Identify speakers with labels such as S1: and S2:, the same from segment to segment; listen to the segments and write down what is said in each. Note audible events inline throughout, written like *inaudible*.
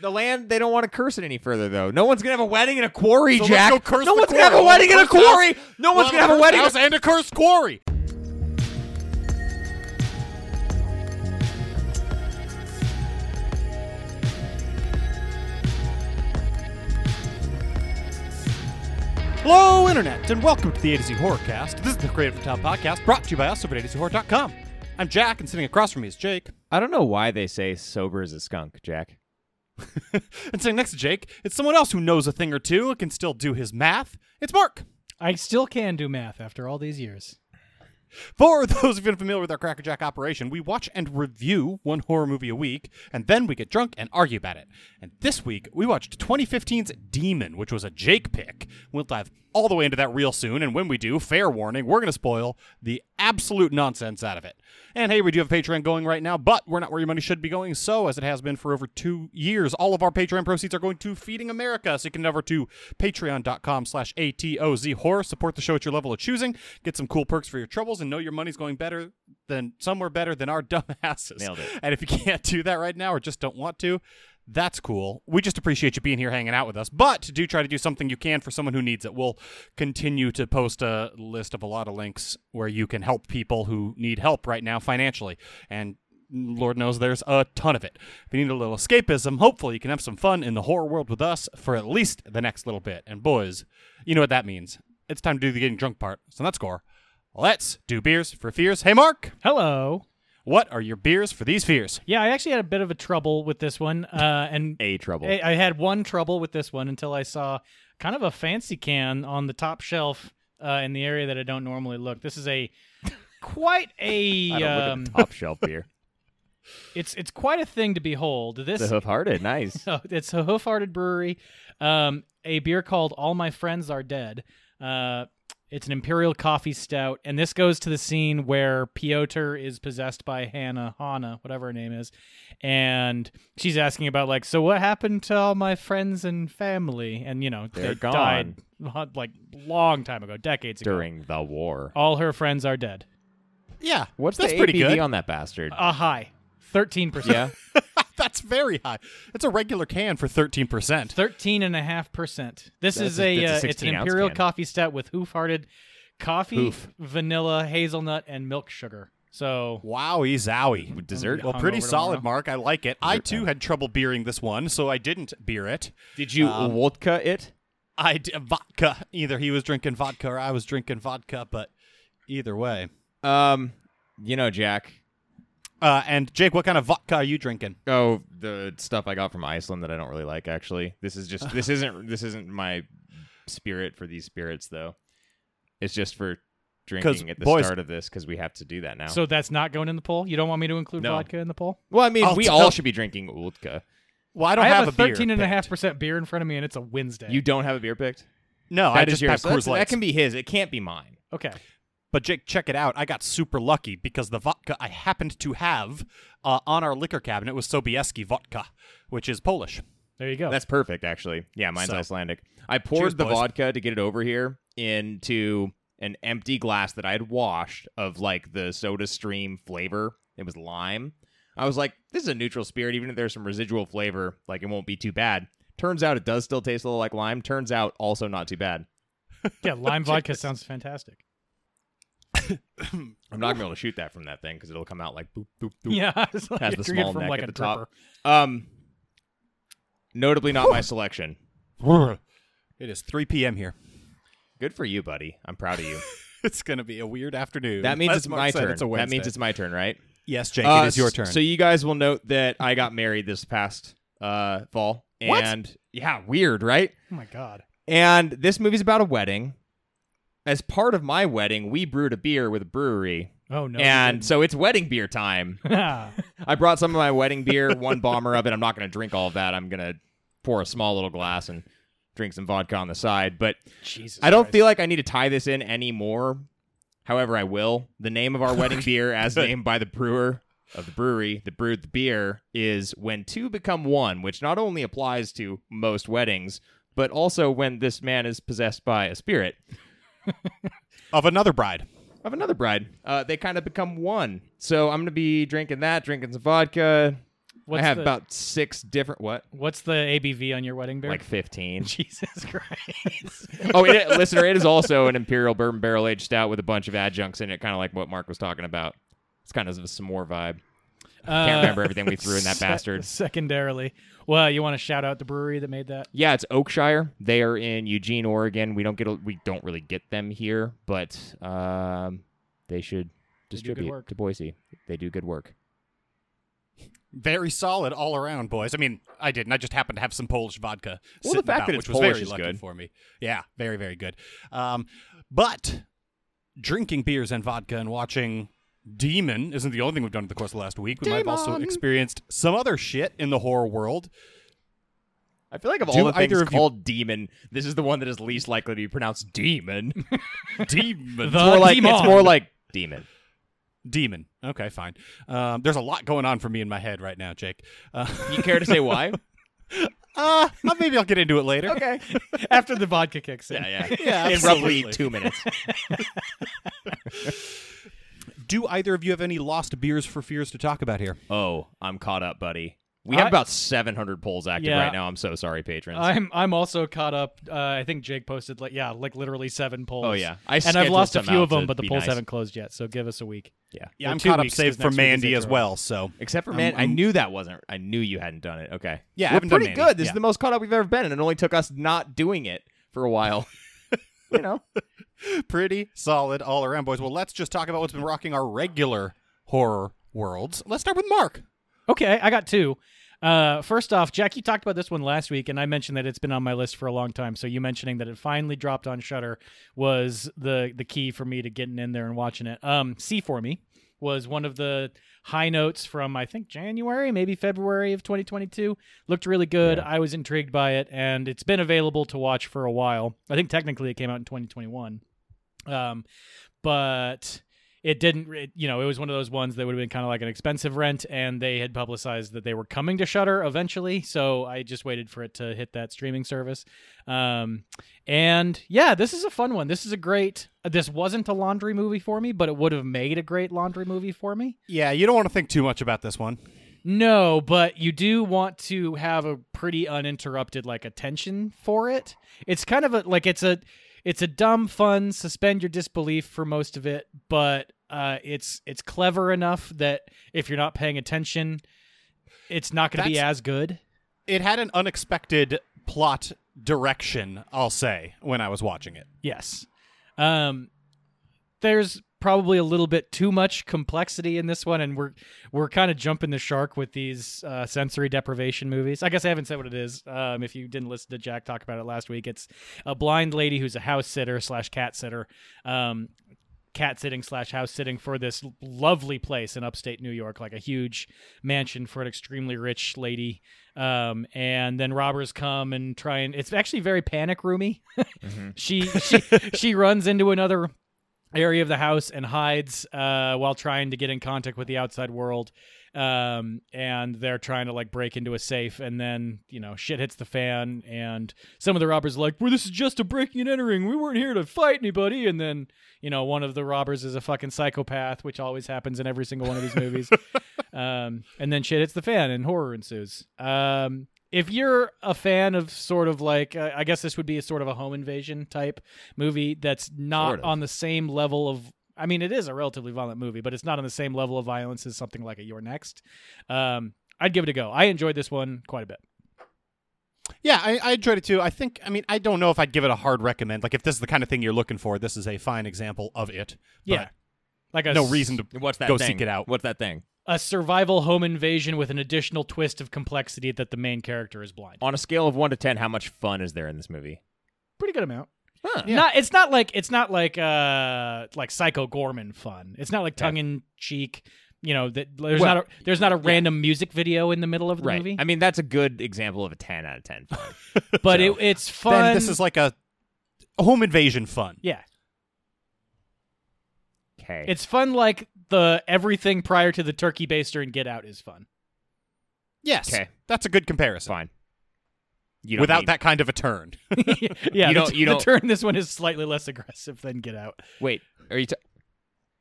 S1: The land they don't want to curse it any further though. No one's gonna have a wedding in a quarry,
S2: So let's
S1: Jack.
S2: go curse
S1: no
S2: the
S1: one's gonna have
S2: quarry.
S1: a wedding in a
S2: Curse house.
S1: quarry. No one's gonna have a
S2: cursed
S1: wedding.
S2: house and a cursed quarry. Hello, Internet, and welcome to the A to Z Horrorcast. This is the Creative for Top podcast brought to you by us over at AtoZHorror.com. I'm Jack, and sitting across from me is Jake.
S1: I don't know why they say sober as a skunk, Jack.
S2: and sitting next to Jake, it's someone else who knows a thing or two and can still do his math. It's Mark.
S3: I still can do math after all these years.
S2: For *laughs* those of you unfamiliar with our Crackerjack operation, we watch and review one horror movie a week, and then we get drunk and argue about it. And this week, we watched 2015's Demon, which was a Jake pick. We'll dive all the way into that real soon, and when we do, fair warning, we're going to spoil the absolute nonsense out of it. And hey, we do have a Patreon going right now, but we're not where your money should be going, so as it has been for over two years, all of our Patreon proceeds are going to Feeding America, so you can head over to patreon.com slash A-T-O-Z horror, support the show at your level of choosing, get some cool perks for your troubles, and know your money's going better than, somewhere better than our *laughs* dumbasses.
S1: Nailed it.
S2: And if you can't do that right now or just don't want to, that's cool. We just appreciate you being here hanging out with us. But do try to do something you can for someone who needs it. We'll continue to post a list of a lot of links where you can help people who need help right now financially. And Lord knows there's a ton of it. If you need a little escapism, hopefully you can have some fun in the horror world with us for at least the next little bit. And boys, you know what that means. It's time to do the getting drunk part. So that's score. Let's do beers for fears. Hey, Mark,
S3: Hello.
S2: what are your beers for these fears?
S3: Yeah, I actually had a bit of a trouble with this one, uh, and
S1: A trouble.
S3: I, I had one trouble with this one until I saw kind of a fancy can on the top shelf uh, in the area that I don't normally look. This is a quite
S1: *laughs*
S3: a
S1: I don't
S3: um,
S1: look at the top shelf
S2: *laughs*
S1: beer.
S3: it's it's quite a thing to behold. This
S1: The hoof hearted,
S2: *laughs*
S1: nice.
S3: So *laughs* it's a Hoof-Hearted Brewery, um, a beer called All My Friends Are Dead. Uh, it's an imperial coffee stout, and this goes to the scene where Piotr is possessed by Hannah, Hannah, whatever her name is, and she's asking about like, so what happened to all my friends and family? And you know,
S1: They're
S3: they died like long time ago, decades ago.
S1: During the war.
S3: All her friends are dead.
S2: Yeah,
S1: What's
S2: Uh, that's
S1: the
S2: pretty
S1: ABV
S2: good. Uh,
S1: on that bastard?
S3: A high, thirteen percent.
S1: yeah.
S2: *laughs* that's very high. It's a regular can for thirteen percent.
S3: Thirteen and a half percent. This
S1: That's
S3: is
S1: a-
S3: a,
S1: that's a
S3: uh, it's an
S1: 16 ounce
S3: imperial
S1: can.
S3: coffee stout with hoof-hearted coffee,
S1: Hoof.
S3: vanilla, hazelnut, and milk sugar. So
S2: Wowie zowie.
S1: Dessert.
S2: Well, pretty
S3: hungover
S2: solid,
S3: tomorrow.
S2: Mark. I like it. I too had trouble beering this one, so I didn't beer it.
S1: Did you
S2: Um,
S1: Wodka it?
S2: I d- vodka. Either he was drinking vodka or I was drinking vodka, but either way.
S1: Um, you know, Jack.
S2: Uh, and Jake, what kind of vodka are you drinking?
S1: Oh, the stuff I got from Iceland that I don't really like. Actually, this is just
S2: *laughs*
S1: this isn't this isn't my spirit for these spirits though. It's just for drinking at the
S2: boys-
S1: start of this because we have to do that now.
S3: so that's not going in the poll. You don't want me to include
S1: No.
S3: vodka in the poll?
S1: well, I mean,
S2: I'll
S1: we
S2: tell-
S1: all should be drinking Wodka.
S2: Well, I don't
S3: have,
S2: have,
S3: a thirteen and a
S2: beer
S3: half
S2: picked.
S3: percent beer in front of me, and it's a Wednesday.
S1: You don't have a beer picked?
S2: No, I
S1: That
S2: just
S1: is
S2: have
S1: yours.
S2: Coors
S1: That's-
S2: Lights.
S1: That can be his. It can't be mine.
S3: okay?
S2: But Jake, check it out. I got super lucky because the vodka I happened to have uh, on our liquor cabinet was Sobieski vodka, which is Polish.
S3: There you go.
S1: That's perfect, actually. Yeah, mine's
S2: So-
S1: Icelandic. I poured
S2: Cheers,
S1: the
S2: boys.
S1: vodka to get it over here into an empty glass that I had washed of like the soda stream flavor. It was lime. I was like, this is a neutral spirit. Even if there's some residual flavor, like it won't be too bad. Turns out it does still taste a little like lime. Turns out also not too bad. *laughs*
S3: yeah, lime vodka sounds fantastic.
S1: I'm not gonna be able to shoot that from that thing because it'll come out like boop boop boop.
S3: Yeah, *laughs* it's like
S1: has
S3: you're
S1: the
S3: drinking
S1: small
S3: from
S1: neck
S3: like
S1: at the
S3: a
S1: top.
S3: dripper.
S1: Um, notably not my selection.
S2: it is 3 p.m. here. *laughs*
S1: Good for you, buddy. I'm proud of you.
S2: It's going to be a weird afternoon.
S1: That means
S2: As
S1: it's
S2: Mark
S1: my
S2: said,
S1: turn.
S2: It's a
S1: that
S2: Wednesday.
S1: means it's my turn, right?
S2: yes, Jake.
S1: Uh,
S2: it is your
S1: s-
S2: turn.
S1: So you guys will note that I got married this past uh, fall,
S2: What?
S1: and yeah, weird, right?
S3: Oh my god.
S1: And this movie's about a wedding. As part of my wedding, we brewed a beer with a brewery,
S3: Oh no. you
S1: and so it's wedding beer time.
S3: didn't. *laughs*
S1: I brought some of my wedding beer, one bomber of it. I'm not going to drink all of that. I'm going to pour a small little glass and drink some vodka on the side, but.
S3: Jesus.
S1: I don't
S3: Christ.
S1: feel like I need to tie this in anymore. However, I will. The name of our wedding beer, as named by the brewer of the brewery that brewed the beer, is When Two Become One, which not only applies to most weddings, but also when this man is possessed by a spirit
S2: of another bride.
S1: of another bride. Uh, they kind of become one. So I'm going to be drinking that, drinking some vodka.
S3: What's
S1: I have
S3: the,
S1: about six different what?
S3: what's the ABV on your wedding beer? *laughs*
S1: Like fifteen.
S3: Jesus Christ. *laughs*
S1: oh, it, listener, it is also an imperial bourbon barrel aged stout with a bunch of adjuncts in it, kind of like what Mark was talking about. It's kind of a s'more vibe. Can't
S3: Uh,
S1: remember everything we threw in that
S3: *laughs* se-
S1: bastard.
S3: Secondarily, well, you want to shout out the brewery that made that? *laughs*
S1: Yeah, it's Oakshire. They are in Eugene, Oregon. We don't get a, we don't really get them here, but um, they should
S3: They do good
S1: distribute
S3: work.
S1: to Boise. They do good work.
S2: Very solid all around, boys. I mean, I didn't. I just happened to have some Polish
S1: Well,
S2: vodka.
S1: the
S2: sitting
S1: fact
S2: about,
S1: that
S2: which
S1: it's
S2: was
S1: Polish
S2: very
S1: is
S2: lucky
S1: good.
S2: for me. Yeah, very very good. Um, but drinking beers and vodka and watching Demon isn't the only thing we've done in the course of the last week. We might have also
S1: Demon.
S2: experienced some other shit in the horror world.
S1: *laughs* I feel like of
S2: Do
S1: all the
S2: either
S1: things
S2: of you-
S1: called demon, this is the one that is least likely to be pronounced demon. *laughs*
S2: Demon.
S1: it's more like it's
S3: demon.
S1: more like demon.
S2: Demon. Okay, fine. Um, there's a lot going on for me in my head right now, Jake. Uh, *laughs*
S1: You care to say why?
S2: uh, maybe I'll get into it later.
S1: okay.
S3: After the vodka kicks in.
S1: Yeah, yeah.
S2: Yeah,
S1: in roughly
S2: absolutely.
S1: two minutes.
S2: Do either of you have any lost beers for fears to talk about here?
S1: Oh, I'm caught up, buddy. We
S3: I-
S1: have about 700 polls active
S3: Yeah.
S1: right now. I'm so sorry, patrons.
S3: I'm I'm also caught up. Uh, I think Jake posted like yeah, like literally seven polls.
S1: oh yeah, I
S3: and I've
S1: scheduled
S3: lost a
S1: some
S3: few
S1: out
S3: of them,
S1: to
S3: but the
S1: be
S3: polls
S1: nice.
S3: haven't closed yet. So give us a week.
S1: Yeah,
S2: Yeah,
S3: Well,
S2: I'm
S3: two
S2: caught up,
S3: weeks,
S2: save
S3: 'cause
S2: for
S3: next week is
S2: Mandy as
S3: intro.
S2: well. So
S1: except for
S2: I'm-
S1: man, i
S2: I'm-
S1: knew that wasn't. I knew you hadn't done it. Okay,
S2: Yeah, I
S1: we're
S2: haven't done
S1: pretty
S2: Mandy.
S1: good. This
S2: Yeah.
S1: is the most caught up we've ever been, and it only took us not doing it for a while. *laughs* you know,
S2: pretty solid all around, boys. Well, let's just talk about what's been rocking our regular horror worlds. Let's start with Mark.
S3: Okay, I got two. Uh, first off, Jack, you talked about this one last week, and I mentioned that it's been on my list for a long time. So you mentioning that it finally dropped on Shutter was the the key for me to getting in there and watching it. Um, See for me was one of the high notes from I think January, maybe February of 2022. Looked really good. I was intrigued by it, and it's been available to watch for a while. I think technically it came out in 2021. Um, but it didn't it, you know it was one of those ones that would have been kind of like an expensive rent and they had publicized that they were coming to shutter eventually so i just waited for it to hit that streaming service um, and yeah this is a fun one this is a great this wasn't a laundry movie for me but it would have made a great laundry movie for me
S2: Yeah, you don't want to think too much about this one.
S3: no, but you do want to have a pretty uninterrupted like attention for it. It's kind of a like it's a it's a dumb fun suspend your disbelief for most of it, but uh it's it's clever enough that if you're not paying attention, it's not going to be
S2: That's-
S3: as good.
S2: It had an unexpected plot direction, I'll say, when I was watching it.
S3: Yes. Um there's probably a little bit too much complexity in this one and we're we're kind of jumping the shark with these uh, sensory deprivation movies. I guess I haven't said what it is. Um if you didn't listen to Jack talk about it last week, it's a blind lady who's a house sitter slash cat sitter. Um cat sitting slash house sitting for this lovely place in upstate New York, like a huge mansion for an extremely rich lady. Um, and then robbers come and try and it's actually very panic roomy. she she she runs into another area of the house and hides uh, while trying to get in contact with the outside world. Um, and they're trying to like break into a safe, and then you know shit hits the fan, and some of the robbers are like, "Well, this is just a breaking and entering. We weren't here to fight anybody." And then you know one of the robbers is a fucking psychopath, which always happens in every single one of these movies. um, and then shit hits the fan, and horror ensues. Um, if you're a fan of sort of like, uh, I guess this would be a sort of a home invasion type movie that's not
S1: Sort of.
S3: on the same level of. I mean, it is a relatively violent movie, but it's not on the same level of violence as something like a Your Next. Um, I'd give it a go. I enjoyed this one quite a bit.
S2: Yeah, I, I enjoyed it too. I think, I mean, I don't know if I'd give it a hard recommend. Like, if this is the kind of thing you're looking for, this is a fine example of it.
S3: Yeah, like a
S2: But no
S3: s-
S2: reason to
S1: what's that?
S2: Go
S1: thing?
S2: seek it out.
S1: What's that thing?
S3: a survival home invasion with an additional twist of complexity that the main character is blind.
S1: On a scale of one to ten, how much fun is there in this movie?
S3: Pretty good amount.
S1: Huh.
S3: Not it's not like it's not like uh like Psycho Gorman fun. It's not like
S1: Yeah.
S3: tongue in cheek. You know that there's
S1: Well,
S3: not a there's not a
S1: yeah.
S3: random music video in the middle of the
S1: right.
S3: movie,
S1: I mean, that's a good example of a ten out of ten.
S3: *laughs*
S1: fun.
S3: but
S1: so.
S3: it, it's fun.
S2: Then this is like a home invasion fun.
S3: yeah,
S1: Okay.
S3: it's fun like the everything prior to the turkey baster and Get Out is
S1: *laughs*
S3: fun.
S2: Yes.
S1: Okay.
S2: That's a good comparison.
S1: fine. You don't
S2: Without
S1: need-
S2: that kind of a turn.
S3: yeah,
S1: You
S3: the
S1: don't-
S3: t-
S1: you
S3: the
S1: don't-
S3: turn this one is slightly less aggressive than Get Out.
S1: Wait, are you? ta-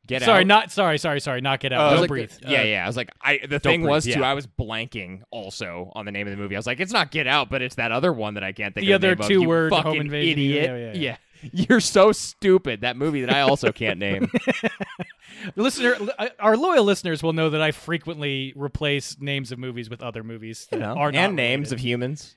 S1: Get
S3: sorry,
S1: out.
S3: not sorry, sorry, sorry, not get out.
S2: Oh, I
S1: I was
S3: don't
S1: like,
S3: breathe.
S1: Yeah,
S3: Uh,
S1: yeah. I was like, I the thing
S2: Breathe,
S1: was too.
S2: yeah.
S1: I was blanking also on the name of the movie. I was like, it's not Get Out, but it's that other one that I can't think.
S3: The
S1: of the
S3: other
S1: name of,
S3: two
S1: you
S3: word home
S1: fucking
S3: invasion.
S1: idiot.
S3: Yeah, yeah, yeah.
S1: *laughs* You're so stupid. That movie that I also can't name.
S3: Uh, Listener, li- our loyal listeners will know that I frequently replace names of movies with other movies
S1: *laughs*
S3: that
S1: You know,
S3: are not
S1: and names
S3: related.
S1: of humans.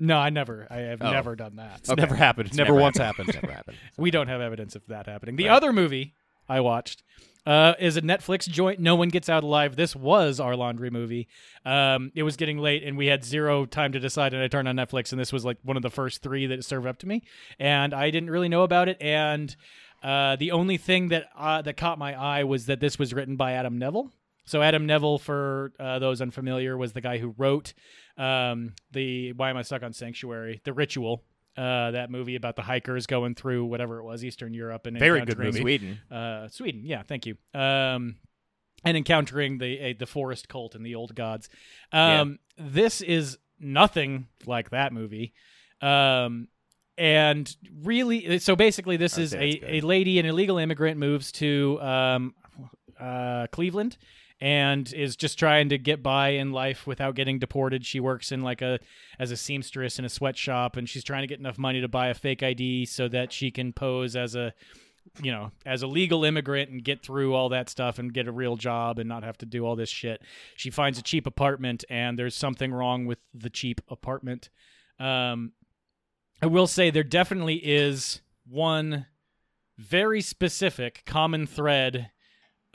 S3: No, I never. I have
S1: Oh.
S3: never done that.
S2: It's never happened. It's never,
S1: never
S2: once happened.
S1: *laughs* Never happened.
S3: We don't have evidence of that happening. The other movie I watched uh, is a Netflix joint. No one gets out alive. This was our laundry movie. Um, it was getting late, and we had zero time to decide. And I turned on Netflix, and this was like one of the first three that served up to me, and I didn't really know about it. And uh, the only thing that uh, that caught my eye was that this was written by Adam Neville. So Adam Neville, for uh, those unfamiliar, was the guy who wrote um, the "Why Am I Stuck on Sanctuary," the Ritual, uh, that movie about the hikers going through whatever it was, Eastern Europe, and
S2: Very good
S3: encountering-
S2: movie.
S1: Sweden.
S3: uh, Sweden. Yeah, thank you. Um, and encountering the uh, the forest cult and the old gods. Um, This is nothing like that movie. Um, and really, so basically, this
S1: I'd
S3: is
S1: say
S3: a,
S1: Oh, that's good.
S3: a lady, an illegal immigrant, moves to um, uh, Cleveland and is just trying to get by in life without getting deported. She works in like a as a seamstress in a sweatshop and she's trying to get enough money to buy a fake ID so that she can pose as a you know, as a legal immigrant and get through all that stuff and get a real job and not have to do all this shit. She finds a cheap apartment and there's something wrong with the cheap apartment. Um I will say there definitely is one very specific common thread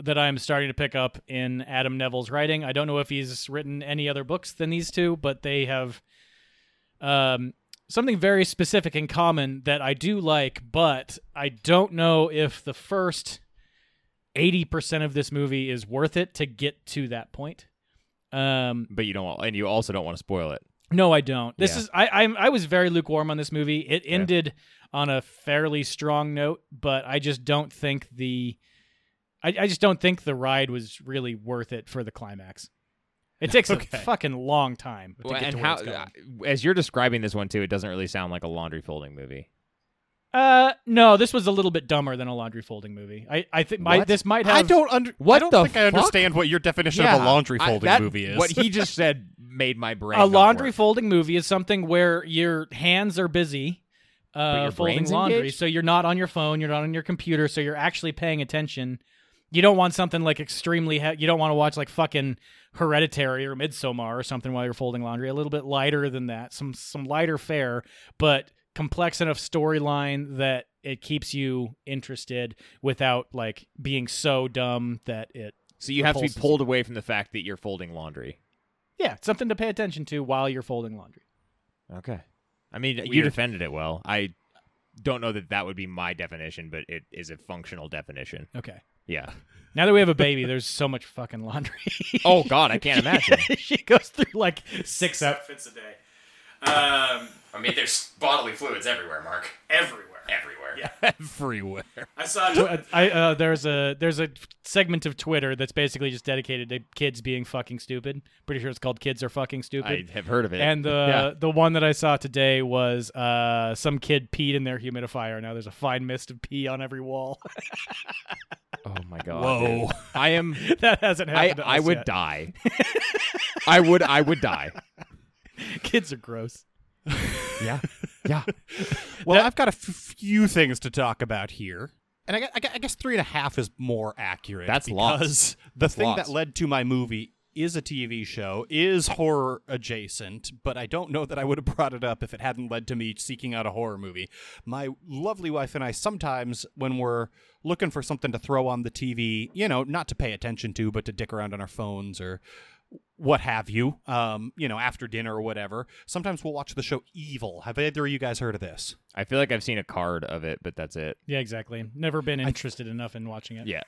S3: that I'm starting to pick up in Adam Neville's writing. I don't know if he's written any other books than these two, but they have um, something very specific in common that I do like, but I don't know if the first 80% of this movie is worth it to get to that point. Um,
S1: But you don't, and you also don't want to spoil it.
S3: no, I don't. This
S1: Yeah.
S3: is I I'm, I was very lukewarm on this movie. It ended on a fairly strong note, but I just don't think the I, I just don't think the ride was really worth it for the climax. It takes
S2: Okay.
S3: a fucking long time to get
S1: and
S3: to where
S1: how, uh,
S3: it's going.
S1: as you're describing this one too, it doesn't really sound like a laundry folding movie.
S3: Uh, no, this was a little bit dumber than a laundry folding movie. I I think my
S1: What?
S3: this might have
S2: I don't under.
S1: What
S2: I don't
S1: the
S2: think I
S1: fuck?
S2: understand what your definition of a laundry
S1: I-
S2: folding
S1: that-
S2: movie is.
S1: What he
S3: *laughs*
S1: just said made my brain.
S3: a
S1: not
S3: laundry
S1: work.
S3: folding movie is something where your hands are busy uh,
S1: your
S3: folding
S1: brain's
S3: laundry,
S1: engaged?
S3: so you're not on your phone, you're not on your computer, so you're actually paying attention. You don't want something like extremely. He- you don't want to watch like fucking Hereditary or Midsommar or something while you're folding laundry. A little bit lighter than that, some some lighter fare, but complex enough storyline that it keeps you interested without like being so dumb that it.
S1: So you have to be
S3: repulses
S1: pulled away from the fact that you're folding laundry.
S3: Yeah, it's something to pay attention to while you're folding laundry.
S1: Okay. I mean, you
S2: Weird.
S1: defended it well. I don't know that that would be my definition, but it is a functional definition.
S3: Okay.
S1: Yeah.
S3: Now that we have a baby, there's so much fucking *laughs* laundry.
S1: Oh God, I can't
S3: *laughs*
S1: imagine.
S3: she goes through like six outfits a day. Um,
S1: *laughs* I mean, there's bodily fluids everywhere, Mark.
S3: everywhere.
S1: Everywhere. Yeah.
S2: *laughs* everywhere.
S3: I saw. I uh, there's a there's a segment of Twitter that's basically just dedicated to kids being fucking stupid. Pretty sure it's called "Kids Are Fucking
S1: I
S3: Stupid."
S1: have heard of it.
S3: and uh, the *laughs*
S1: yeah.
S3: the one that I saw today was uh, some kid peed in their humidifier. Now there's a fine mist of pee on every wall. *laughs*
S1: oh my God.
S2: Whoa.
S1: dude. I am.
S3: that hasn't
S1: I
S3: happened. to
S1: I
S3: us
S1: would
S3: yet.
S1: die. *laughs* I would. I would die.
S3: Kids are gross.
S1: *laughs* Yeah. Yeah.
S2: Well, I've got a f- few things to talk about here. And I, gu- I, gu- I guess three and a half is more accurate.
S1: That's
S2: because
S1: lots.
S2: The thing
S1: lots.
S2: that led to my movie is a TV show, is horror adjacent, but I don't know that I would have brought it up if it hadn't led to me seeking out a horror movie. My lovely wife and I sometimes, when we're looking for something to throw on the TV, you know, not to pay attention to, but to dick around on our phones or what have you, um, you know, after dinner or whatever, sometimes we'll watch the show Evil. Have either of you guys heard of this?
S1: I feel like I've seen a card of it, but that's it.
S3: Yeah, exactly. Never been interested enough in watching it.
S1: Yeah.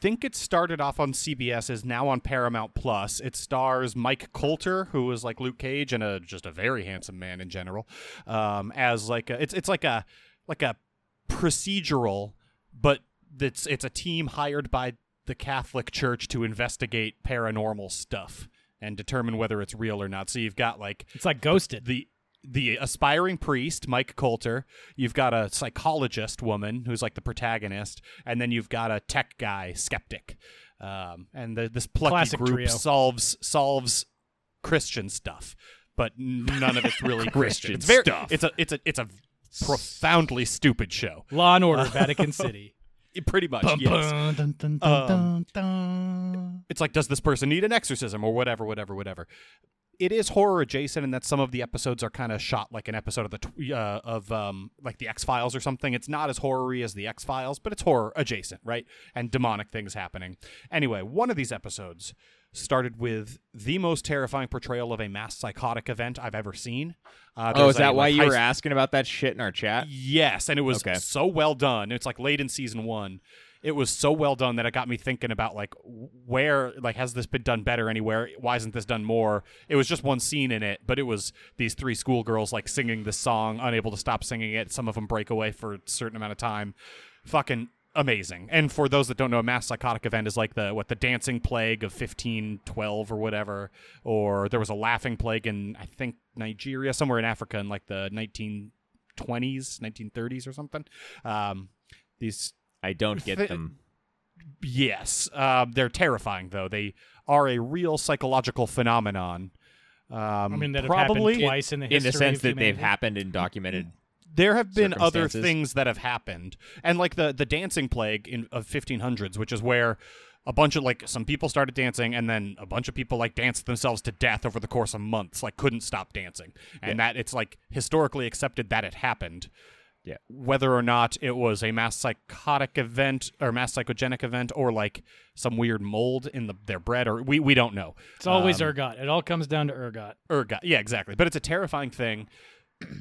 S2: think it started off on CBS is now on Paramount Plus. It stars Mike Coulter, who was like Luke Cage and a just a very handsome man in general, um, as like a, it's it's like a like a procedural, but it's it's a team hired by the Catholic Church to investigate paranormal stuff and determine whether it's real or not. So you've got like
S3: It's like Ghosted.
S2: the the aspiring priest, Mike Coulter. You've got a psychologist woman who's like the protagonist, and then you've got a tech guy, skeptic. Um, and the, this plucky
S3: Classic
S2: group
S3: trio.
S2: solves solves Christian stuff, but n- none of it's really *laughs* Christian.
S1: Christian
S2: It's very
S1: stuff.
S2: it's a it's a it's a profoundly stupid show.
S3: Law
S1: *laughs*
S3: and Order, Vatican
S2: It-
S3: City.
S2: pretty much,
S3: Bum,
S2: yes.
S3: bum, dun, dun,
S1: Uh,
S3: dun,
S2: Um,
S3: dun, dun.
S2: it's like does this person need an exorcism or whatever whatever whatever it is horror adjacent in that some of the episodes are kind of shot like an episode of the tw- uh, of um, like the X Files or something. It's not as horror-y as the X Files, but it's horror adjacent, right? And demonic things happening. Anyway, one of these episodes started with the most terrifying portrayal of a mass psychotic event I've ever seen. Uh,
S1: Oh,
S2: there's
S1: is that
S2: a,
S1: why
S2: like,
S1: you
S2: high
S1: were asking about that shit in our chat?
S2: Yes, and it was
S1: Okay.
S2: so well done. It's like late in season one. It was so well done that it got me thinking about like where like has this been done better anywhere? Why isn't this done more? It was just one scene in it, but it was these three schoolgirls like singing this song, unable to stop singing it. Some of them break away for a certain amount of time. Fucking amazing. And for those that don't know, a mass psychotic event is like the what the dancing plague of 1512 or whatever, or there was a laughing plague in I think Nigeria, somewhere in Africa in like the 19- 20s, 1930s or something. Um, these,
S1: I don't get
S2: Th-
S1: them.
S2: yes, uh, they're terrifying though. They are a real psychological phenomenon. Um,
S3: I mean, that have
S2: probably
S3: happened twice in the
S1: In
S3: history
S1: the sense
S3: of
S1: that they've
S3: humanity.
S1: happened and *laughs* documented.
S2: there have been other
S1: circumstances.
S2: things that have happened, and like the the dancing plague in of 1500s, which is where a bunch of like some people started dancing, and then a bunch of people like danced themselves to death over the course of months, like couldn't stop dancing, and that it's like historically accepted that it happened.
S1: Yeah.
S2: Whether or not it was a mass psychotic event or mass psychogenic event or like some weird mold in the, their bread or we, we don't know.
S3: It's always
S2: Um,
S3: ergot. It all comes down to ergot.
S2: Ergot. Yeah, exactly. But it's a terrifying thing.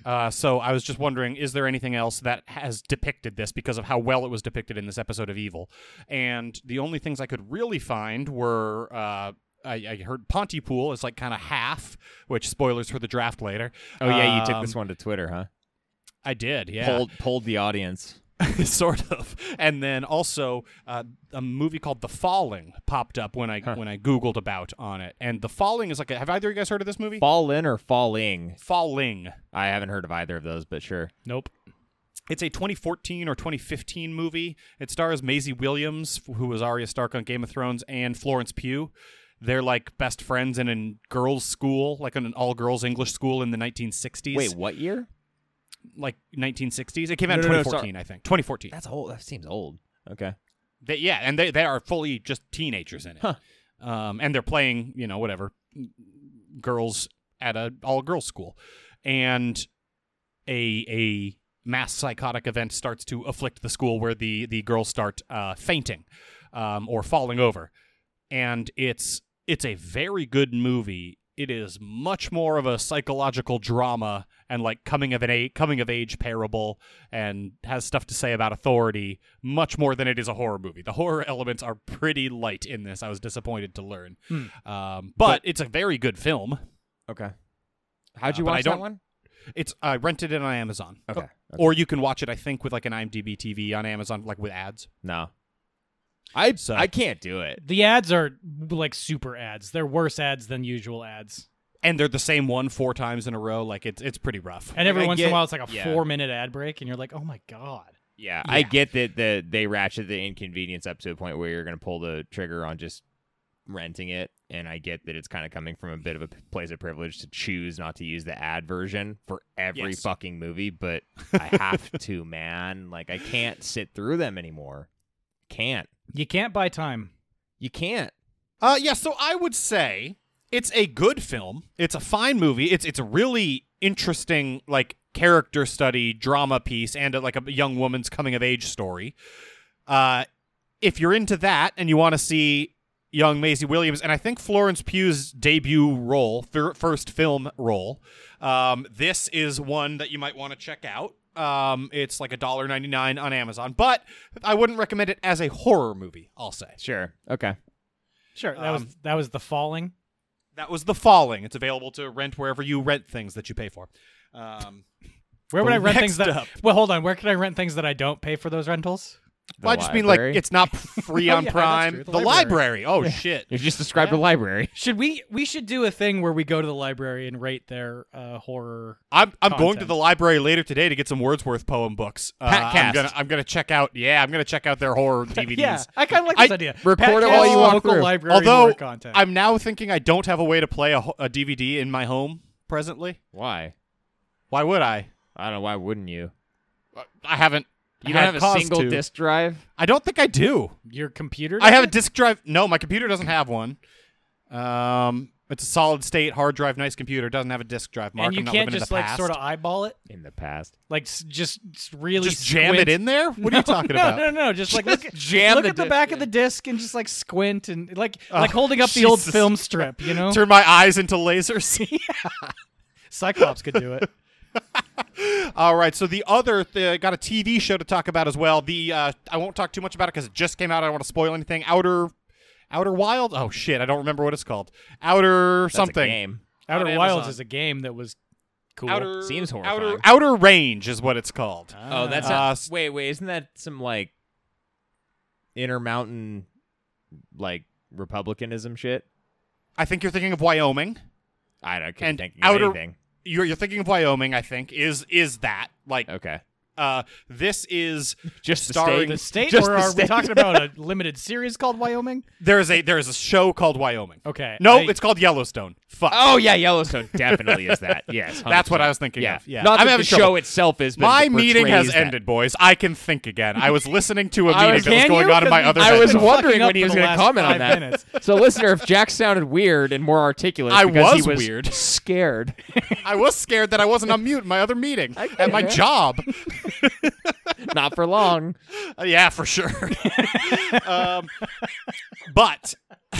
S2: Uh, so I was just wondering, is there anything else that has depicted this because of how well it was depicted in this episode of Evil? And the only things I could really find were. Uh, I, I heard Pontypool is like kind of half, which spoilers for the draft later.
S1: Oh yeah, you took
S2: Um,
S1: this one to Twitter, huh?
S2: I did, yeah.
S1: Polled polled the audience.
S2: *laughs* sort of. And then also uh, a movie called The Falling popped up when I
S1: Huh.
S2: when I googled about on it. And The Falling is like, a, have either of you guys heard of this movie?
S1: Fall in or falling?
S2: Falling.
S1: I haven't heard of either of those, but sure.
S3: Nope.
S2: It's a 2014 or 2015 movie. It stars Maisie Williams, f- who was Arya Stark on Game of Thrones, and Florence Pugh. They're like best friends in a girls' school, like in an all girls English school in the 1960s.
S1: Wait, what year?
S2: like 1960s? It came out
S1: No,
S2: in
S1: no, no,
S2: 2014, I think. 2014.
S1: That's old. That seems old. Okay.
S2: They, yeah, and they, they are fully just teenagers in it.
S1: Huh.
S2: Um, and they're playing, you know, whatever, girls at a all girls school. And a a mass psychotic event starts to afflict the school where the, the girls start uh, fainting um, or falling over. And it's it's a very good movie. It is much more of a psychological drama and like coming of an a coming of age parable and has stuff to say about authority much more than it is a horror movie. The horror elements are pretty light in this. I was disappointed to learn,
S3: Hmm.
S2: um, but, it's a very good film.
S1: Okay. How'd you
S2: Uh, but I
S1: watch that
S2: don't-
S1: one?
S2: It's I rented it on Amazon,
S1: Okay. okay.
S2: or you can watch it. I think with like an IMDb TV on Amazon, like with ads.
S1: No. I
S2: So-
S1: I can't do it.
S3: The ads are like super ads. They're worse ads than usual ads.
S2: And they're the same one four times in a row. Like it's it's pretty rough.
S3: And every
S1: I
S3: once in
S1: get-
S3: a while, it's like a
S1: yeah.
S3: four minute ad break, and you're like, oh my God.
S1: Yeah, I
S2: Yeah.
S1: get that the they ratchet the inconvenience up to a point where you're going to pull the trigger on just renting it, and I get that it's kind of coming from a bit of a p- place of privilege to choose not to use the ad version for every
S2: Yes.
S1: fucking movie,
S2: *laughs*
S1: but I have to, man. Like I can't sit through them anymore. Can't.
S3: You can't buy time.
S1: You can't.
S2: Uh, yeah, so I would say it's a good film. It's a fine movie. It's it's a really interesting like character study drama piece and uh like a young woman's coming of age story. Uh, if you're into that and you want to see young Maisie Williams and I think Florence Pugh's debut role, fir- first film role, um, this is one that you might want to check out. Um, it's like a dollar ninety nine on Amazon, but I wouldn't recommend it as a horror movie. I'll say.
S1: Sure. Okay.
S3: Sure. That
S2: Um,
S3: was that was the falling.
S2: That was The Falling. It's available to rent wherever you rent things that you pay for. Um,
S3: *laughs* Where would I rent
S2: next
S3: things that?
S2: up.
S3: Well, hold on. Where can I rent things that I don't pay for those rentals?
S2: Well, I just mean like
S1: library?
S2: it's
S3: *laughs*
S2: not free
S3: Oh,
S2: on
S3: yeah, that's
S2: Prime.
S3: true.
S2: The,
S3: The
S2: library. Oh shit.
S1: You just described a library.
S3: Should we? We should do a thing where we go to the library and rate their uh, horror.
S2: I'm, I'm going to
S3: Content.
S2: the library later today to get some Wordsworth poem books. Uh,
S1: Pat
S2: I'm
S1: Cast.
S2: gonna I'm gonna check out. Yeah, I'm gonna check out their
S3: *laughs*
S2: horror DVDs.
S3: Yeah, I kind of like this
S2: I-
S3: idea.
S1: record it
S3: Podcast
S1: while you walk
S3: local
S1: through.
S3: library
S2: Although
S3: horror content.
S2: I'm now thinking I don't have a way to play a, ho- a DVD in my home presently.
S1: Why?
S2: Why would I?
S1: I don't know. Why wouldn't you?
S2: I haven't.
S1: You
S2: had
S1: don't have
S2: cause
S1: a single
S2: to.
S1: disk drive.
S2: I don't think I do.
S3: Your computer?
S2: I have a
S3: does it?
S2: disk drive. No, my computer doesn't have one. Um, it's a solid state hard drive, nice computer. Doesn't have a disk drive. Mark,
S3: and you
S2: I'm not
S3: can't
S2: living in
S3: just
S2: the
S3: like
S2: past.
S3: sort of eyeball it,
S1: In the past,
S3: like s- just s- really
S2: just jam
S3: squint.
S2: it in there. What are you talking
S3: *laughs* no,
S2: about?
S3: No, no, no. Just like look,
S2: jam
S3: look
S2: the
S3: at the
S2: disc
S3: back of the disc and just like squint and like like
S2: Oh,
S3: holding up the old
S2: Jesus.
S3: film strip, you know.
S2: Turn my eyes into lasers.
S3: Cyclops could do it.
S2: *laughs* All right. So the other th- got a TV show to talk about as well. The uh, I won't talk too much about it because it just came out. I don't want to spoil anything. Outer, Outer Wild. Oh shit! I don't remember what it's called. Outer
S1: That's a
S2: something.
S1: game.
S3: Outer
S2: On
S3: Wilds
S2: Amazon.
S3: is a game that was cool.
S2: Outer
S1: Seems horrifying.
S2: outer, outer Range is what it's called.
S3: Ah.
S1: Oh, that's
S2: Uh,
S1: not-
S2: s-
S1: wait, wait. Isn't that some like intermountain like republicanism shit?
S2: I think you're thinking of Wyoming.
S1: I don't
S2: And
S1: can't think of
S2: outer-
S1: anything.
S2: You're, you're thinking of Wyoming. I think is is that like
S1: Okay,
S2: uh this is
S1: just the
S2: starring-
S1: state.
S3: the state,
S1: Just
S3: or
S1: the
S3: are we
S1: state.
S3: talking
S2: *laughs*
S3: about a limited series called Wyoming?
S2: there is a there is a show called Wyoming.
S3: Okay.
S2: No,
S3: I-
S2: it's called Yellowstone. Fuck.
S1: Oh yeah, *laughs* Yellowstone definitely is that. Yes,
S2: That's what
S1: 100%.
S2: I was thinking
S1: yeah.
S2: of. Yeah.
S1: Not
S2: I'm
S1: that
S2: having
S1: the show
S2: trouble.
S1: itself is. but
S2: My
S1: it
S2: meeting has
S1: portrays that.
S2: ended, boys. I can think again. I was listening to a
S1: I
S2: meeting
S1: was-
S2: that was
S1: Can
S2: going
S3: you?
S2: on in my
S3: Because
S2: other
S3: I've
S1: I was
S3: been
S2: bedroom.
S1: wondering
S3: fucking
S1: when
S3: up
S1: he
S3: for
S1: was
S3: the
S1: going to
S3: last
S1: comment on
S3: five
S1: that.
S3: minutes.
S1: *laughs* So, listener, if Jack sounded weird and more articulate,
S2: I
S1: because
S2: was
S1: he was
S2: weird.
S1: *laughs* scared.
S2: I was scared that I wasn't on mute in my other meeting at my job.
S1: Not for long.
S2: Uh, *laughs* yeah, for sure. um, but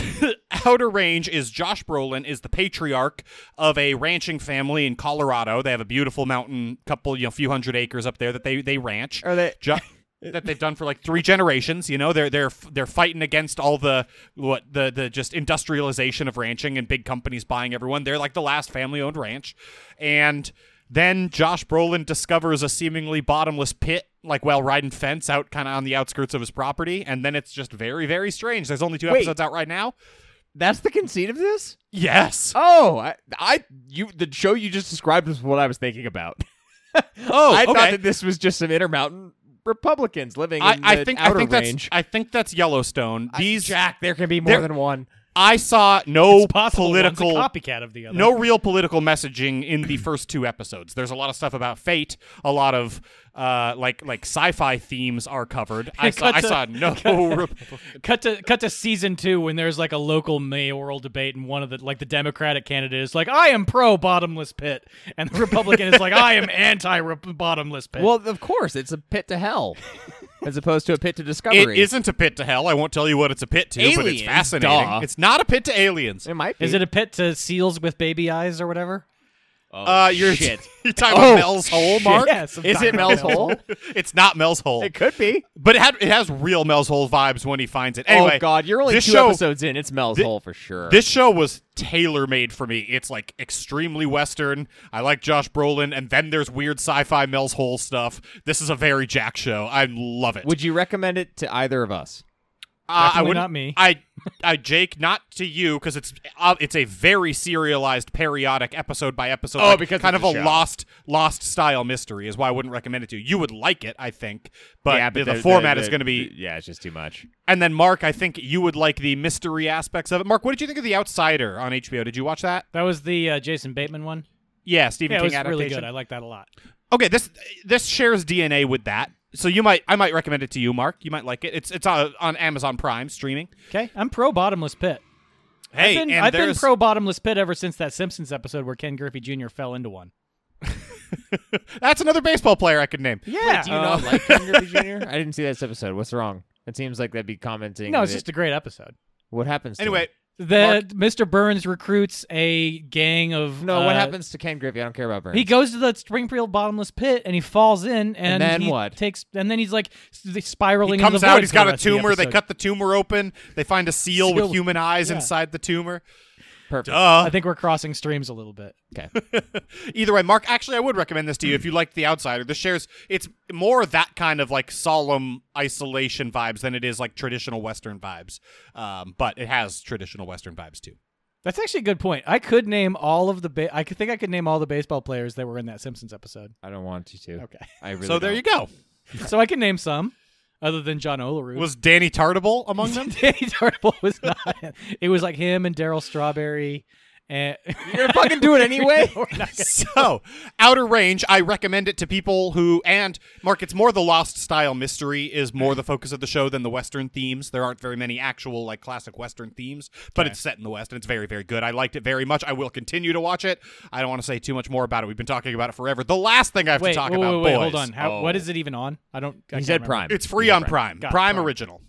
S2: *laughs* Outer Range is Josh Brolin is the patriarch of a ranching family in Colorado. They have a beautiful mountain, couple, you know, few hundred acres up there that they they ranch.
S1: Are they? *laughs*
S2: Jo- that they've done for like three generations. You know, they're they're they're fighting against all the what the the just industrialization of ranching and big companies buying everyone. They're like the last family owned ranch, and then Josh Brolin discovers a seemingly bottomless pit, like while riding fence out kind of on the outskirts of his property, and then it's just very very strange. There's only two
S1: Wait.
S2: episodes out right now.
S1: That's the conceit of this.
S2: Yes.
S1: Oh, I, I, you, the show you just described was what I was thinking *laughs* about. *laughs*
S2: Oh,
S1: I
S2: okay.
S1: thought that this was just some intermountain Republicans living
S2: I,
S1: in the
S2: I think I
S1: outer
S2: think
S1: range.
S2: that's I think that's Yellowstone. These
S1: Jack, there can be more
S2: There-
S1: than one.
S2: I saw no
S3: it's possible
S2: political
S3: one's a copycat of the other.
S2: no real political messaging in the first two episodes. There's a lot of stuff about fate. A lot of uh, like like sci-fi themes are covered. I saw,
S3: Cut
S2: I
S3: to-
S2: saw
S1: *laughs*
S2: no. Republican-
S3: cut to cut to season two when there's like a local mayoral debate and one of the like the Democratic candidate is like I am pro bottomless pit and the Republican is like I am anti bottomless pit.
S1: Well, of course, it's a pit to *laughs* hell, as opposed to a pit to
S2: It
S1: discovery.
S2: isn't a pit to hell. I won't tell you what it's a pit to, but it's
S1: Aliens,
S2: fascinating.
S1: duh.
S2: It's not a pit to aliens.
S1: It might be.
S3: is it a pit to seals with baby eyes or whatever?
S1: Oh,
S2: Uh, you're
S1: shit.
S2: *laughs* you're talking
S1: Oh,
S2: about Mel's hole,
S1: shit.
S2: Mark?
S3: Yes, I'm
S1: Is
S3: talking
S1: it
S3: about
S1: Mel's hole? Oh,
S2: it's not Mel's hole,
S1: It could be.
S2: but it had it has real Mel's hole vibes when he finds it. Anyway,
S1: oh God, you're only two
S2: this show,
S1: episodes in. It's Mel's
S2: thi-
S1: hole for sure.
S2: This show was tailor made for me. It's like extremely Western. I like Josh Brolin, and then there's weird sci fi Mel's Hole stuff. This is a very Jack show. I love it.
S1: Would you recommend it to either of us?
S2: Uh, I
S3: Definitely
S2: would
S3: not me.
S2: I, I, Jake, not to you because it's uh, it's a very serialized, periodic, episode by episode.
S1: Oh,
S2: like,
S1: because
S2: kind
S1: it's
S2: of a,
S1: a show.
S2: lost, lost style mystery is why I wouldn't recommend it to you. You would like it, I think, but,
S1: yeah,
S2: the,
S1: but
S2: the format is going to
S1: to
S2: be.
S1: Yeah, it's just too much.
S2: And then Mark, I think you would like the mystery aspects of it. Mark, what did you think of The Outsider on HBO? Did you watch that?
S3: That was the uh, Jason Bateman one.
S2: Yeah, Stephen
S3: Yeah, it
S2: King
S3: was
S2: adaptation.
S3: really good. I like that a lot.
S2: Okay, this this shares DNA with that. So you might I might recommend it to you, Mark. You might like it. It's it's on, on Amazon Prime streaming.
S3: Okay, I'm pro bottomless pit.
S2: Hey,
S3: I've been,
S2: and
S3: I've been
S2: there's
S3: pro bottomless pit ever since that Simpsons episode where Ken Griffey Jr. fell into one.
S2: that's another baseball player I could name.
S3: Yeah,
S1: Wait, do you
S2: Oh.
S1: not like Ken Griffey Jr.?
S2: *laughs*
S1: I didn't see this episode. What's wrong? It seems like that'd be commenting.
S3: no, it's
S1: that-
S3: just a great episode.
S1: what happens. To
S2: Anyway,
S3: The Mr. Burns recruits a gang of
S1: him? no, what
S3: uh,
S1: happens to Ken Griffey? I don't care about Burns.
S3: He goes to the Springfield bottomless pit and he falls in and,
S1: then
S3: he
S1: what?
S3: Takes and then he's like s- spiraling.
S2: he comes
S3: into the
S2: out.
S3: void
S2: He's
S3: for the
S2: got a
S3: rest of the
S2: tumor. They
S3: episode.
S2: cut the tumor open. They find a seal,
S3: Seal
S2: with
S3: with-
S2: human eyes
S3: yeah.
S2: inside the tumor.
S3: Perfect. I
S2: Duh.
S3: think we're crossing streams a little bit.
S1: Okay.
S2: *laughs* Either way, Mark, actually, I would recommend this to you if you liked The Outsider. This shares, it's more that kind of like solemn isolation vibes than it is like traditional Western vibes. Um, but it has traditional Western vibes too.
S3: That's actually a good point. I could name all of the ba- I could think I could name all the baseball players that were in that Simpsons episode.
S1: *laughs* I don't want you to.
S3: Okay. *laughs*
S1: I really
S2: so there
S1: don't.
S2: you go.
S3: so I can name some other than John Olerud. *laughs*
S2: Was Danny Tartable among them?
S3: Danny Tartable was not. It was like him and Daryl Strawberry.
S2: *laughs*
S3: And
S1: You're gonna fucking do it
S3: *laughs*
S1: anyway.
S2: so outer range i recommend it to people who and mark it's more the lost style mystery is more the focus of the show than the western themes there aren't very many actual like classic western themes but it's set in the west and it's very very good i liked it very much i will continue to watch it i don't want to say too much more about it we've been talking about it forever the last thing i have
S3: wait,
S2: to talk
S3: wait,
S2: about
S3: wait, wait,
S2: boys, Oh.
S3: hold on. How,
S1: Oh.
S3: What is it even on? I don't. I
S1: he
S3: can't
S1: said
S3: remember.
S1: Prime.
S2: it's free
S1: Yeah,
S2: on prime
S3: Got
S2: prime,
S3: it, Prime.
S2: original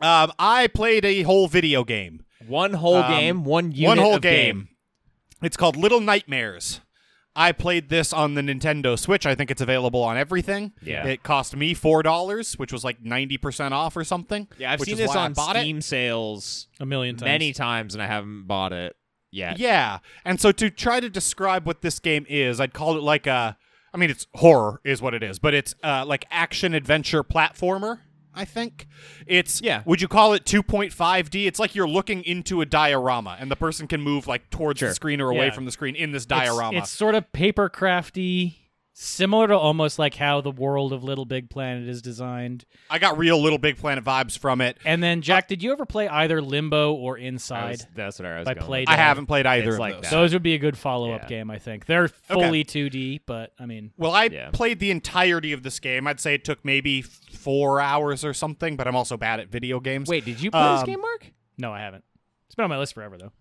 S2: um, i played a whole video game
S1: One whole
S2: Um,
S1: game, one unit
S2: one whole
S1: of game.
S2: game. It's called Little Nightmares. I played this on the Nintendo Switch. I think it's available on everything.
S1: Yeah.
S2: It cost me four dollars, which was like ninety percent off or something.
S1: Yeah, I've
S2: which
S1: seen
S2: is
S1: this
S2: why I
S1: on
S2: bought it.
S1: Steam sales
S3: A million times.
S1: many times, and I haven't bought it yet.
S2: Yeah. And so to try to describe what this game is, I'd call it like a I mean it's horror is what it is, but it's uh, like action adventure platformer, I think. It's
S1: Yeah.
S2: would you call it 2.5D? It's like you're looking into a diorama and the person can move like towards
S1: Sure.
S2: the screen or away
S3: Yeah.
S2: from the screen in this
S3: It's-
S2: diorama.
S3: It's, sort of paper crafty, similar to almost like how the world of Little Big Planet is designed.
S2: I got real Little Big Planet vibes from it.
S3: And then,
S2: Uh,
S3: Jack, did you ever play either Limbo or
S1: I
S3: Inside?
S1: was- that's what I was
S3: By
S1: going.
S3: Play
S1: with.
S2: I haven't played either
S1: It's
S2: of
S1: like
S2: those.
S1: that.
S3: Those would be a good follow-up
S1: Yeah.
S3: game, I think. They're fully 2D, but I mean,
S2: Well, I
S1: Yeah.
S2: played the entirety of this game. I'd say it took maybe f- four hours or something, but I'm also bad at video games.
S1: Wait, did you play this
S2: Um,
S1: game, Mark?
S3: no, I haven't. It's been on my list forever, though.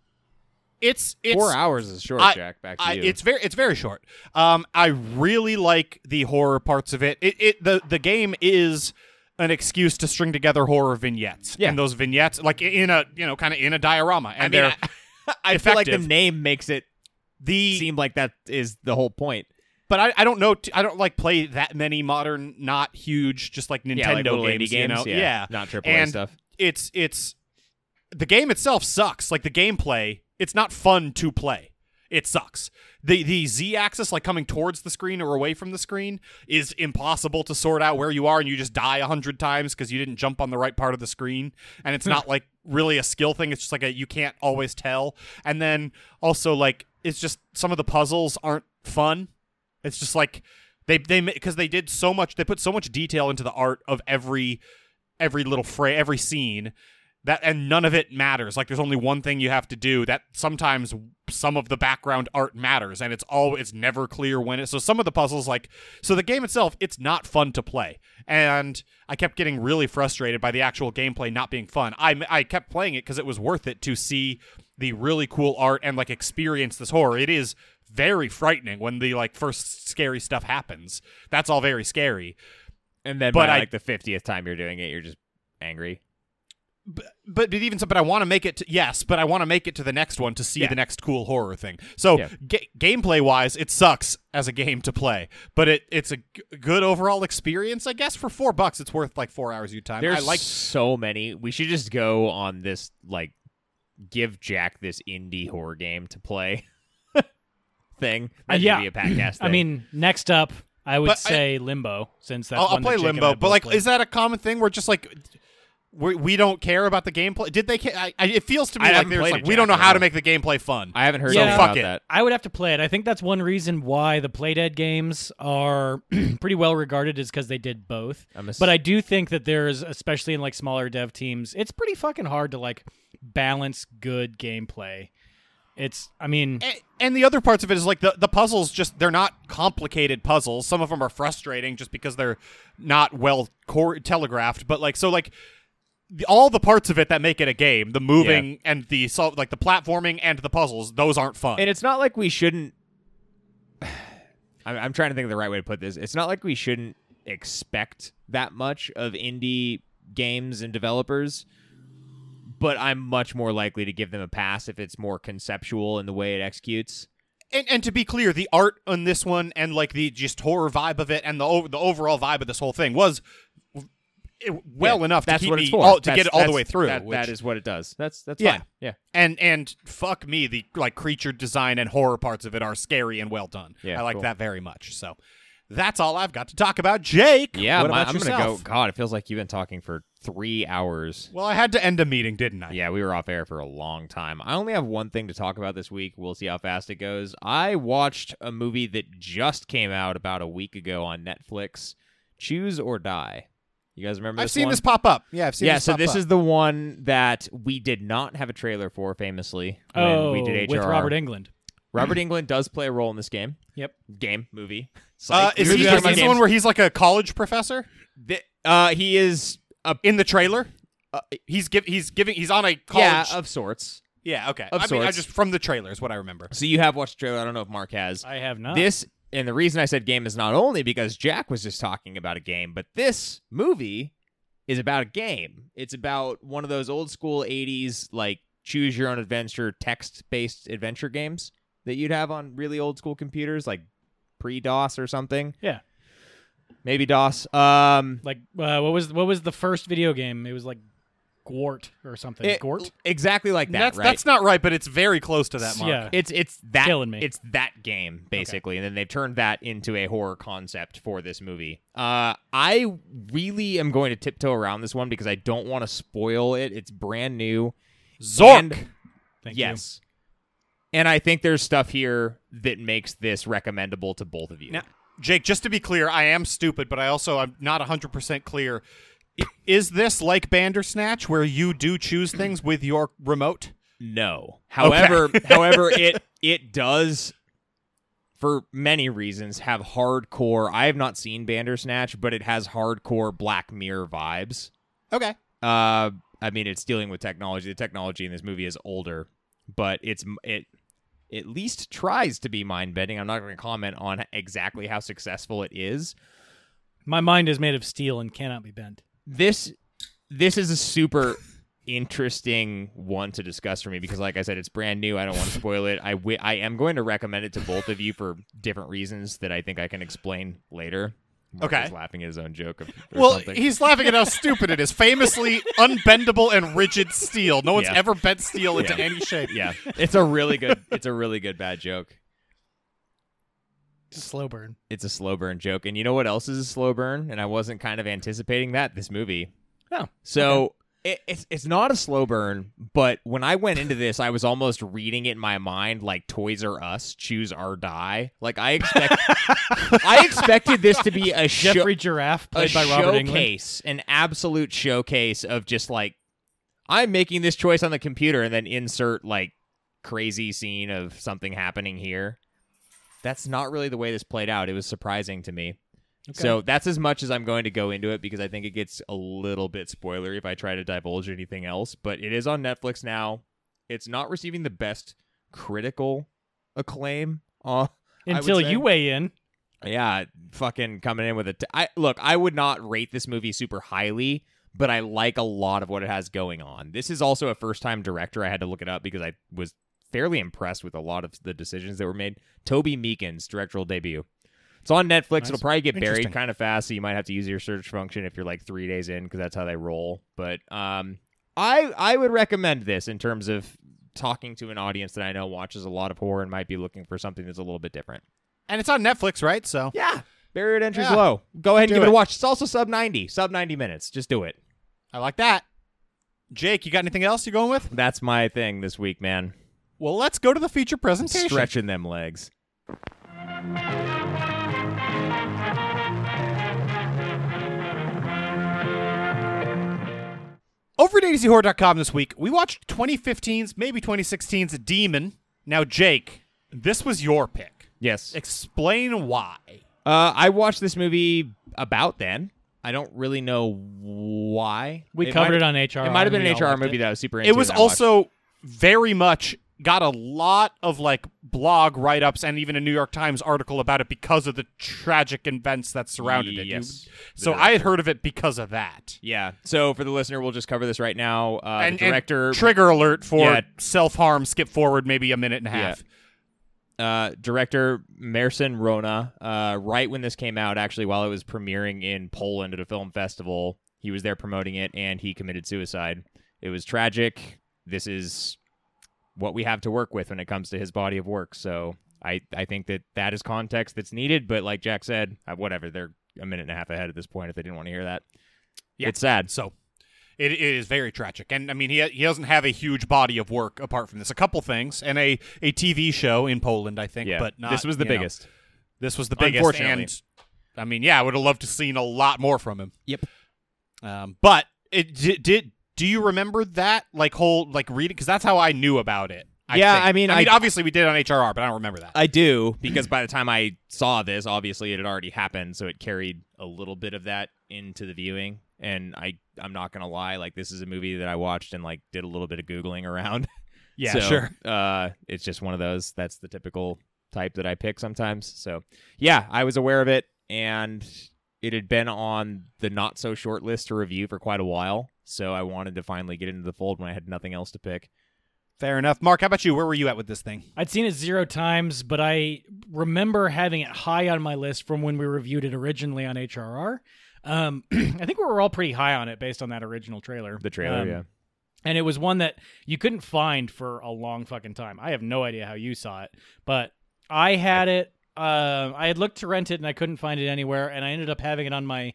S2: it's it's
S1: Four hours is short,
S2: I-
S1: Jack. Back to
S2: I,
S1: you.
S2: it's very it's very short. Um, I really like the horror parts of it. It, it the the game is an excuse to string together horror vignettes.
S1: Yeah.
S2: and those vignettes like i- in a you know kind of in a diorama. And
S1: I mean,
S2: they're
S1: I, *laughs* I feel like the
S2: effective.
S1: name makes it
S2: the
S1: seem like that is the whole point.
S2: but I, I don't know t- I don't like play that many modern not huge just like Nintendo
S1: yeah, like little indie
S2: games,
S1: games.
S2: you know?
S1: yeah,
S2: yeah.
S1: not AAA
S2: And-
S1: stuff.
S2: it's it's the game itself sucks. Like the gameplay, it's not fun to play. It sucks. The the Z axis, like coming towards the screen or away from the screen, is impossible to sort out where you are, and you just die a hundred times because you didn't jump on the right part of the screen. And it's not like really a skill thing. It's just like a you can't always tell. And then also like it's just some of the puzzles aren't fun. It's just like they they because they did so much. They put so much detail into the art of every every little fray, every scene that and none of it matters like there's only one thing you have to do that sometimes some of the background art matters and it's all it's never clear when it so some of the puzzles like so the game itself it's not fun to play and i kept getting really frustrated by the actual gameplay not being fun i i kept playing it cuz it was worth it to see the really cool art and like experience this horror it is very frightening when the like first scary stuff happens that's all very scary
S1: And then
S2: But
S1: by
S2: I-
S1: like the fiftieth time you're doing it, you're just angry.
S2: but, but but even so, but I want to make it to yes, but I want to make it to the next one to see
S1: Yeah.
S2: the next cool horror thing. So
S1: Yeah.
S2: ga- gameplay wise, it sucks as a game to play, but it it's a g- good overall experience, I guess. For four bucks, it's worth like four hours of your time.
S1: There's
S2: I like
S1: so many. We should just go on this like give Jack this indie horror game to play *laughs* thing. That
S3: Uh, yeah.
S1: should be a
S2: *clears throat*
S1: podcast.
S3: I
S1: thing.
S3: mean, next up, I would
S2: But I-
S3: say Limbo, since that's
S2: I'll, I'll
S3: one that
S2: play
S3: Jacob and
S2: Limbo,
S3: I
S2: but
S3: both
S2: like,
S3: played.
S2: is that a common thing? We're just like. We, we don't care about the gameplay. Did they? Ca- I, I, it feels to me
S1: I
S2: like
S1: haven't
S2: there's
S1: played
S2: like
S1: it,
S2: we
S1: Jack,
S2: don't know
S1: I don't
S2: how
S1: know.
S2: to make the gameplay fun.
S1: I haven't heard
S3: So
S1: anything
S2: fuck
S1: about
S2: it.
S1: that.
S3: I would have to play it. I think that's one reason why the Playdead games are *clears throat* pretty well regarded is because they did both.
S1: I'm ass-
S3: But I do think that there's, especially in like smaller dev teams, it's pretty fucking hard to like balance good gameplay. It's, I mean,
S2: and, and the other parts of it is like the, the puzzles just they're not complicated puzzles some of them are frustrating just because they're not well cor- telegraphed but like so like the, all the parts of it that make it a game the moving and the sol- like the platforming and the puzzles those aren't fun
S1: and it's not like we shouldn't. *sighs* I'm, I'm trying to think of the right way to put this. It's not like we shouldn't expect that much of indie games and developers, but I'm much more likely to give them a pass if it's more conceptual in the way it executes.
S2: and, and to be clear, the art on this one and like the just horror vibe of it and the o- the overall vibe of this whole thing was it- well
S1: Yeah,
S2: enough to
S1: that's
S2: keep
S1: what
S2: me
S1: it's for.
S2: all, to
S1: That's-
S2: get it all the
S1: that's-
S2: way through.
S1: That,
S2: which-
S1: that is what it does. That's that's
S2: Yeah.
S1: fine. Yeah.
S2: and and fuck me, the like creature design and horror parts of it are scary and well done.
S1: Yeah,
S2: I like
S1: cool.
S2: that very much. So that's all I've got to talk about, Jake.
S1: Yeah,
S2: what
S1: my-
S2: about
S1: I'm gonna go.
S2: yourself?
S1: God, it feels like you've been talking for three hours.
S2: Well, I had to end a meeting, didn't I?
S1: Yeah, we were off air for a long time. I only have one thing to talk about this week. We'll see how fast it goes. I watched a movie that just came out about a week ago on Netflix. Choose or Die. You guys remember?
S2: I've
S1: this
S2: seen
S1: one?
S2: this pop up. Yeah, I've seen.
S1: yeah,
S2: this
S1: so
S2: pop
S1: this
S2: up.
S1: is the one that we did not have a trailer for, famously. When
S3: oh,
S1: we did HRR.
S3: with Robert England. *clears throat*
S1: Robert England does play a role in this game.
S3: Yep.
S1: Game movie.
S2: Uh,
S1: Psych.
S2: is
S1: You're
S2: he,
S1: talking
S2: is
S1: about
S2: he the
S1: games.
S2: one where he's like a college professor
S1: Th- uh, he is a
S2: in the trailer? Uh, he's give, he's giving he's on a college.
S1: yeah of sorts.
S2: yeah, okay.
S1: of
S2: I mean, I
S1: sorts.
S2: just from the trailer is what I remember.
S1: So you have watched the trailer. I don't know if Mark has.
S3: I have not.
S1: This and the reason I said game is not only because Jack was just talking about a game, but this movie is about a game. It's about one of those old school '80s like choose your own adventure text based adventure games that you'd have on really old school computers, like pre DOS or something.
S3: Yeah.
S1: maybe DOS. Um,
S3: like uh, what was what was the first video game? It was like Gwart or something.
S1: it-
S3: Gwart.
S1: exactly like that.
S2: that's
S1: right?
S2: that's not right, but it's very close to that.
S3: S-
S2: Mark.
S3: yeah.
S1: It's it's that
S3: Killing me.
S1: It's that game basically, and then they've turned that into a horror concept for this movie. Uh, I really am going to tiptoe around this one because I don't want to spoil it. It's brand new.
S2: Zork.
S1: And-
S3: Thank
S1: yes. And I think there's stuff here that makes this recommendable to both of you.
S2: Now, Jake, just to be clear, I am stupid, but I also I'm not 100% clear. I- Is this like Bandersnatch where you do choose things with your remote?
S1: No. However, however, it it does for many reasons have hardcore. I have not seen Bandersnatch, but it has hardcore Black Mirror vibes.
S2: Okay.
S1: Uh, I mean, it's dealing with technology. The technology in this movie is older, but it's m- it at least tries to be mind bending. I'm not going to comment on exactly how successful it is.
S3: you. My mind is made of steel and cannot be bent.
S1: This this is a
S2: *laughs*
S1: super interesting one to discuss for me because, like I said, it's brand new. I don't want to spoil it. I wi- I am going to recommend it to both of you for different reasons that I think I can explain later. Mark
S2: Okay.
S1: is laughing at his own joke. Of, or
S2: Well,
S1: something.
S2: he's laughing at how stupid it is. Famously unbendable and rigid steel. No one's
S1: Yeah.
S2: ever bent steel into
S1: Yeah.
S2: any shape.
S1: yeah, it's a really good. It's a really good bad joke.
S3: Slow burn.
S1: it's a slow burn joke. And you know what else is a slow burn? And I wasn't kind of anticipating that this movie.
S3: Oh,
S1: So it, it's it's not a slow burn, but when I went into this, I was almost reading it in my mind like Toys R Us, choose or die. Like I expect, I expected this to be a show-
S3: Jeffrey Giraffe
S1: a
S3: played by Robert England.
S1: showcase, an absolute showcase of just like I'm making this choice on the computer, and then insert like crazy scene of something happening here. That's not really the way this played out. It was surprising to me. So that's as much as I'm going to go into it because I think it gets a little bit spoilery if I try to divulge anything else. But it is on Netflix now. It's not receiving the best critical acclaim. Uh, I would
S3: Until
S1: say.
S3: you weigh in.
S1: yeah, fucking coming in with a. T- I look, I would not rate this movie super highly, but I like a lot of what it has going on. This is also a first-time director. I had to look it up because I was fairly impressed with a lot of the decisions that were made. Toby Meekins directorial debut. It's on Netflix.
S3: Nice.
S1: It'll probably get
S2: Interesting.
S1: buried kind of fast, so you might have to use your search function if you're like three days in, because that's how they roll. But um, I I would recommend this in terms of talking to an audience that I know watches a lot of horror and might be looking for something that's a little bit different.
S2: And it's on Netflix, right? So
S1: Yeah. Barrier to entry's
S2: Yeah.
S1: low. Go ahead and
S2: Do
S1: give it.
S2: it.
S1: a watch. It's also sub 90, sub 90 minutes. Just do it.
S2: I like that. Jake, you got anything else you're going with?
S1: That's my thing this week, man.
S2: Well, let's go to the feature presentation.
S1: Stretching them legs.
S2: Over at ADCHorror.com this week, we watched 2015's, maybe 2016's Demon. Now, Jake, this was your pick.
S1: Yes.
S2: Explain why.
S1: Uh, I watched this movie about then. I don't really know why.
S3: We
S1: It
S3: covered
S1: might-
S3: it on HR.
S1: It might have been an HR movie that I was super into.
S2: It was
S1: and I watched-
S2: also very much got a lot of like blog write ups and even a New York Times article about it because of the tragic events that surrounded it. You-
S1: Yes.
S2: So
S1: The
S2: I had heard of it because of that.
S1: Yeah. So for the listener, we'll just cover this right now. Uh,
S2: and,
S1: the
S2: and
S1: director
S2: trigger alert for
S1: Yeah.
S2: self harm, skip forward maybe a minute and a
S1: Yeah.
S2: half.
S1: uh, director Merson Rona, uh, right when this came out, actually, while it was premiering in Poland at a film festival, He was there promoting it and he committed suicide. It was tragic. This is what we have to work with when it comes to his body of work. So I, I think that that is context that's needed. But like Jack said, uh, whatever. They're a minute and a half ahead at this point if they didn't want to hear that.
S2: Yeah.
S1: It's sad.
S2: So it, it is very tragic. And I mean, he, he doesn't have a huge body of work apart from this. A couple things and a, a TV show in Poland, I think,
S1: yeah.
S2: but not.
S1: this was the
S2: you know,
S1: biggest.
S2: this was the biggest.
S1: Unfortunately.
S2: And I mean, yeah, I would have loved to seen a lot more from him.
S1: Yep.
S2: Um, but it did. did do you remember that like whole like reading? Because that's how I knew about it. I
S1: Yeah,
S2: think.
S1: I mean,
S2: I
S1: I-
S2: mean, obviously we did it on HRR, but I don't remember that.
S1: I do because by the time I saw this, obviously it had already happened, so it carried a little bit of that into the viewing. And I, I'm not gonna lie, like this is a movie that I watched and like did a little bit of googling around. *laughs*
S2: yeah,
S1: So,
S2: sure.
S1: Uh, it's just one of those. That's the typical type that I pick sometimes. So yeah, I was aware of it, and it had been on the not so short list to review for quite a while. So I wanted to finally get into the fold when I had nothing else to pick.
S2: Fair enough. Mark, how about you? Where were you at with this thing?
S3: I'd seen it zero times, but I remember having it high on my list from when we reviewed it originally on HRR. Um, *clears throat* I think we were all pretty high on it based on that original trailer.
S1: The trailer,
S3: Um,
S1: yeah.
S3: And it was one that you couldn't find for a long fucking time. I have no idea how you saw it, but I had it. Uh, I had looked to rent it and I couldn't find it anywhere, and I ended up having it on my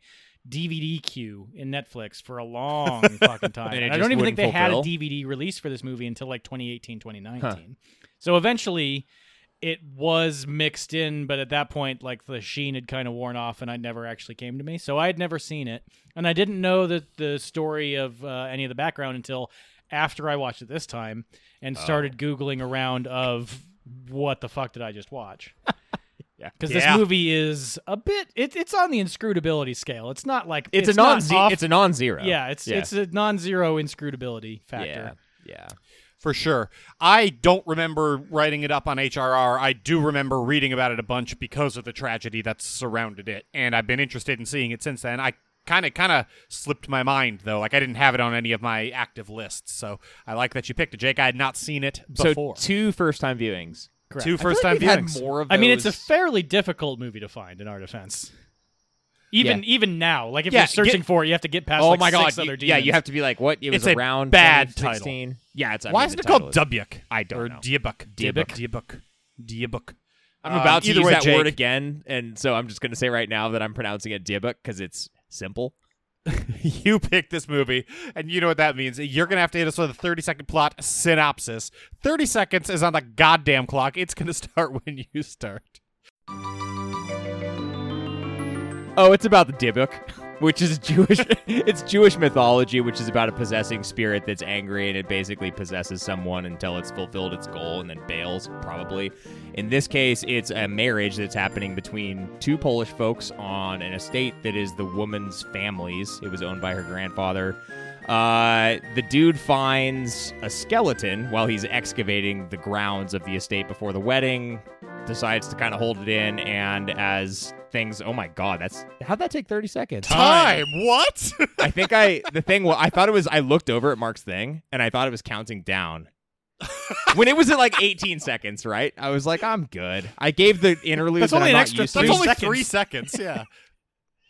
S3: DVD queue in Netflix for
S1: *laughs*
S3: a long fucking time.
S1: And it
S3: I
S1: just
S3: don't even think
S1: wouldn't
S3: they had a
S1: fulfill?
S3: DVD release for this movie until like 2018, 2019. So eventually it was mixed in, but at that point, like the sheen had kind of worn off, and I never actually came to me. So I had never seen it, and I didn't know that the story of uh, any of the background until after I watched it this time and started googling around of what the fuck did I just *laughs* watch?
S1: Yeah.
S3: because
S2: Yeah.
S3: this movie is a bit it, it's on the inscrutability scale. It's not like
S1: It's, a
S3: not
S1: non.
S3: off-
S1: It's a non-zero.
S3: yeah, it's
S1: Yeah.
S3: it's a non-zero inscrutability factor.
S1: Yeah. Yeah.
S2: For sure. I don't remember writing it up on HRR. I do remember reading about it a bunch because of the tragedy that's surrounded it, and I've been interested in seeing it since then. I kind of kind of slipped my mind though. Like I didn't have it on any of my active lists. So I like that you picked it, Jake. I had not seen it before.
S1: So two first-time viewings.
S3: Correct.
S2: Two
S1: I feel like
S2: first time
S1: we've had
S2: viewings.
S1: more of
S3: I mean, it's a
S1: those-
S3: fairly difficult movie to find in our defense. Even even now, like if
S2: Yeah,
S3: you're searching
S2: get-
S3: for it, you have to get past.
S1: oh
S3: like
S1: my god!
S3: six
S1: you-
S3: other
S1: yeah, you
S3: demons.
S1: have to be like, what? It was
S2: It's a
S1: around
S2: bad
S1: 2016? Yeah, it's. I
S2: Why
S1: mean,
S2: isn't
S1: the
S2: it called
S1: title is-
S2: Dubyuk?
S1: I don't
S2: or
S1: know.
S2: Diebuk.
S1: Diebuk.
S2: Diebuk. Diebuk.
S1: I'm
S2: Um,
S1: about to
S2: either
S1: use
S2: way,
S1: that
S2: Jake.
S1: word again, and so I'm just going to say right now that I'm pronouncing it Dibbuk because it's simple.
S2: *laughs* you picked this movie, and you know what that means. You're gonna have to hit us with a 30 second plot synopsis. 30 seconds is on the goddamn clock. It's gonna *laughs* start when you start.
S1: Oh, it's about the Dibbuk, *laughs* which is Jewish. *laughs* it's Jewish mythology, which is about a possessing spirit that's angry and it basically possesses someone until it's fulfilled its goal and then bails, probably. In this case, it's a marriage that's happening between two Polish folks on an estate that is the woman's family's. It was owned by her grandfather. Uh, the dude finds a skeleton while he's excavating the grounds of the estate before the wedding decides to kind of hold it in and as things oh my god that's how'd that take 30 seconds
S2: Time. What?
S1: i think i the thing well i thought it was i looked over at mark's thing and i thought it was counting down when it was at like 18 seconds right i was like i'm good i gave the interlude
S3: That's
S1: that
S3: only
S1: I'm
S3: an
S1: not
S3: extra
S1: used to.
S3: Three
S2: That's only
S3: seconds.
S2: three seconds. Yeah.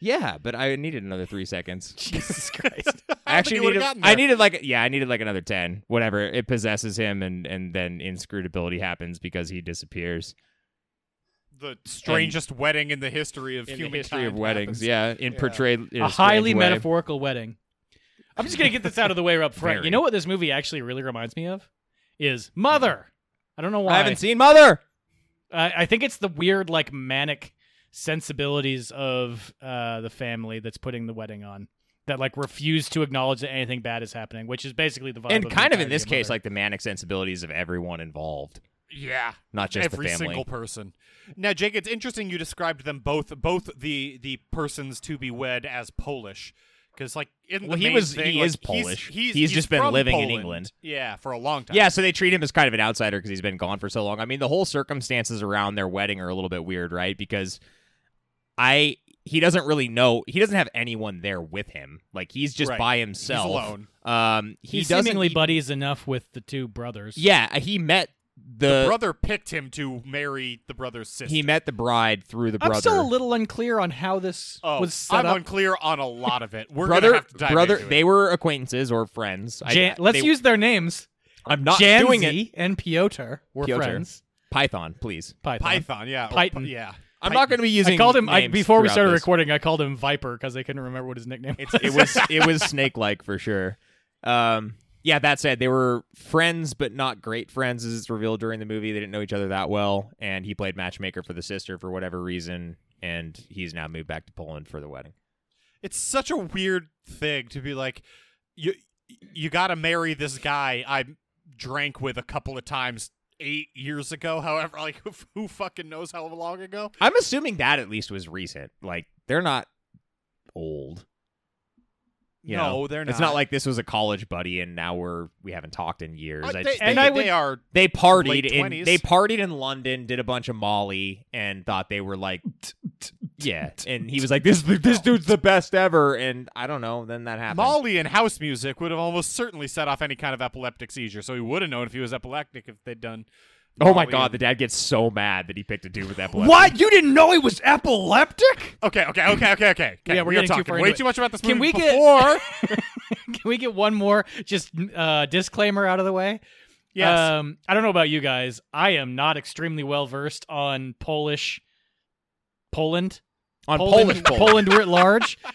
S1: yeah but i needed another three seconds
S2: *laughs*
S3: Jesus Christ.
S1: I actually
S2: you would've
S1: needed,
S2: gotten
S1: I
S2: there.
S1: needed like yeah, I needed like another ten. Whatever. It possesses him and and then inscrutability happens because he disappears.
S2: the strangest wedding in the history of
S1: In the
S2: human
S1: history of weddings, yeah. In
S2: Yeah.
S1: portrayed in
S3: a highly
S1: strange way.
S3: metaphorical wedding. I'm just gonna get this out of the way up front.
S1: Very.
S3: You know what this movie actually really reminds me of? Is Mother. I don't know why.
S1: I haven't seen Mother.
S3: I, I think it's the weird, like manic sensibilities of uh, the family that's putting the wedding on that like refuse to acknowledge that anything bad is happening, which is basically the vibe.
S1: and
S3: the
S1: kind of in
S3: entirety
S1: this case,
S3: Mother.
S1: like the manic sensibilities of everyone involved,
S2: Yeah.
S1: not just
S2: every
S1: the family.
S2: single person. Now, Jake, it's interesting you described them both, both the the persons to be wed as Polish, because like in
S1: Well,
S2: the
S1: he
S2: main
S1: was-
S2: thing,
S1: he
S2: like,
S1: is Polish.
S2: He's, he's,
S1: He's just been
S2: from
S1: living in
S2: Poland.
S1: England.
S2: Yeah, for a long time.
S1: yeah, so they treat him as kind of an outsider because he's been gone for so long. I mean, the whole circumstances around their wedding are a little bit weird, right? Because I he doesn't really know. He doesn't have anyone there with him. Like he's just
S2: Right.
S1: by
S2: he's
S1: himself.
S2: alone.
S1: Um, he
S3: he's
S1: doesn't
S3: seemingly
S1: e-
S3: buddies enough with the two brothers.
S1: Yeah, he met the,
S2: brother picked him to marry the brother's sister.
S1: he met the bride through the
S3: I'm
S1: brother.
S3: still a little unclear on how this
S2: oh,
S3: was set
S2: I'm
S3: up.
S2: unclear on a lot of it. We're
S1: brother,
S2: gonna have to dive
S1: brother,
S2: into it.
S1: they were acquaintances or friends. I-
S3: Jan-
S1: I-
S3: let's
S1: they-
S3: use their names.
S1: I'm not
S3: Janzi
S1: doing it.
S3: and Piotr were
S1: Piotr.
S3: friends.
S1: Python, please.
S3: Python.
S2: Python, yeah, or
S3: Python.
S2: Pi- yeah.
S1: I'm not going to be using.
S3: I called him I,
S1: names
S3: before we
S1: throughout
S3: started
S1: this.
S3: recording. I called him Viper because I couldn't remember what his nickname was. *laughs*
S1: It's, it
S2: *laughs*
S1: was it was snake like for sure. Um, yeah, that said, they were friends, but not great friends, as it's revealed during the movie. They didn't know each other that well, and he played matchmaker for the sister for whatever reason, and he's now moved back to Poland for the wedding.
S2: It's such a weird thing to be like, you you got to marry this guy I drank with a couple of times eight years ago. However, *laughs* like who fucking knows how long ago?
S1: I'm assuming that at least was recent. Like they're not old. You
S2: no,
S1: know,
S2: they're not.
S1: It's not like this was a college buddy, and now we're we haven't talked in years.
S2: Uh,
S1: I
S2: they,
S1: just think
S2: and they,
S3: I
S2: they
S3: would-
S2: are
S1: they partied
S2: Late
S1: in
S2: 20s.
S1: they partied in London, did a bunch of Molly, and thought they were like, yeah. And he was like, this this dude's the best ever. And I don't know. Then that happened.
S2: Molly and house music would have almost certainly set off any kind of epileptic seizure, so he would have known if he was epileptic if they'd done.
S1: oh my
S2: Molly
S1: god,
S2: and-
S1: the dad gets so mad that he picked a dude with epilepsy.
S3: What? You didn't know he was epileptic?
S2: Okay, okay, okay, okay,
S1: *laughs*
S2: okay. okay.
S3: Yeah, we're
S2: we are
S3: getting too
S2: talking
S3: far
S2: way
S3: into
S2: too
S3: it.
S2: much about this
S3: Can
S2: movie
S3: we get-
S2: before.
S3: Can we get one more just uh, disclaimer out of the way?
S2: yes.
S3: Um, I don't know about you guys. I am not extremely well versed on Polish Poland.
S1: On Polish
S3: Poland, *laughs*
S1: Poland.
S3: Poland writ large.
S1: *laughs*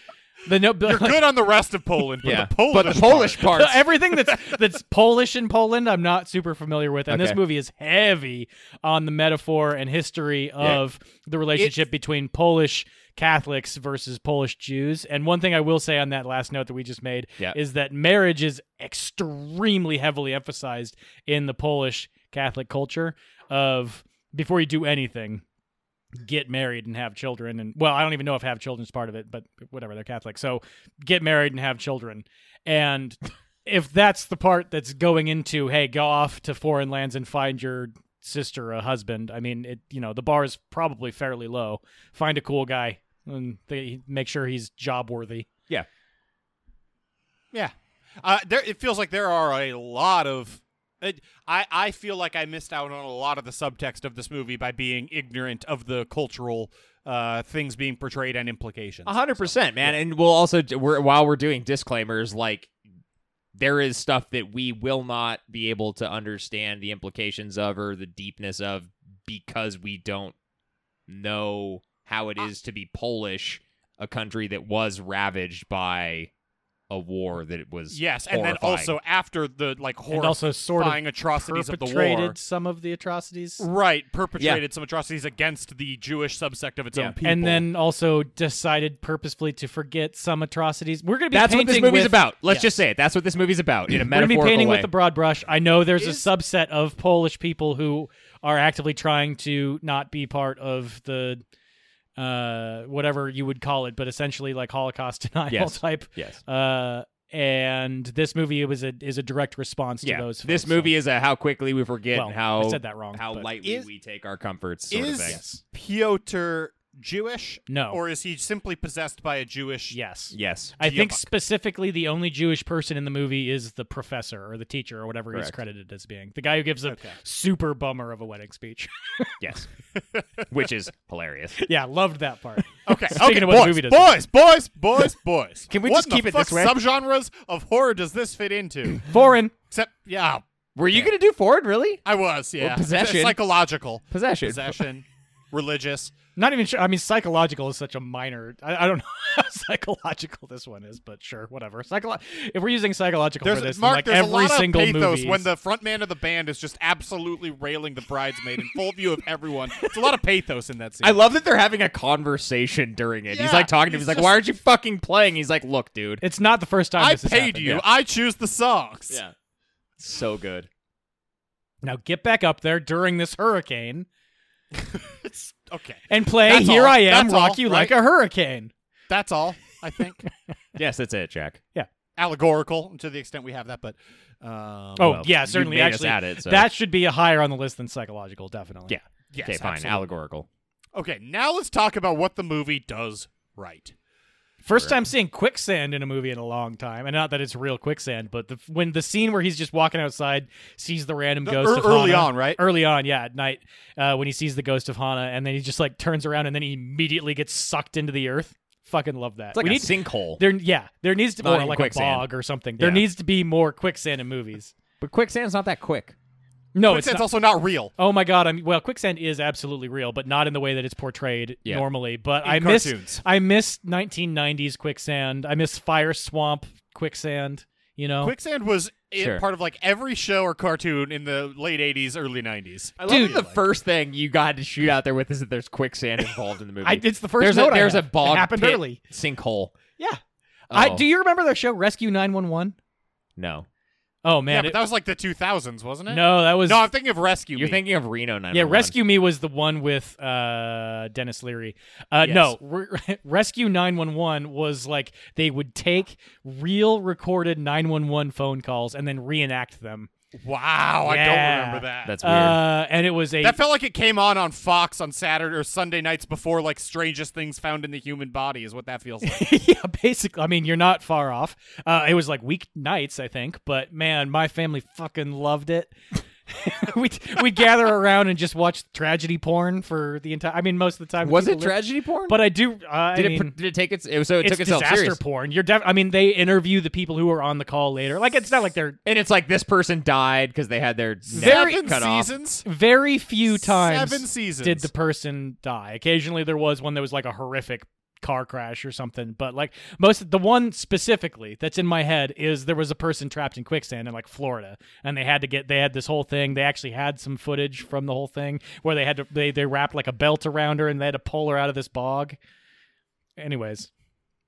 S3: The no,
S2: You're good on the rest of Poland, but
S1: Yeah.
S2: the Polish
S1: but the Polish part.
S3: *laughs* everything that's that's Polish in Poland, I'm not super familiar with, and this
S1: Okay.
S3: movie is heavy on the metaphor and history of the relationship between Polish Catholics versus Polish Jews. And one thing I will say on that last note that we just made
S1: Yeah.
S3: is that marriage is extremely heavily emphasized in the Polish Catholic culture of before you do anything get married and have children and well i don't even know if have children's part of it but whatever they're catholic so get married and have children and if that's the part that's going into hey go off to foreign lands and find your sister a husband i mean it you know the bar is probably fairly low find a cool guy and they make sure he's job worthy
S2: Yeah. Uh, there, it feels like there are a lot of. It, I, I feel like I missed out on a lot of the subtext of this movie by being ignorant of the cultural uh, things being portrayed and implications.
S1: A hundred percent, man. And we'll also we're, while we're doing disclaimers, like there is stuff that we will not be able to understand the implications of or the deepness of because we don't know how
S3: Uh,
S1: it is to be Polish, a country that was ravaged by a war that it was.
S2: Yes, and then
S1: horrifying.
S2: also after the like horrifying
S3: and also sort of
S2: atrocities of the
S3: perpetrated
S2: war,
S3: some of the atrocities
S2: right? Perpetrated some atrocities against the Jewish subsect of its
S1: Yeah.
S2: own people,
S3: and then also decided purposefully to forget some atrocities we're going to be
S1: That's what this
S3: painting
S1: movie's
S3: with-
S1: about. Let's
S3: Yes.
S1: just say it. That's what this movie's about in a
S3: We're gonna be
S1: metaphorical
S3: painting
S1: way.
S3: with the broad brush. I know there's
S2: Is-
S3: a subset of Polish people who are actively trying to not be part of the uh, whatever you would call it, but essentially like Holocaust *laughs* denial
S1: Yes.
S3: type.
S1: yes.
S3: Uh, and this movie was a is a direct response to
S1: Yeah.
S3: those.
S1: This
S3: folks, so-
S1: movie is a how quickly we forget
S3: Well,
S1: and how
S3: I said that wrong.
S1: how
S3: but-
S1: lightly
S2: Is-
S1: we take our comforts sort of
S2: is
S1: thing.
S2: Piotr Jewish,
S3: No.
S2: or is he simply possessed by a Jewish?
S3: yes.
S1: Yes.
S3: I think
S2: Diabak.
S3: specifically the only Jewish person in the movie is the professor or the teacher or whatever he's
S1: Correct.
S3: credited as being. The guy who gives a
S2: Okay.
S3: super bummer of a wedding speech. *laughs*
S1: *laughs* Yes. Which is hilarious.
S3: yeah, loved that part.
S2: *laughs* Okay,
S3: Speaking
S2: okay,
S3: of what
S2: boys,
S3: the movie
S2: boys,
S3: does.
S2: boys, boys, boys.
S1: *laughs* Can we
S2: what
S1: just
S2: in the
S1: keep it
S2: fuck
S1: this way?
S2: Subgenres of horror does this
S1: *coughs*
S2: fit into?
S3: Foreign.
S2: Except, yeah,
S1: Were you going to do Ford, really?
S2: I was, yeah.
S1: possession.
S2: psychological,
S1: Possession. *laughs*
S2: possession, religious.
S3: Not even sure. I mean, psychological is such a minor. I, I don't *laughs* know how psychological this one is, but sure, whatever. Psycholo- if we're using psychological
S2: There's
S3: for this, then,
S2: Mark.
S3: like
S2: there's
S3: every
S2: a lot
S3: single
S2: of pathos
S3: movie,
S2: when the front man of the band is just absolutely railing the bridesmaid in full view of everyone. It's a lot of pathos in that
S1: *laughs*
S2: scene.
S1: I love that they're having a conversation during it.
S2: Yeah,
S1: he's like talking to him.
S2: he's
S1: He's like,
S2: just-
S1: why aren't you fucking playing? He's like, look, dude.
S3: it's not the first time
S2: I
S3: this has
S2: paid
S3: happened.
S2: you.
S1: yeah.
S2: I choose the songs.
S1: So good.
S3: Now get back up there during this hurricane
S2: It's- okay.
S3: and play
S2: That's
S3: "Here
S2: all.
S3: I Am,
S2: That's
S3: Rock
S2: all,
S3: You
S2: right?
S3: Like a Hurricane."
S2: That's all.
S1: *laughs*
S2: I think
S1: Yes, that's it, Jack.
S2: allegorical to the extent we have that, but um,
S3: Oh
S1: Well,
S3: yeah,
S1: you
S3: certainly.
S1: made us
S3: Actually,
S1: at it, so-
S3: that should be a higher on the list than psychological, definitely.
S1: Yeah.
S2: yes,
S1: okay, fine.
S2: absolutely.
S1: Allegorical.
S2: Okay, now let's talk about what the movie does right.
S3: First time seeing quicksand in a movie in a long time, and not that it's real quicksand, but the, when the scene where he's just walking outside, sees the random
S2: The-
S3: ghost
S2: ear-
S3: of
S2: early
S3: Hana.
S2: on, right?
S3: Early on, yeah, at night, uh, when he sees the ghost of Hana, and then he just like turns around and then he immediately gets sucked into the earth. Fucking love that.
S1: It's like
S3: we
S1: a
S3: need
S1: sinkhole.
S3: there, yeah, there needs to be
S1: Not
S3: or
S1: even
S3: like
S1: quicksand.
S3: a bog or something. There
S1: Yeah.
S3: needs to be more quicksand in movies.
S1: But quicksand's not that quick.
S3: No, it's
S2: Quicksand's
S3: not-
S2: also not real.
S3: Oh my god! I'm well. Quicksand is absolutely real, but not in the way that it's portrayed
S1: Yeah.
S3: normally. But
S2: In
S3: I miss
S2: cartoons.
S3: I miss 1990s quicksand. I miss fire swamp quicksand. You know,
S2: Quicksand was i-
S1: Sure.
S2: part of like every show or cartoon in the late '80s, early '90s.
S1: I love
S3: Dude.
S1: that the first thing you got to shoot out there with is that there's quicksand involved in the movie.
S3: I, it's the first
S1: there's
S3: note
S1: a,
S3: I
S1: there's
S3: have.
S1: a bog
S3: It happened
S1: pit
S3: early.
S1: sinkhole.
S3: Yeah. I
S1: Oh,
S3: do you remember their show Rescue 911?
S1: no.
S3: Oh
S2: yeah,
S3: man,
S2: but
S3: it-
S2: that was like the 2000s, wasn't it?
S3: no, that was
S2: no, I'm thinking of Rescue.
S1: You're
S2: Me.
S1: thinking of Reno 911.
S3: Yeah, Rescue Me was the one with uh, Dennis Leary. Uh, No, Re- *laughs* Rescue 911 was like they would take real recorded 911 phone calls and then reenact them.
S2: Wow, I
S3: Yeah.
S2: don't remember that.
S1: That's weird.
S3: Uh, and it was a
S2: that felt like it came on on Fox on Saturday or Sunday nights before like strangest things found in the human body is what that feels like.
S3: yeah, basically. I mean, you're not far off. Uh, it was like weeknights, I think. But man, my family fucking loved it. *laughs* we we gather around and just watch tragedy porn for the entire. I mean, most of the time.
S1: was
S3: people
S1: it
S3: live-
S1: tragedy porn?
S3: But I do. Uh,
S1: did
S3: I mean,
S1: it pr- did it take its it was- so it
S3: it's
S1: took itself
S3: disaster
S1: serious.
S3: porn. You're def- I mean, they interview the people who are on the call later. Like it's not like they're
S1: And it's like this person died because they had their neck
S3: *laughs* Very-
S2: Seven
S1: cut off.
S2: seasons.
S3: very few times
S2: Seven seasons.
S3: did the person die. Occasionally there was one that was like a horrific car crash or something, but like most the one specifically that's in my head is there was a person trapped in quicksand in like Florida and they had to get they had this whole thing. They actually had some footage from the whole thing where they had to they they wrapped like a belt around her and they had to pull her out of this bog. Anyways,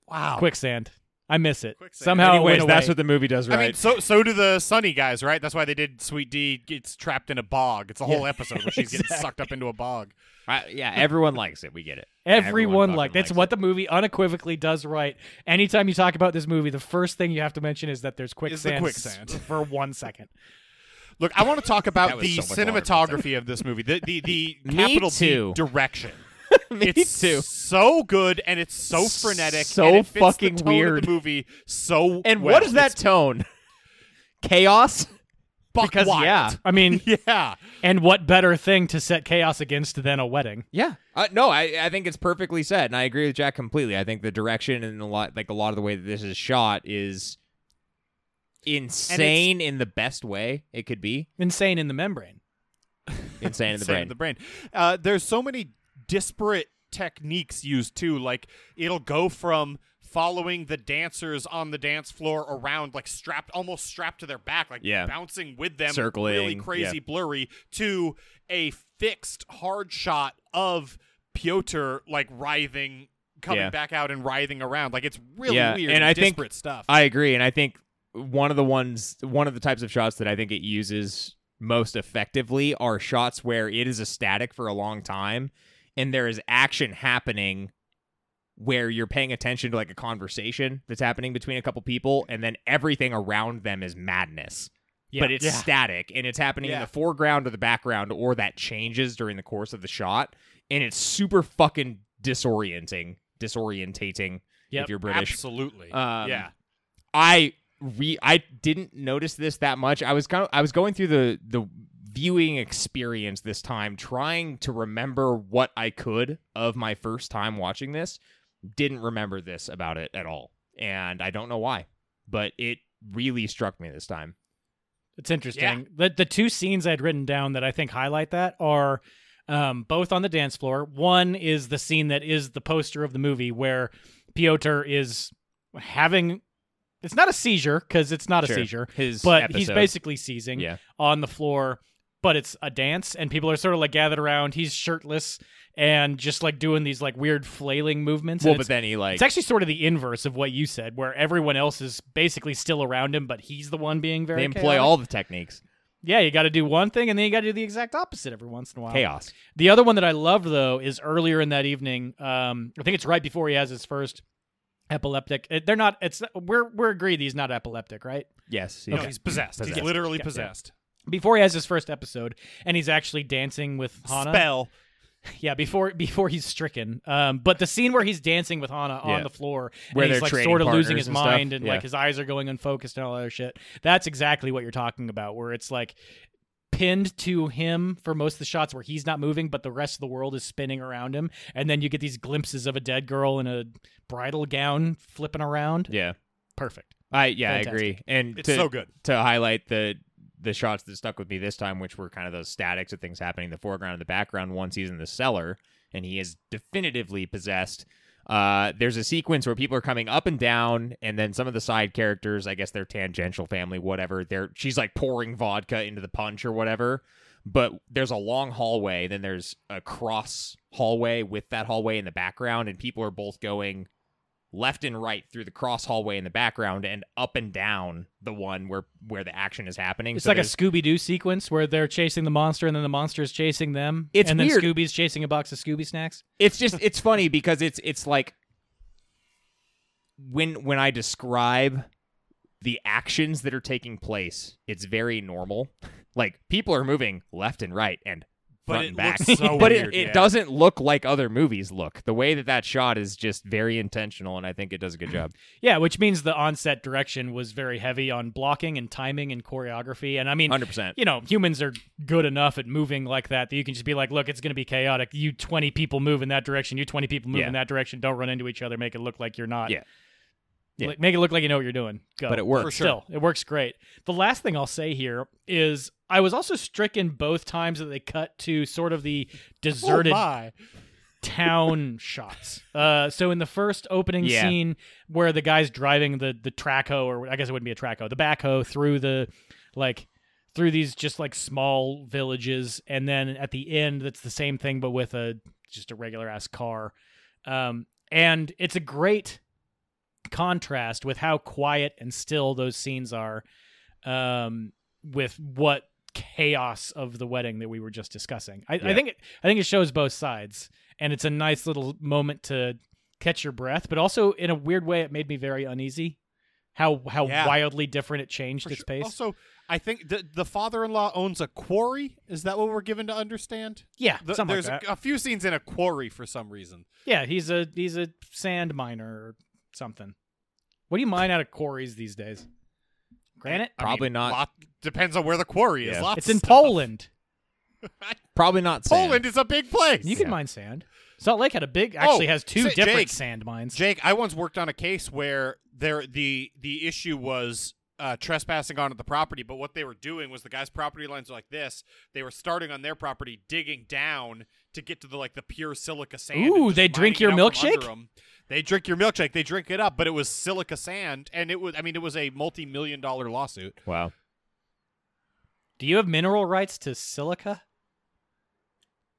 S2: wow.
S3: quicksand. I miss it.
S2: Quicksand.
S3: Somehow it went
S1: Oh. Anyways,
S3: away.
S1: that's what the movie does right.
S2: I mean, so so do the Sunny guys, right? That's why they did Sweet D gets trapped in a bog. It's a whole episode where she's
S1: *laughs*
S2: getting sucked up into a bog.
S1: I- yeah, everyone likes it. We get it.
S3: Everyone,
S1: fucking
S3: like that's
S1: likes
S3: what the movie unequivocally does right. Anytime you talk about this movie, the first thing you have to mention is that there's
S2: Is the
S3: quicksand,
S2: quicksand.
S3: s- for one second.
S2: Look, I want to
S1: *laughs*
S2: talk
S1: That
S2: about
S1: was
S2: the
S1: so much harder
S2: cinematography of this movie. The the the
S1: *laughs* Me
S2: capital
S1: too.
S2: D direction.
S1: it. *laughs* *laughs* Me
S2: it's
S1: too.
S2: so good and it's so frenetic.
S1: So
S2: and it fits
S1: fucking
S2: the tone Of
S1: weird.
S2: the movie so.
S1: And
S2: well.
S1: what is that tone? *laughs* Chaos?
S2: Buck
S1: Because
S2: wild.
S1: yeah.
S3: *laughs* I mean,
S2: *laughs* Yeah.
S3: and what better thing to set chaos against than a wedding?
S1: Yeah. Uh, no, I, I think it's perfectly said, and I agree with Jack completely. I think the direction and a lot like a lot of the way that this is shot is insane in the best way it could be.
S3: Insane in the membrane.
S1: *laughs* Insane in the
S2: Same
S1: brain.
S2: in the brain. Uh, there's so many disparate techniques used too. Like it'll go from following the dancers on the dance floor around, like strapped, almost strapped to their back, like
S1: Yeah.
S2: bouncing with them, really
S1: Circling,
S2: crazy, blurry, to a fixed hard shot of Piotr like writhing. Coming
S1: Yeah.
S2: back out and writhing around like it's really
S1: Yeah,
S2: weird
S1: and I think-
S2: disparate stuff.
S1: I agree, and I think one of the ones, one of the types of shots that I think it uses most effectively are shots where it is a static for a long time, and there is action happening where you're paying attention to like a conversation that's happening between a couple people, and then everything around them is madness.
S3: Yeah.
S1: But it's
S2: Yeah.
S1: static and it's happening in
S2: Yeah.
S1: the foreground or the background, or that changes during the course of the shot. And it's super fucking disorienting, disorientating
S3: Yep.
S1: if you're British.
S2: Absolutely.
S1: Um,
S2: yeah.
S1: I re I didn't notice this that much. I was kind of I was going through the the viewing experience this time, trying to remember what I could of my first time watching this. Didn't remember this about it at all, and I don't know why, but it really struck me this time.
S3: It's interesting. The the two scenes I'd written down that I think highlight that are um, both on the dance floor. One is the scene that is the poster of the movie where Piotr is having it's not a seizure because it's not a
S1: Sure.
S3: seizure,
S1: His
S3: but
S1: episode.
S3: he's basically seizing
S1: yeah
S3: on the floor, but it's a dance and people are sort of like gathered around. He's shirtless and just like doing these like weird flailing movements.
S1: well,
S3: and
S1: but
S3: it's,
S1: then he like
S3: it's actually sort of the inverse of what you said, where everyone else is basically still around him, but he's the one being very.
S1: they employ
S3: chaotic.
S1: all the techniques
S3: Yeah, you got to do one thing and then you got to do the exact opposite every once in a while.
S1: chaos.
S3: The other one that I love though is earlier in that evening. Um, I think it's right before he has his first epileptic. it- They're not. It's we're we're agreed he's not epileptic, right?
S1: Yes,
S2: No, he's possessed. He's
S1: Possessed.
S2: literally
S3: Yeah.
S2: possessed.
S3: Before he has his first episode, and he's actually dancing with Hana.
S2: Spell.
S3: Yeah, before before he's stricken. Um, but the scene where he's dancing with Hana on
S1: Yeah.
S3: the floor, and
S1: Where
S3: he's
S1: they're
S3: like
S1: trading
S3: sort of losing
S1: partners
S3: his
S1: and stuff.
S3: mind, and
S1: Yeah.
S3: like his eyes are going unfocused and all that other shit. That's exactly what you're talking about. Where it's like pinned to him for most of the shots where he's not moving, but the rest of the world is spinning around him, and then you get these glimpses of a dead girl in a bridal gown flipping around.
S1: Yeah.
S3: Perfect.
S1: I yeah,
S3: Fantastic.
S1: I agree. And
S2: It's
S1: to,
S2: so good.
S1: to highlight the the shots that stuck with me this time, which were kind of those statics of things happening in the foreground and the background once he's in the cellar and he is definitively possessed. Uh, there's a sequence where people are coming up and down, and then some of the side characters, I guess their tangential family, whatever, they're she's like pouring vodka into the punch or whatever. But there's a long hallway, then there's a cross hallway with that hallway in the background, and people are both going left and right through the cross hallway in the background and up and down the one where where the action is happening.
S3: It's
S1: So
S3: like a
S1: there's-
S3: Scooby Doo sequence where they're chasing the monster, and then the monster is chasing them.
S1: It's
S3: and
S1: weird.
S3: then Scooby's chasing a box of Scooby snacks.
S1: it's just it's funny because it's it's like when when I describe the actions that are taking place, it's very normal. Like people are moving left and right and
S2: But
S1: front
S2: it
S1: and back.
S2: looks
S1: *laughs*
S2: so
S1: but
S2: weird,
S1: it, it
S2: yeah.
S1: doesn't look like other movies look. The way that that shot is just very intentional, and I think it does a good
S2: *clears throat*
S1: job.
S3: Yeah, which means the onset direction was very heavy on blocking and timing and choreography. And I mean,
S1: Hundred percent.
S3: you know, humans are good enough at moving like that that you can just be like, look, it's going to be chaotic. You 20 people move in that direction. You 20 people move
S1: Yeah.
S3: in that direction. Don't run into each other. Make it look like you're not.
S1: Yeah. Yeah.
S3: Like, make it look like you know what you're doing. Go.
S1: But it works. For
S2: sure.
S3: Still, it works great. The last thing I'll say here is I was also stricken both times that they cut to sort of the deserted
S2: Oh my. *laughs*
S3: town shots. Uh, so in the first opening
S1: Yeah.
S3: scene where the guy's driving the the track hoe, or I guess it wouldn't be a track hoe, the backhoe through the like through these just like small villages, and then at the end that's the same thing but with a just a regular ass car. Um, and it's a great contrast with how quiet and still those scenes are um, with what chaos of the wedding that we were just discussing. I, I
S1: Yeah.
S3: think it, I think it shows both sides, and it's a nice little moment to catch your breath. But also in a weird way, it made me very uneasy. How how
S2: Yeah.
S3: wildly different it changed
S2: For
S3: its
S2: sure.
S3: pace.
S2: Also, I think the, the father-in-law owns a quarry. Is that what we're given to understand?
S3: yeah,
S2: The-
S3: something like
S2: there's
S3: that.
S2: a, a few scenes in a quarry for some reason.
S3: yeah, he's a he's a sand miner or something. What do you mine out of quarries these days? Granite.
S2: I mean,
S1: Probably not.
S2: lot- depends on where the quarry is.
S1: Yeah.
S2: Lots
S3: It's
S2: of
S3: in
S2: stuff.
S3: Poland.
S1: Probably not. Sam.
S2: Poland is a big place.
S3: You can
S1: Yeah.
S3: mine sand. Salt Lake had a big, actually
S2: Oh,
S3: has two
S2: Sa-
S3: different
S2: Jake.
S3: sand mines.
S2: Jake, I once worked on a case where there the the issue was uh, trespassing onto the property, but what they were doing was the guy's property lines were like this. They were starting on their property, digging down to get to the like the pure silica sand. and
S3: Ooh,
S2: just
S3: they drink
S2: mining it
S3: your
S2: out from
S3: milkshake?
S2: under 'em. They drink your milkshake. They drink it up, but it was silica sand, and it was I mean it was a multi million dollar lawsuit.
S1: Wow.
S3: Do you have mineral rights to silica?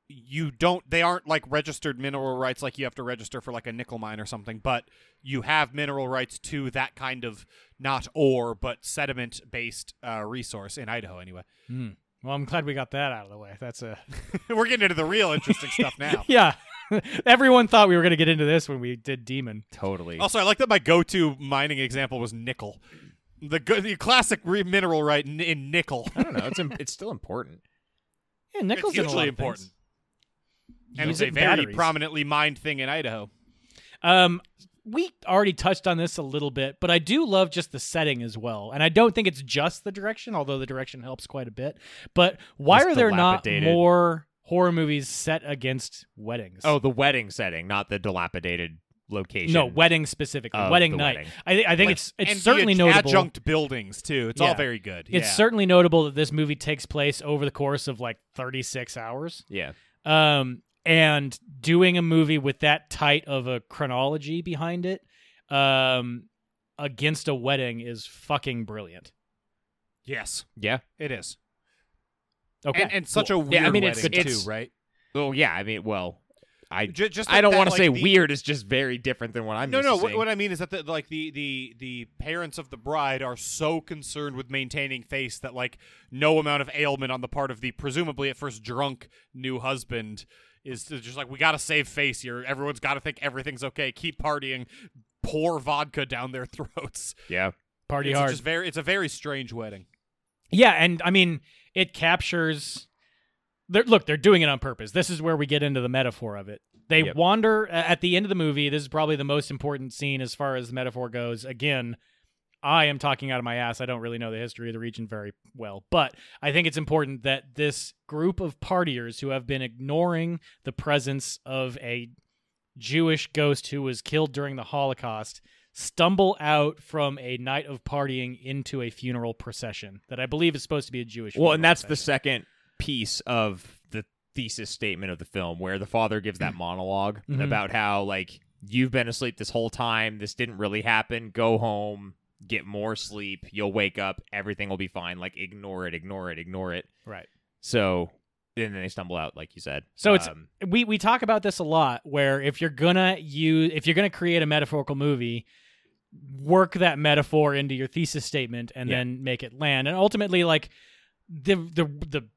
S2: You don't they aren't like registered mineral rights like you have to register for like a nickel mine or something, but you have mineral rights to that kind of not ore but sediment based uh, resource in Idaho anyway. *laughs*
S3: Hmm. Well, I'm glad we got that out of the way. That's a
S2: We're getting into the real interesting stuff
S3: *laughs*
S2: now.
S3: yeah. Everyone thought we were going to get into this when we did Demon.
S1: Totally.
S2: Also, I like that my go-to mining example was nickel. The go- the classic re- mineral right in, in nickel.
S1: I don't know. It's im- it's still
S2: *laughs*
S1: important.
S3: Yeah, Uh, nickels
S2: It's
S3: in a lot
S2: hugely
S3: of things.
S2: important. And
S3: Use
S2: it's a
S3: it in
S2: very
S3: batteries.
S2: prominently mined thing in Idaho.
S3: Um, we already touched on this a little bit, but I do love just the setting as well, and I don't think it's just the direction, although the direction helps quite a bit. But why
S1: It's
S3: are there not
S1: dilapidated.
S3: more horror movies set against weddings?
S1: Oh, the wedding setting, not the dilapidated location.
S3: no, wedding specifically,
S1: of
S3: wedding
S1: the
S3: night.
S1: wedding.
S3: I, thi- I think
S2: Like,
S3: it's it's
S2: and the
S3: certainly
S2: ad-
S3: notable.
S2: Adjunct buildings too. It's
S3: Yeah.
S2: all very good.
S3: It's
S2: yeah.
S3: certainly notable that this movie takes place over the course of like 36 hours.
S1: Yeah.
S3: Um, and doing a movie with that tight of a chronology behind it, um, against a wedding is fucking brilliant.
S2: yes,
S1: Yeah.
S2: it is.
S3: Okay.
S2: And, and such a weird
S1: Yeah, I mean, it's-
S2: wedding
S1: it's-
S2: too, right?
S1: Well, yeah. I mean, well, I
S2: Ju- just
S1: I don't
S2: want
S1: want to say weird. It's just very different than what I'm.
S2: No,
S1: used
S2: no.
S1: To
S2: What,
S1: seeing.
S2: what I mean is that the, like the, the the parents of the bride are so concerned with maintaining face that like no amount of ailment on the part of the presumably at first drunk new husband is to just like we got to save face here. Everyone's got to think everything's okay. Keep partying. Pour vodka down their *laughs* throats.
S1: yeah.
S3: Party
S2: it's
S3: hard.
S2: just very. It's a very strange wedding.
S3: Yeah, and I mean, it captures they're, look, they're doing it on purpose. This is where we get into the metaphor of it. They
S1: Yep.
S3: wander a- at the end of the movie. This is probably the most important scene as far as the metaphor goes. Again, I am talking out of my ass. I don't really know the history of the region very well, but I think it's important that this group of partiers who have been ignoring the presence of a Jewish ghost who was killed during the Holocaust stumble out from a night of partying into a funeral procession that I believe is supposed to be a Jewish.
S1: Well, and
S3: funeral
S1: that's the
S3: procession.
S1: second piece of the thesis statement of the film where the father gives
S2: Mm.
S1: that monolog
S2: Mm-hmm.
S3: Mhm.
S1: about how like you've been asleep this whole time, this didn't really happen, go home, get more sleep, you'll wake up, everything will be fine, like ignore it, ignore it, ignore it.
S3: right.
S1: So and then they stumble out like you said.
S3: So it's-
S1: Um,
S3: we we talk about this a lot where if you're gonna use if you're gonna create a metaphorical movie work that metaphor into your thesis statement and
S1: Yeah.
S3: then make it land and ultimately like the the the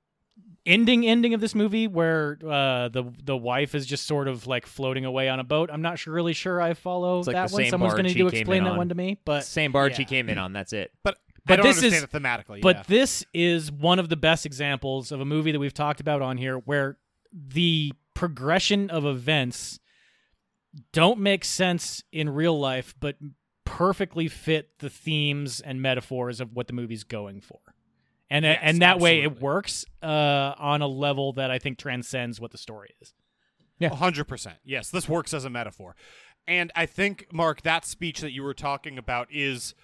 S3: ending ending of this movie where uh the the wife is just sort of like floating away on a boat i'm not sure really sure i follow
S1: It's like
S3: that
S1: the
S3: one
S1: same
S3: someone's gonna
S1: barge
S3: need
S1: he
S3: to
S1: came
S3: explain
S1: in
S3: that
S1: on.
S3: one to me but
S1: same barge he
S3: yeah.
S1: came in on, that's it.
S2: But,
S3: But
S2: I don't
S3: this
S2: understand
S3: is-
S2: it thematically.
S3: But
S2: yeah.
S3: this is one of the best examples of a movie that we've talked about on here where the progression of events don't make sense in real life, but perfectly fit the themes and metaphors of what the movie's going for. And, uh,
S2: Yes,
S3: and that way it
S2: absolutely.
S3: works uh, on a level that I think transcends what the story is.
S1: Yeah.
S2: A hundred percent. Yes, this works as a metaphor, and I think Mark, that speech that you were talking about is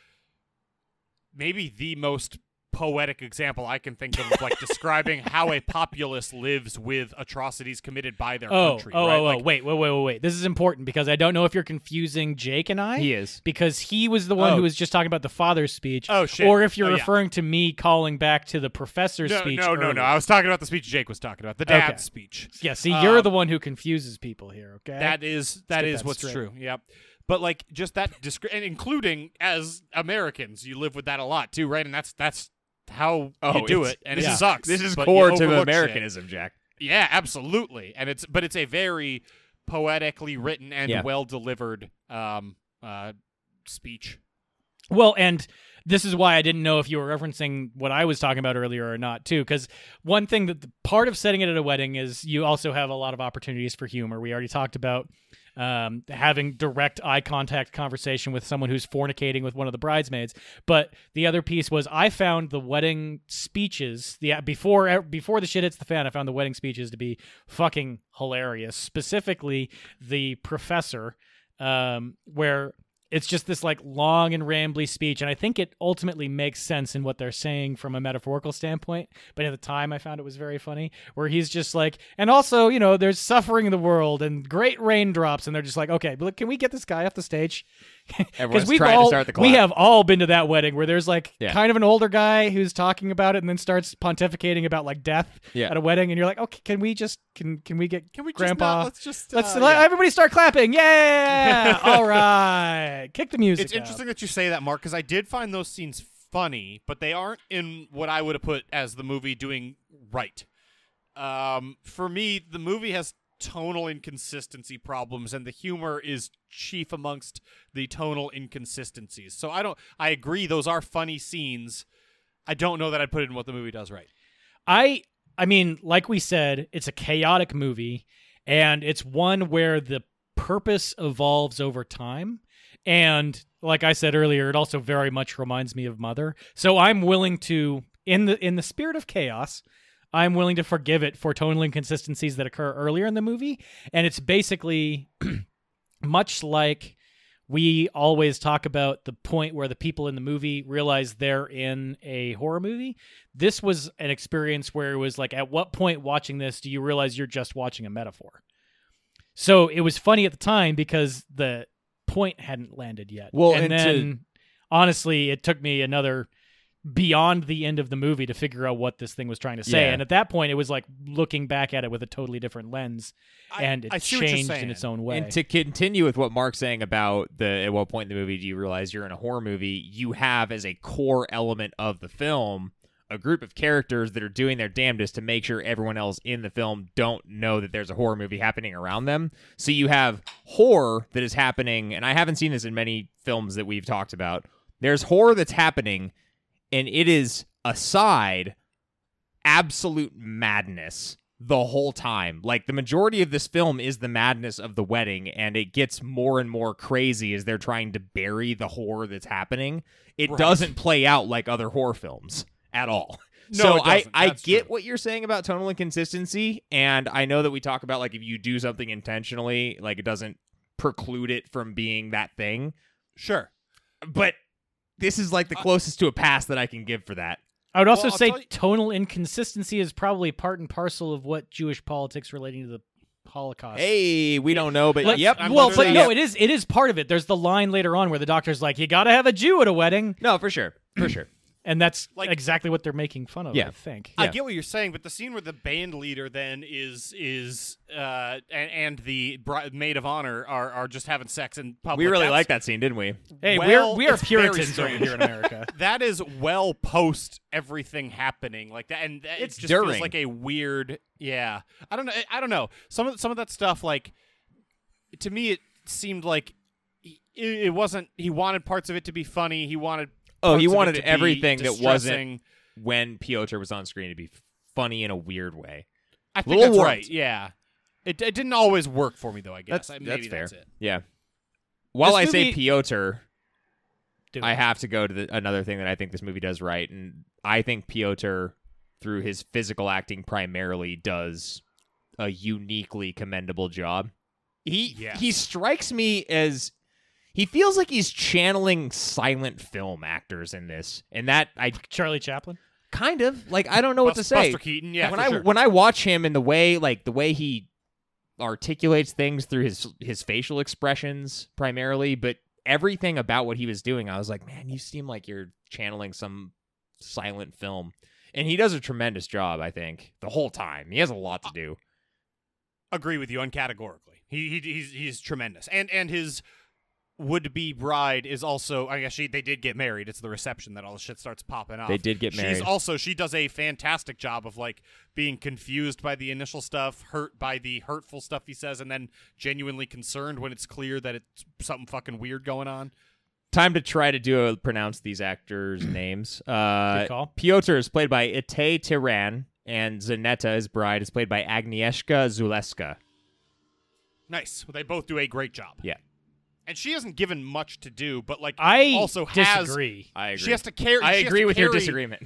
S2: maybe the most poetic example I can think of, of like
S3: *laughs*
S2: describing how a populace lives with atrocities committed by their
S3: Oh,
S2: country.
S3: oh,
S2: right?
S3: oh,
S2: Like,
S3: oh, wait, wait, wait, wait, wait. This is important because I don't know if you're confusing Jake and I.
S1: He is.
S3: because he was the one
S2: Oh.
S3: who was just talking about the father's speech.
S2: Oh, shit.
S3: Or if you're
S2: Oh, yeah.
S3: referring to me calling back to the professor's
S2: no,
S3: speech.
S2: no, no,
S3: earlier.
S2: no. I was talking about the speech Jake was talking about, the
S3: Okay.
S2: dad's speech.
S3: Yeah, see, you're
S2: Um,
S3: the one who confuses people here. Okay.
S2: That is that
S3: get
S2: is
S3: that
S2: what's
S3: straight.
S2: true. Yep. But like just that discre- and including as Americans, you live with that a lot too, right? And that's that's how you do
S1: Oh, it's-
S2: it, and
S1: this
S2: it
S1: is-
S2: sucks.
S1: This is
S2: but you
S1: core to
S2: overlook shit.
S1: Americanism, Jack.
S2: Yeah, absolutely. And it's but it's a very poetically written and
S1: Yeah.
S2: well delivered um uh speech.
S3: Well, and this is why I didn't know if you were referencing what I was talking about earlier or not, too. Because one thing that the part of setting it at a wedding is you also have a lot of opportunities for humor. We already talked about um, having direct eye contact conversation with someone who's fornicating with one of the bridesmaids. But the other piece was I found the wedding speeches the before e, before the shit hits the fan. I found the wedding speeches to be fucking hilarious. Specifically, the professor, um, where it's just this like long and rambly speech, and I think it ultimately makes sense in what they're saying from a metaphorical standpoint. But at the time, I found it was very funny, where he's just like, and also, you know, there's suffering in the world and great raindrops, and they're just like, okay, but can we get this guy off the stage?
S1: Everyone's
S3: we've
S1: trying to
S3: all-
S1: start the
S3: We
S1: clock.
S3: have all been to that wedding where there's like
S1: Yeah.
S3: kind of an older guy who's talking about it and then starts pontificating about like death
S1: Yeah.
S3: at a wedding, and you're like, okay, can we just can can we get
S2: Can we just
S3: grandpa?
S2: not, let's just
S3: Let's
S2: uh,
S3: let
S2: yeah.
S3: everybody start clapping.
S1: *laughs*
S3: Yeah. All right. Kick the music.
S2: It's
S3: out.
S2: interesting that you say that, Mark, because I did find those scenes funny, but they aren't in what I would have put as the movie doing right. Um, for me, the movie has tonal inconsistency problems, and the humor is chief amongst the tonal inconsistencies. So I don't. I agree; those are funny scenes. I don't know that I'd put it in what the movie does right.
S3: I I mean, like we said, it's a chaotic movie and it's one where the purpose evolves over time. And like I said earlier, it also very much reminds me of Mother. So I'm willing to in the in the spirit of chaos, I'm willing to forgive it for tonal inconsistencies that occur earlier in the movie. And it's basically *clears throat* much like we always talk about the point where the people in the movie realize they're in a horror movie this was an experience where it was like at what point watching this do you realize you're just watching a metaphor so it was funny at the time because the point hadn't landed yet
S1: Well,
S3: and,
S1: and to-
S3: then honestly it took me another beyond the end of the movie to figure out what this thing was trying to say
S1: Yeah.
S3: and at that point it was like looking back at it with a totally different lens
S2: I-
S3: and it
S2: I see what you're
S3: changed in
S2: saying.
S3: its own way
S1: And to continue with what Mark's saying about the at what point in the movie do you realize you're in a horror movie, you have as a core element of the film a group of characters that are doing their damnedest to make sure everyone else in the film don't know that there's a horror movie happening around them. So you have horror that is happening, and I haven't seen this in many films that we've talked about. There's horror that's happening, and it is aside absolute madness the whole time. Like the majority of this film is the madness of the wedding, and it gets more and more crazy as they're trying to bury the horror that's happening. It
S2: Right.
S1: doesn't play out like other horror films at all.
S2: No,
S1: so
S2: it
S1: I,
S2: doesn't.
S1: I
S2: That's
S1: get
S2: true.
S1: what you're saying about tonal inconsistency, and I know that we talk about like if you do something intentionally, like it doesn't preclude it from being that thing.
S2: Sure.
S1: But this is like the
S2: I-
S1: closest to a pass that I can give for that.
S3: I would also
S2: Well, I'll
S3: say
S2: tell you-
S3: tonal inconsistency is probably part and parcel of what Jewish politics relating to the Holocaust.
S1: Uh, Hey, we don't know, but
S3: But-
S1: yep. I'm
S3: well,
S1: with
S3: but
S1: you.
S3: no, it is it is part of it. There's the line later on where the doctor's like, "You gotta have a Jew at a wedding,"
S1: no, for sure, for sure.
S3: and that's
S2: Like- Uh,
S3: exactly what they're making fun of.
S1: Yeah.
S3: I think.
S2: I
S1: Yeah.
S2: get what you're saying, but the scene where the band leader then is is uh and, and the bri- maid of honor are are just having sex in public.
S1: We really
S2: Oh, that's-
S1: like that scene, didn't we?
S3: Hey,
S2: Well,
S3: we're we are
S2: it's very
S3: Puritans over
S2: strange.
S3: here
S1: *laughs*
S3: in America.
S2: *laughs* That is well post everything happening like that, and that,
S1: It's
S2: it just
S1: during.
S2: feels like a weird. Yeah, I don't know. I don't know. Some of some of that stuff, like to me, it seemed like he- it, it wasn't. He wanted parts of it to be funny. He wanted.
S1: Oh, he
S2: parts of it
S1: wanted
S2: to be
S1: everything that wasn't-
S2: distressing.
S1: When Piotr was on screen, to be funny in a weird way.
S2: I think
S1: Little
S2: that's
S1: warped.
S2: right. Yeah, it, it didn't always work for me though. I guess
S1: That's
S2: I-
S1: that's
S2: maybe
S1: fair.
S2: That's it.
S1: Yeah. While
S3: This
S1: I say
S3: movie-
S1: Piotr,
S3: Dude.
S1: I have to go to the, another thing that I think this movie does right, and I think Piotr, through his physical acting primarily, does a uniquely commendable job. He
S2: Yeah.
S1: he strikes me as he feels like he's channeling silent film actors in this, and that I
S3: Charlie Chaplin.
S1: kind of like I don't know what
S2: Bus-
S1: to say.
S2: Buster Keaton. Yeah,
S1: when
S2: for
S1: I
S2: sure.
S1: when I watch him in the way like the way he articulates things through his his facial expressions primarily, but everything about what he was doing, I was like, man, you seem like you're channeling some silent film. And he does a tremendous job, I think, the whole time. He has a lot to do.
S2: agree with you uncategorically. He, he he's he's tremendous, and and his would be bride is also. I guess she they did get married. It's the reception that all the shit starts popping off.
S1: They did get married.
S2: Uh, She's also she does a fantastic job of like being confused by the initial stuff, hurt by the hurtful stuff he says, and then genuinely concerned when it's clear that it's something fucking weird going on.
S1: Time to try to do a pronounce these *clears throat* actors' names. Uh,
S3: Good call.
S1: Piotr is played by Ite Tiran, and Zanetta, his bride, is played by Agnieszka Zuleska.
S2: Nice. Well, they both do a great job.
S1: Yeah.
S2: And she isn't given much to do, but like
S3: I
S2: also has
S3: disagree.
S1: I
S2: she has to carry.
S1: I
S2: she has
S1: agree
S2: to
S1: with your
S2: carry-
S1: disagreement.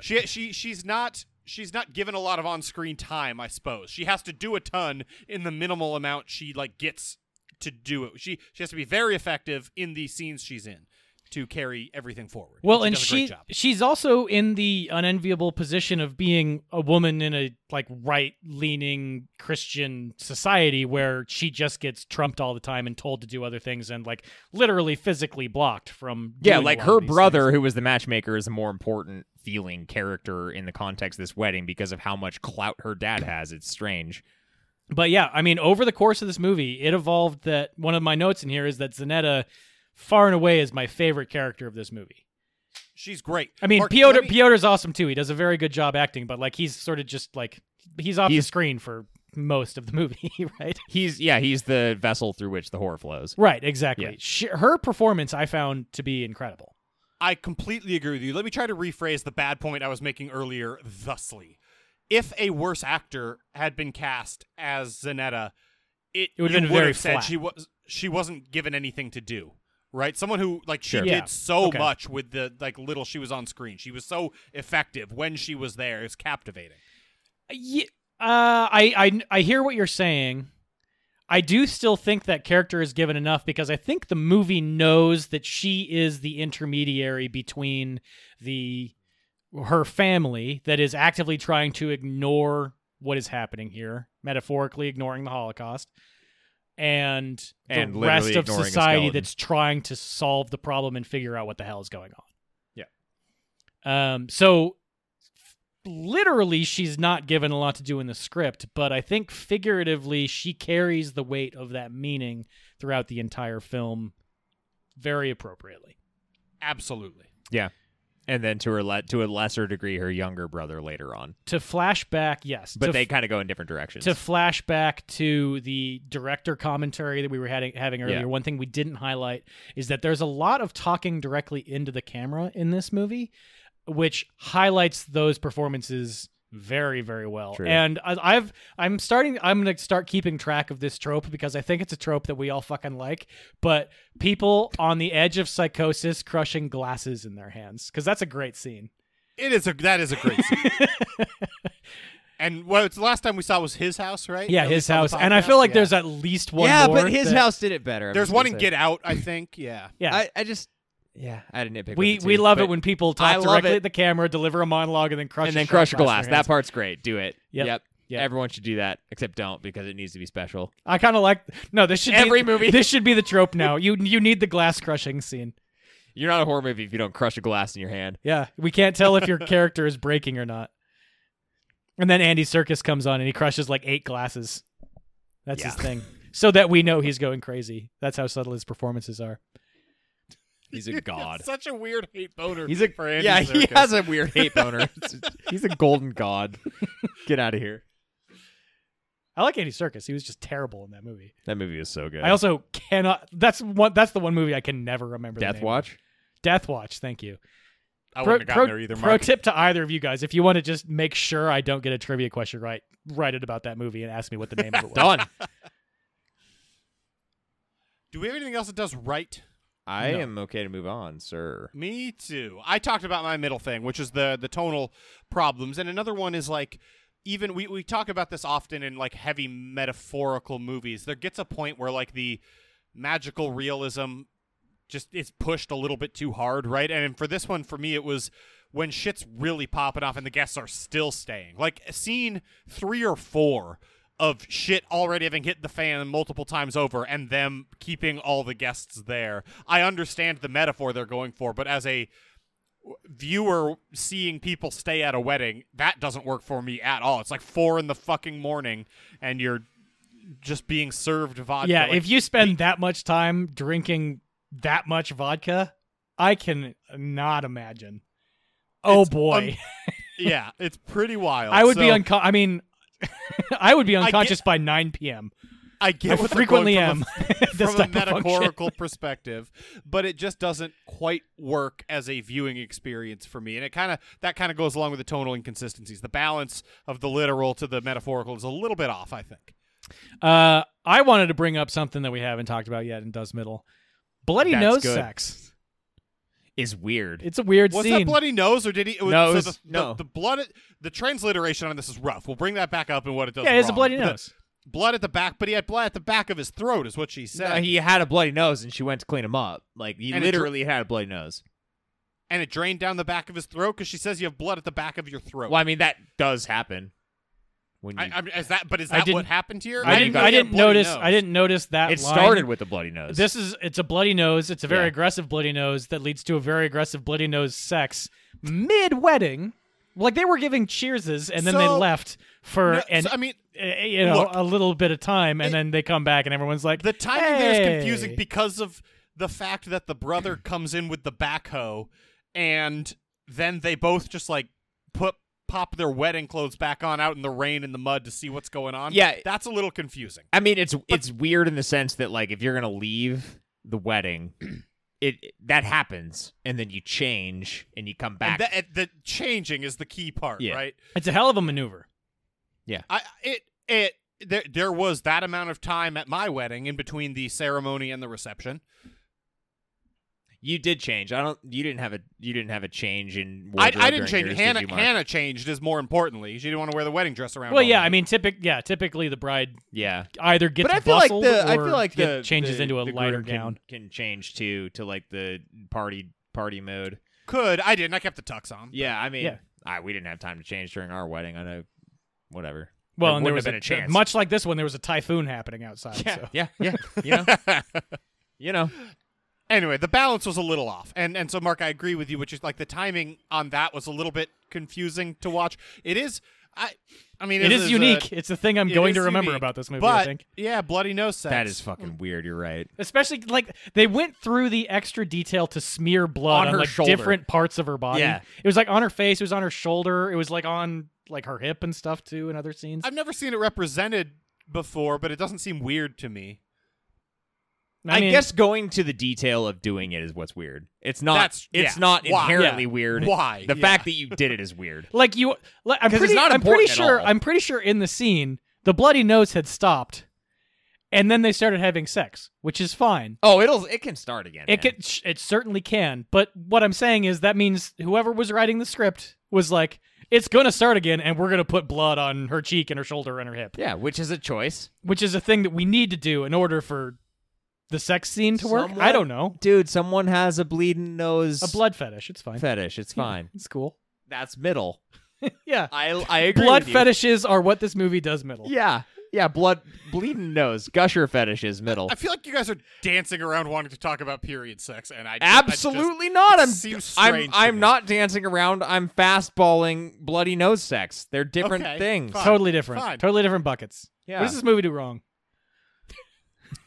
S2: She she she's not she's not given a lot of on screen time, I suppose. She has to do a ton in the minimal amount she like gets to do it. She she has to be very effective in the scenes she's in to carry everything forward.
S3: Well,
S2: she
S3: and
S2: does a
S3: she
S2: great job.
S3: she's also in the unenviable position of being a woman in a like right leaning Christian society where she just gets trumped all the time and told to do other things and like literally physically blocked from
S1: Yeah,
S3: doing a
S1: like
S3: lot of
S1: her
S3: these
S1: brother, who was the matchmaker, is a more important feeling character in the context of this wedding because of how much clout her dad has. It's strange.
S3: things. But yeah, I mean, over the course of this movie, it evolved that one of my notes in here is that Zanetta, far and away, is my favorite character of this movie.
S2: she's great.
S3: I mean,
S2: Mark,
S3: Piotr
S2: let me-
S3: Piotr's awesome too. He does a very good job acting, but like he's sort of just like he's off
S1: He's-
S3: the screen for most of the movie, *laughs* right?
S1: He's yeah, he's the vessel through which the horror flows.
S3: Right, exactly.
S1: Yeah.
S3: Sh her performance I found to be incredible.
S2: I completely agree with you. Let me try to rephrase the bad point I was making earlier thusly. If a worse actor had been cast as Zanetta, it,
S3: It would've
S2: you
S3: been
S2: would've
S3: very
S2: said
S3: flat.
S2: she was she wasn't given anything to do. Right? Someone who like she
S1: Sure.
S2: did
S3: Yeah.
S2: so
S3: Okay.
S2: much with the like little she was on screen. She was so effective when she was there. It was captivating.
S3: Yeah, uh, I, I I hear what you're saying. I do still think that character is given enough because I think the movie knows that she is the intermediary between the her family that is actively trying to ignore what is happening here, metaphorically ignoring the Holocaust, and
S1: And
S3: the
S1: literally
S3: rest of
S1: ignoring a
S3: society
S1: skeleton.
S3: that's trying to solve the problem and figure out what the hell is going on. Um, so literally she's not given a lot to do in the script, but I think figuratively she carries the weight of that meaning throughout the entire film very appropriately.
S2: Absolutely.
S1: And then to her le- to a lesser degree, her younger brother later on.
S3: To flashback, yes.
S1: But
S3: to
S1: they
S3: f-
S1: kind of go in different directions.
S3: to flashback to the director commentary that we were having, having earlier,
S1: Yeah.
S3: one thing we didn't highlight is that there's a lot of talking directly into the camera in this movie, which highlights those performances very very well
S1: True.
S3: and I, i've i'm starting i'm gonna start keeping track of this trope because i think it's a trope that we all fucking like but people on the edge of psychosis crushing glasses in their hands because that's a great scene
S2: It is a that is a great scene.
S3: *laughs*
S2: and well, it's the last time we saw was his house, right?
S3: yeah
S2: At
S3: his
S2: least on the
S3: house and i feel
S2: podcast.
S3: like
S2: Yeah.
S3: there's at least one
S1: yeah,
S3: more
S1: but his
S3: that-
S1: house did it better. I'm
S2: there's
S1: just
S2: one
S1: gonna
S2: in
S1: say.
S2: Get Out, I think. Yeah.
S3: yeah
S1: I, I just yeah, I didn't nitpick.
S3: we
S1: with
S3: we
S1: too,
S3: love it
S1: but-
S3: when people
S1: I
S3: talk
S1: love
S3: directly
S1: it.
S3: at the camera deliver a monologue and then crush
S1: and
S3: a
S1: then
S3: shot
S1: crush your
S3: glass
S1: glass.
S3: in their
S1: That
S3: hands.
S1: part's great. Do it.
S3: Yep. Yep.
S1: Everyone should do that, except don't because it needs to be special.
S3: i kind of like no this should
S1: Every
S3: be,
S1: movie.
S3: *laughs* this should be the trope now you you need the glass crushing scene
S1: You're not a horror movie if you don't crush a glass in your hand.
S3: Yeah, we can't tell
S1: *laughs*
S3: if your character is breaking or not. And then Andy Circus comes on and he crushes like eight glasses. That's his
S1: Yeah.
S3: thing. So that we know he's going crazy. That's how subtle his performances are.
S1: He's
S2: *laughs*
S1: a god.
S2: Such a weird hate boner.
S1: He's a
S2: for Andy
S1: yeah. He
S2: Serkis.
S1: has a weird hate boner. *laughs* He's a golden *laughs* god. Get out of here.
S3: I like Andy Circus. He was just terrible in that movie.
S1: That movie is so good.
S3: I also cannot. That's one. That's the one movie I can never remember. the name
S1: Death *laughs*
S3: of.
S1: Watch.
S3: Death Watch. Thank you.
S2: I
S3: Pro,
S2: wouldn't have gotten
S3: pro-
S2: there either,
S3: pro
S2: Mark.
S3: tip to either of you guys: if you want to just make sure I don't get a trivia question right, write it about that movie and ask me what the
S2: *laughs*
S3: name of it was.
S1: Done.
S2: Do we have anything else that does right?
S1: I
S3: No.
S1: am okay to move on, sir.
S2: Me too. I talked about my middle thing, which is the the tonal problems, and another one is like even we we talk about this often in like heavy metaphorical movies. There gets a point where like the magical realism just it's pushed a little bit too hard, right? And for this one, for me, it was when shit's really popping off and the guests are still staying. Like scene three or four of shit already having hit the fan multiple times over and them keeping all the guests there. I understand the metaphor they're going for, but as a viewer seeing people stay at a wedding, that doesn't work for me at all. It's like four in the fucking morning and you're just being served vodka.
S3: yeah,
S2: like,
S3: if you spend that much time drinking that much vodka, I can not imagine. Oh
S2: It's
S3: boy,
S2: yeah, it's pretty wild.
S3: I would be
S2: So-
S3: uncon. I mean, *laughs* I would be
S2: get-
S3: unconscious by 9 p.m.
S2: I
S3: I
S2: get what they're going *laughs*
S3: frequently
S2: from
S3: am. *laughs*
S2: a-
S3: at this
S2: from a
S3: type of function. *laughs*
S2: metaphorical perspective, but it just doesn't quite work as a viewing experience for me. And it kind of that kind of goes along with the tonal inconsistencies. The balance of the literal to the metaphorical is a little bit off, I think.
S3: Uh, I wanted to bring up something that we haven't talked about yet in Does Middle. Bloody
S1: That's
S3: nose
S1: good.
S3: sex.
S1: Is weird.
S3: It's a weird
S2: Was
S3: scene.
S2: that bloody nose or did he? It was,
S1: No,
S2: so
S1: it was-
S2: the, the-
S1: no.
S2: The, blood, the transliteration on this is rough. We'll bring that back up and what it does.
S3: yeah, it's a
S2: wrong.
S3: bloody
S2: But the
S3: nose.
S2: Blood at the back, but he had blood at the back of his throat, is what she said.
S1: No, he had a bloody nose, and she went to clean him up. Like he
S2: And it dr-
S1: literally had a bloody nose.
S2: and it drained down the back of his throat because she says you have blood at the back of your throat.
S1: Well, I mean that does happen. When you,
S2: I, I mean, is that? But is
S3: I
S2: that what
S3: didn't-
S2: happened here?
S3: I didn't.
S2: got
S3: I
S2: a
S3: didn't
S2: bloody
S3: notice.
S2: nose.
S3: I didn't notice that.
S1: it
S3: line.
S1: started with a bloody nose.
S3: This is it's a bloody nose. It's a very
S1: Yeah.
S3: aggressive bloody nose that leads to a very aggressive bloody nose sex mid wedding. Like they were giving cheerses and then they
S2: So-
S3: left for
S2: No,
S3: an
S2: so, I mean,
S3: uh, you know
S2: look.
S3: a little bit of time and then they come back and everyone's like
S2: the timing there is confusing
S3: "Hey."
S2: because of the fact that the brother comes in with the backhoe, and then they both just like put pop their wedding clothes back on out in the rain and the mud to see what's going on.
S1: Yeah.
S2: that's a little confusing.
S1: I mean, it's it's weird in the sense that like if you're gonna leave the
S2: *clears throat*
S1: wedding, it that happens, and then you change and you come back.
S2: And that, it- the changing is the key part,
S1: Yeah.
S2: right?
S3: it's a hell of a maneuver.
S2: I it it there there was that amount of time at my wedding in between the ceremony and the reception.
S1: you did change. I don't. You didn't have a. You didn't have a change in.
S2: I,
S1: wardrobe
S2: I
S1: during
S2: didn't change.
S1: yours, did
S2: Hannah
S1: you, Mark?
S2: Hannah changed is more importantly. She didn't want to wear the wedding dress around.
S3: Well,
S2: all
S3: yeah,
S2: night.
S3: I mean, typic yeah, typically the bride
S1: Yeah.
S3: either gets
S1: but I feel like
S3: bustled
S1: the I
S3: or
S1: feel like
S3: get-
S1: the
S3: changes
S1: the-
S3: into a
S1: the
S3: lighter
S1: groom can-
S3: gown.
S1: can, change too to like the party party mode.
S2: could I didn't. I kept the tux on.
S1: Yeah, I mean,
S3: Yeah.
S1: I, we didn't have time to change during our wedding. I know, whatever.
S3: Well,
S1: There
S3: and there was
S1: wouldn't have been a chance.
S3: much like this one, there was a typhoon happening outside.
S1: *laughs* Yeah,
S3: so.
S1: yeah, yeah. You know, you know.
S2: anyway, the balance was a little off, and and so Mark, I agree with you, which is like the timing on that was a little bit confusing to watch. It is, I, I mean,
S3: it
S2: this
S3: is
S2: a-
S3: unique. it's the thing I'm
S2: it
S3: going
S2: is
S3: to remember
S2: unique,
S3: about this movie.
S2: but
S3: I think
S2: yeah, bloody nose sex.
S1: That is fucking weird. You're right.
S3: Especially like they went through the extra detail to smear
S1: On
S3: blood on,
S1: her
S3: like
S1: shoulder.
S3: different parts of her body.
S1: Yeah.
S3: It was like on her face, it was on her shoulder, it was like on like her hip and stuff too in other scenes.
S2: I've never seen it represented before, but it doesn't seem weird to me.
S1: I,
S3: mean,
S1: guess going to the detail of doing it is what's weird. It's not.
S2: That's-
S1: it's
S2: yeah.
S1: not
S2: Why?
S1: inherently
S2: Yeah.
S1: weird.
S2: Why?
S1: The
S2: Yeah.
S1: fact that you did it is weird.
S3: like you. Like, I'm
S1: 'Cause
S3: pretty.
S1: it's not
S3: I'm pretty
S1: important at
S3: sure.
S1: all.
S3: I'm pretty sure in the scene, the bloody nose had stopped, and then they started having sex, which is fine.
S1: Oh, it'll it can start again.
S3: It
S1: man.
S3: can, sh- it certainly can. But what I'm saying is that means whoever was writing the script was like, it's gonna start again, and we're gonna put blood on her cheek and her shoulder and her hip,
S1: Yeah, which is a choice,
S3: which is a thing that we need to do in order for the sex scene to work. I
S1: Somewhat.
S3: don't know.
S1: dude. Someone has a bleeding nose.
S3: A blood fetish. It's *laughs*
S1: *laughs*
S3: fine.
S1: fetish. It's fine.
S3: It's cool.
S1: That's middle.
S3: Yeah.
S1: I I agree.
S3: Blood
S1: with you.
S3: fetishes are what this movie does middle.
S1: Yeah, yeah. Blood bleeding nose. Gusher fetish is middle.
S2: I feel like you guys are dancing around wanting to talk about period sex, and I
S1: *laughs* Absolutely not. I'm
S2: seems
S1: I'm
S2: strange to
S1: I'm
S2: me.
S1: not dancing around. I'm fastballing bloody nose sex. They're different
S2: Okay,
S1: things.
S2: fine.
S3: Totally different.
S2: Fine.
S3: Totally different buckets.
S1: Yeah.
S3: What does this movie do wrong?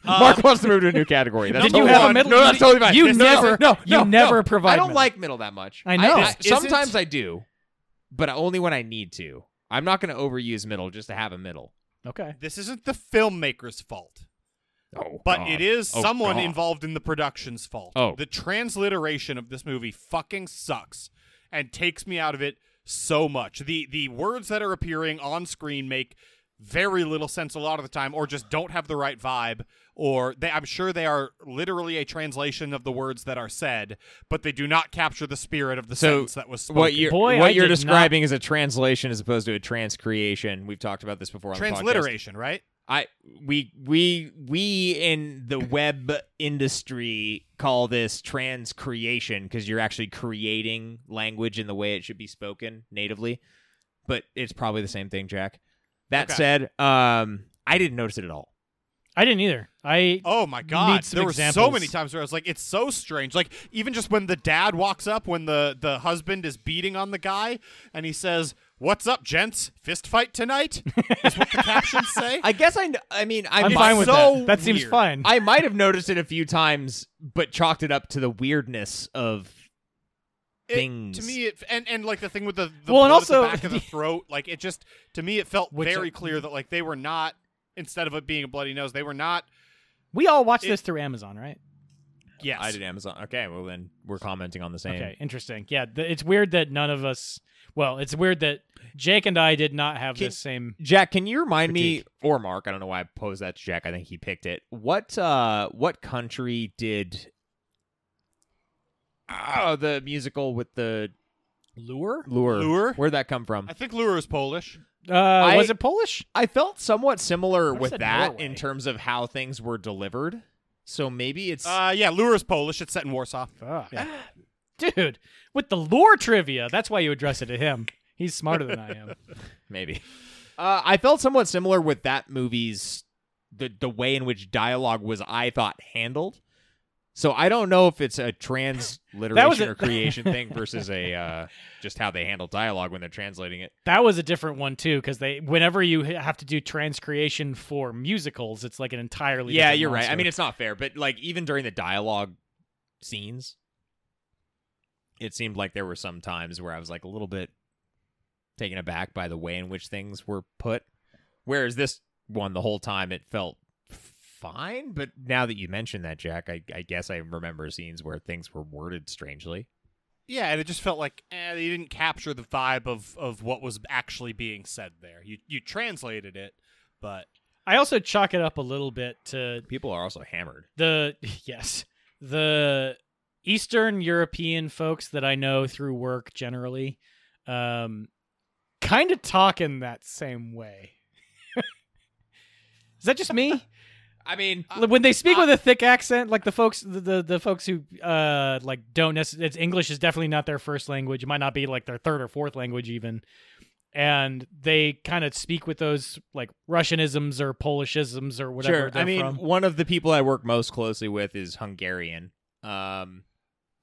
S2: uh,
S1: Mark wants to move to a new category. That's
S3: Did you
S1: totally
S3: have a
S1: fine.
S3: middle-
S1: No, that's totally fine.
S3: you
S1: It's
S3: never-
S1: not- no,
S3: you
S1: no,
S3: never
S1: no.
S3: provide
S1: I don't
S3: middle.
S1: like middle that much.
S3: I know.
S2: This isn't-
S1: sometimes I do, but only when I need to. I'm not going to overuse middle just to have a middle.
S3: Okay.
S2: This isn't the filmmaker's fault,
S1: Oh,
S2: but it is
S1: Oh,
S2: someone
S1: God.
S2: involved in the production's fault.
S1: Oh.
S2: The transliteration of this movie fucking sucks and takes me out of it so much. The the words that are appearing on screen make very little sense a lot of the time or just don't have the right vibe or they I'm sure they are literally a translation of the words that are said, but they do not capture the spirit of the
S1: So,
S2: sentence that was spoken.
S1: What you're
S3: Boy,
S1: what
S3: I
S1: you're
S3: did not-
S1: describing is a translation as opposed to a transcreation. We've talked about this before on the podcast.
S2: transliteration, right?
S1: I we we we in the web industry call this transcreation because you're actually creating language in the way it should be spoken natively. But it's probably the same thing, Jack. That
S2: Okay.
S1: said, um, I didn't notice it at all.
S3: I didn't either. I
S2: Oh my god!
S3: some
S2: There were so
S3: examples.
S2: many times where I was like, "It's so strange." Like even just when the dad walks up, when the the husband is beating on the guy, and he says, "What's up, gents? Fist fight tonight?" is
S3: *laughs*
S2: what the captions say.
S1: I guess I. kn- I mean, I
S3: I'm
S1: it's
S3: fine with
S1: so
S3: that. That seems
S1: weird.
S3: fine.
S1: I might have noticed it a few times, but chalked it up to the weirdness of
S2: It-
S1: things.
S2: to me, it, and and like the thing with the, the
S3: Well, and
S2: blood at the
S3: also-
S2: back of the throat, like it just to me, it felt
S3: Which- uh, mm.
S2: very clear that like they were not instead of it being a bloody nose, they were not.
S3: we all watched
S2: It-
S3: this through Amazon, right?
S2: Yes,
S1: I did Amazon. Okay, well then we're commenting on the same.
S3: Okay, interesting. Yeah, th- it's weird that none of us. Well, it's weird that Jake and I did not have
S1: Can-
S3: this same.
S1: Jack, can you remind
S3: Critique.
S1: me or Mark? I don't know why I posed that to Jack. I think he picked it. What uh what country did Oh, the musical with the lure? Lure.
S2: Lure?
S1: Where'd that come from?
S2: I think Lure is Polish.
S3: Uh, was it Polish?
S1: I felt somewhat similar
S3: Would've
S1: with
S3: said
S1: that
S3: Norway.
S1: in terms of how things were delivered. So maybe it's
S2: Uh, yeah, Lure is Polish. It's set in Warsaw.
S3: Yeah. *gasps* Dude, with the lore trivia, that's why you address it to him. He's smarter than
S1: *laughs*
S3: I am.
S1: maybe. Uh, I felt somewhat similar with that movie's the the way in which dialogue was I thought handled. So I don't know if it's
S3: *laughs*
S1: a
S3: That was
S1: transliteration
S3: a-
S1: or creation thing versus a uh, just how they handle dialogue when they're translating it.
S3: That was a different one too, because they whenever you ha- have to do transcreation for musicals, it's like an entirely
S1: yeah,
S3: different
S1: you're right. I
S3: monster.
S1: mean, it's not fair, but like even during the dialogue scenes, it seemed like there were some times where I was like a little bit taken aback by the way in which things were put. Whereas this one, the whole time, it felt fine. But now that you mention that, Jack, I, I guess I remember scenes where things were worded strangely.
S2: Yeah, and it just felt like eh, you didn't capture the vibe of, of what was actually being said there. You you translated it, but
S3: I also chalk it up a little bit to
S1: People are also hammered.
S3: the *laughs* yes the eastern european folks that i know through work generally um kind of talk in that same way *laughs* is that just me
S1: I mean,
S2: Uh,
S3: Like, when they speak with a thick accent like the folks the, the, the folks who uh like don't necessarily it's english is definitely not their first language it might not be like their third or fourth language even and they kind of speak with those like russianisms or polishisms or whatever
S1: Sure.
S3: they're
S1: I mean,
S3: from.
S1: one of the people I work most closely with is Hungarian. Um,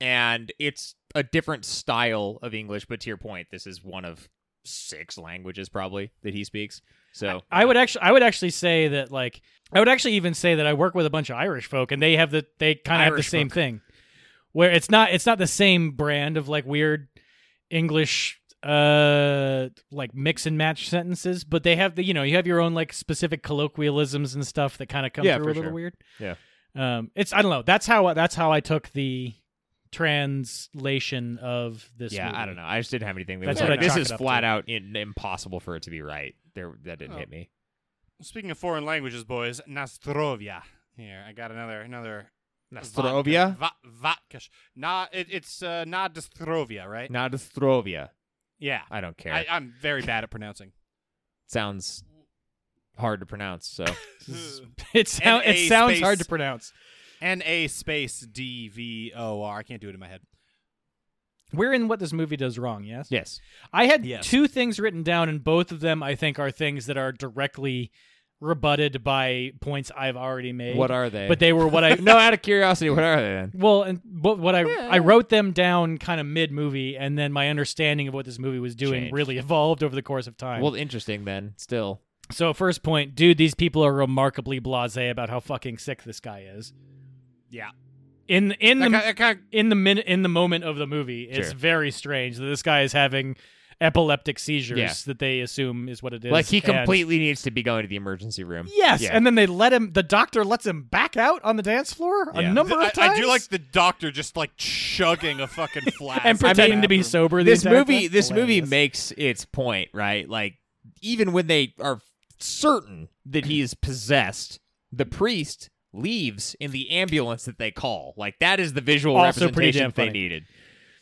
S1: and it's a different style of English, but to your point, this is one of six languages probably that he speaks. So
S3: I would actually, I would actually say that like, I would actually even say that I work with a bunch of Irish folk, and they have the, they kind of have the
S1: Irish
S3: same
S1: folk.
S3: thing, where it's not, it's not the same brand of like weird English, uh, like mix and match sentences, but they have the, you know, you have your own like specific colloquialisms and stuff that kind of come
S1: Yeah,
S3: through
S1: for
S3: a little
S1: sure.
S3: weird.
S1: Yeah.
S3: Um, it's I don't know. That's how that's how I took the translation of this.
S1: yeah, I don't know. I just didn't have anything that
S3: That's
S1: was like
S3: what I
S1: this
S3: chalk
S1: is
S3: it up
S1: flat
S3: to.
S1: out in, impossible for it to be right. There, that didn't
S2: Oh.
S1: hit me.
S2: Speaking of foreign languages, boys, Nostrovia. Here, I got another another
S1: Nostrovia,
S2: Vodka, va- vodka sh- Nah, it, it's uh, Nostrovia, right?
S1: not Nostrovia.
S2: Yeah.
S1: I don't care.
S2: I, I'm very bad
S1: *laughs*
S2: at pronouncing.
S1: Sounds hard to pronounce. *laughs* So
S3: *laughs* It, sound,
S2: NA
S3: it sounds hard
S2: space.
S3: to pronounce.
S2: N A space D V O R. I can't do it in my head.
S3: We're in what this movie does wrong. Yes.
S1: yes,
S3: I had
S2: Yes.
S3: two things written down, and both of them I think are things that are directly rebutted by points I've already made.
S1: what are they?
S3: but they were what I
S1: *laughs* no, out of curiosity, what are they then?
S3: Well, and but what I I wrote them down kind of mid movie, and then my understanding of what this movie was doing
S1: Changed.
S3: really evolved over the course of time.
S1: Well, interesting then. Still,
S3: so first point, dude, these people are remarkably blasé about how fucking sick this guy is.
S2: Yeah.
S3: In in
S2: That
S3: the
S2: ki- that kind
S3: in the minute in the moment of the movie, it's
S1: Sure.
S3: very strange that this guy is having epileptic seizures
S1: Yeah.
S3: that they assume is what it is.
S1: like he
S3: and-
S1: completely needs to be going to the emergency room.
S3: Yes,
S1: Yeah.
S3: and then they let him. The doctor lets him back out on the dance floor
S1: Yeah.
S3: a number of
S2: I,
S3: times.
S2: do like the doctor just like chugging a fucking flask
S3: *laughs* and pretending to be sober. the
S1: this
S3: entire
S1: movie
S3: time.
S1: this movie
S3: Hilarious.
S1: makes its point right like even when they are certain that he is possessed the priest leaves in the ambulance that they call like that is the visual
S3: Also pretty
S1: representation
S3: damn
S1: that they
S3: funny.
S1: needed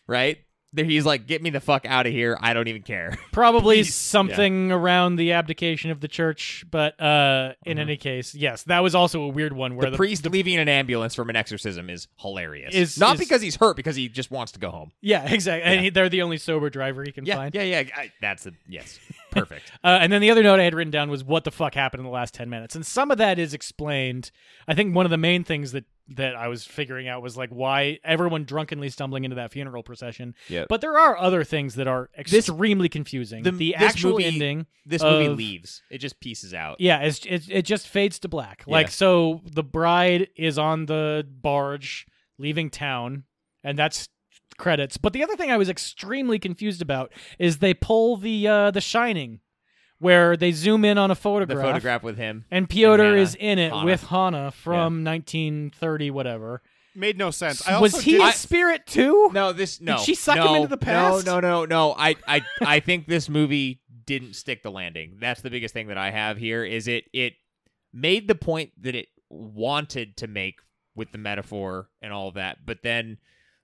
S1: right That he's like get me the fuck out of here i don't even care
S3: probably
S2: Peace.
S3: something around the abdication of the church but uh in any case yes that was also a weird one
S1: Mm-hmm.
S3: where
S1: the,
S3: the,
S1: priest leaving in an ambulance from an exorcism is hilarious
S3: Is-
S1: not
S3: is-
S1: because he's hurt because he just wants to go home
S3: yeah *laughs* exactly
S1: Yeah.
S3: and he, they're the only sober driver he can
S1: yeah
S3: find
S1: yeah yeah I- that's a yes perfect
S3: Uh, and then the other note i had written down was what the fuck happened in the last 10 minutes and some of that is explained i think one of the main things that that i was figuring out was like why everyone drunkenly stumbling into that funeral procession
S1: Yep.
S3: but there are other things that are extremely confusing
S1: the-
S3: the,
S1: this
S3: actual
S1: movie-
S3: ending
S1: this movie
S3: Of-
S1: leaves it just pieces out
S3: Yeah, it's, it it just fades to black. Like
S1: Yeah.
S3: so, the bride is on the barge leaving town, and that's credits. But the other thing I was extremely confused about is they pull the uh, the Shining, where they zoom in on a
S1: the
S3: photograph,
S1: photograph with him
S3: and Piotr
S1: Hannah.
S3: is in it
S1: Hannah.
S3: with Hana from 1930 whatever.
S2: made no sense. I
S3: was
S2: also
S3: he
S2: did-
S3: a
S1: I-
S3: spirit too?
S1: No, this no.
S3: Oh. she suck him
S1: no,
S3: into the past?
S1: No, no, no, no. I, I, I think this movie didn't stick the landing. That's the biggest thing that I have here. Is it? It made the point that it wanted to make with the metaphor and all of that, but then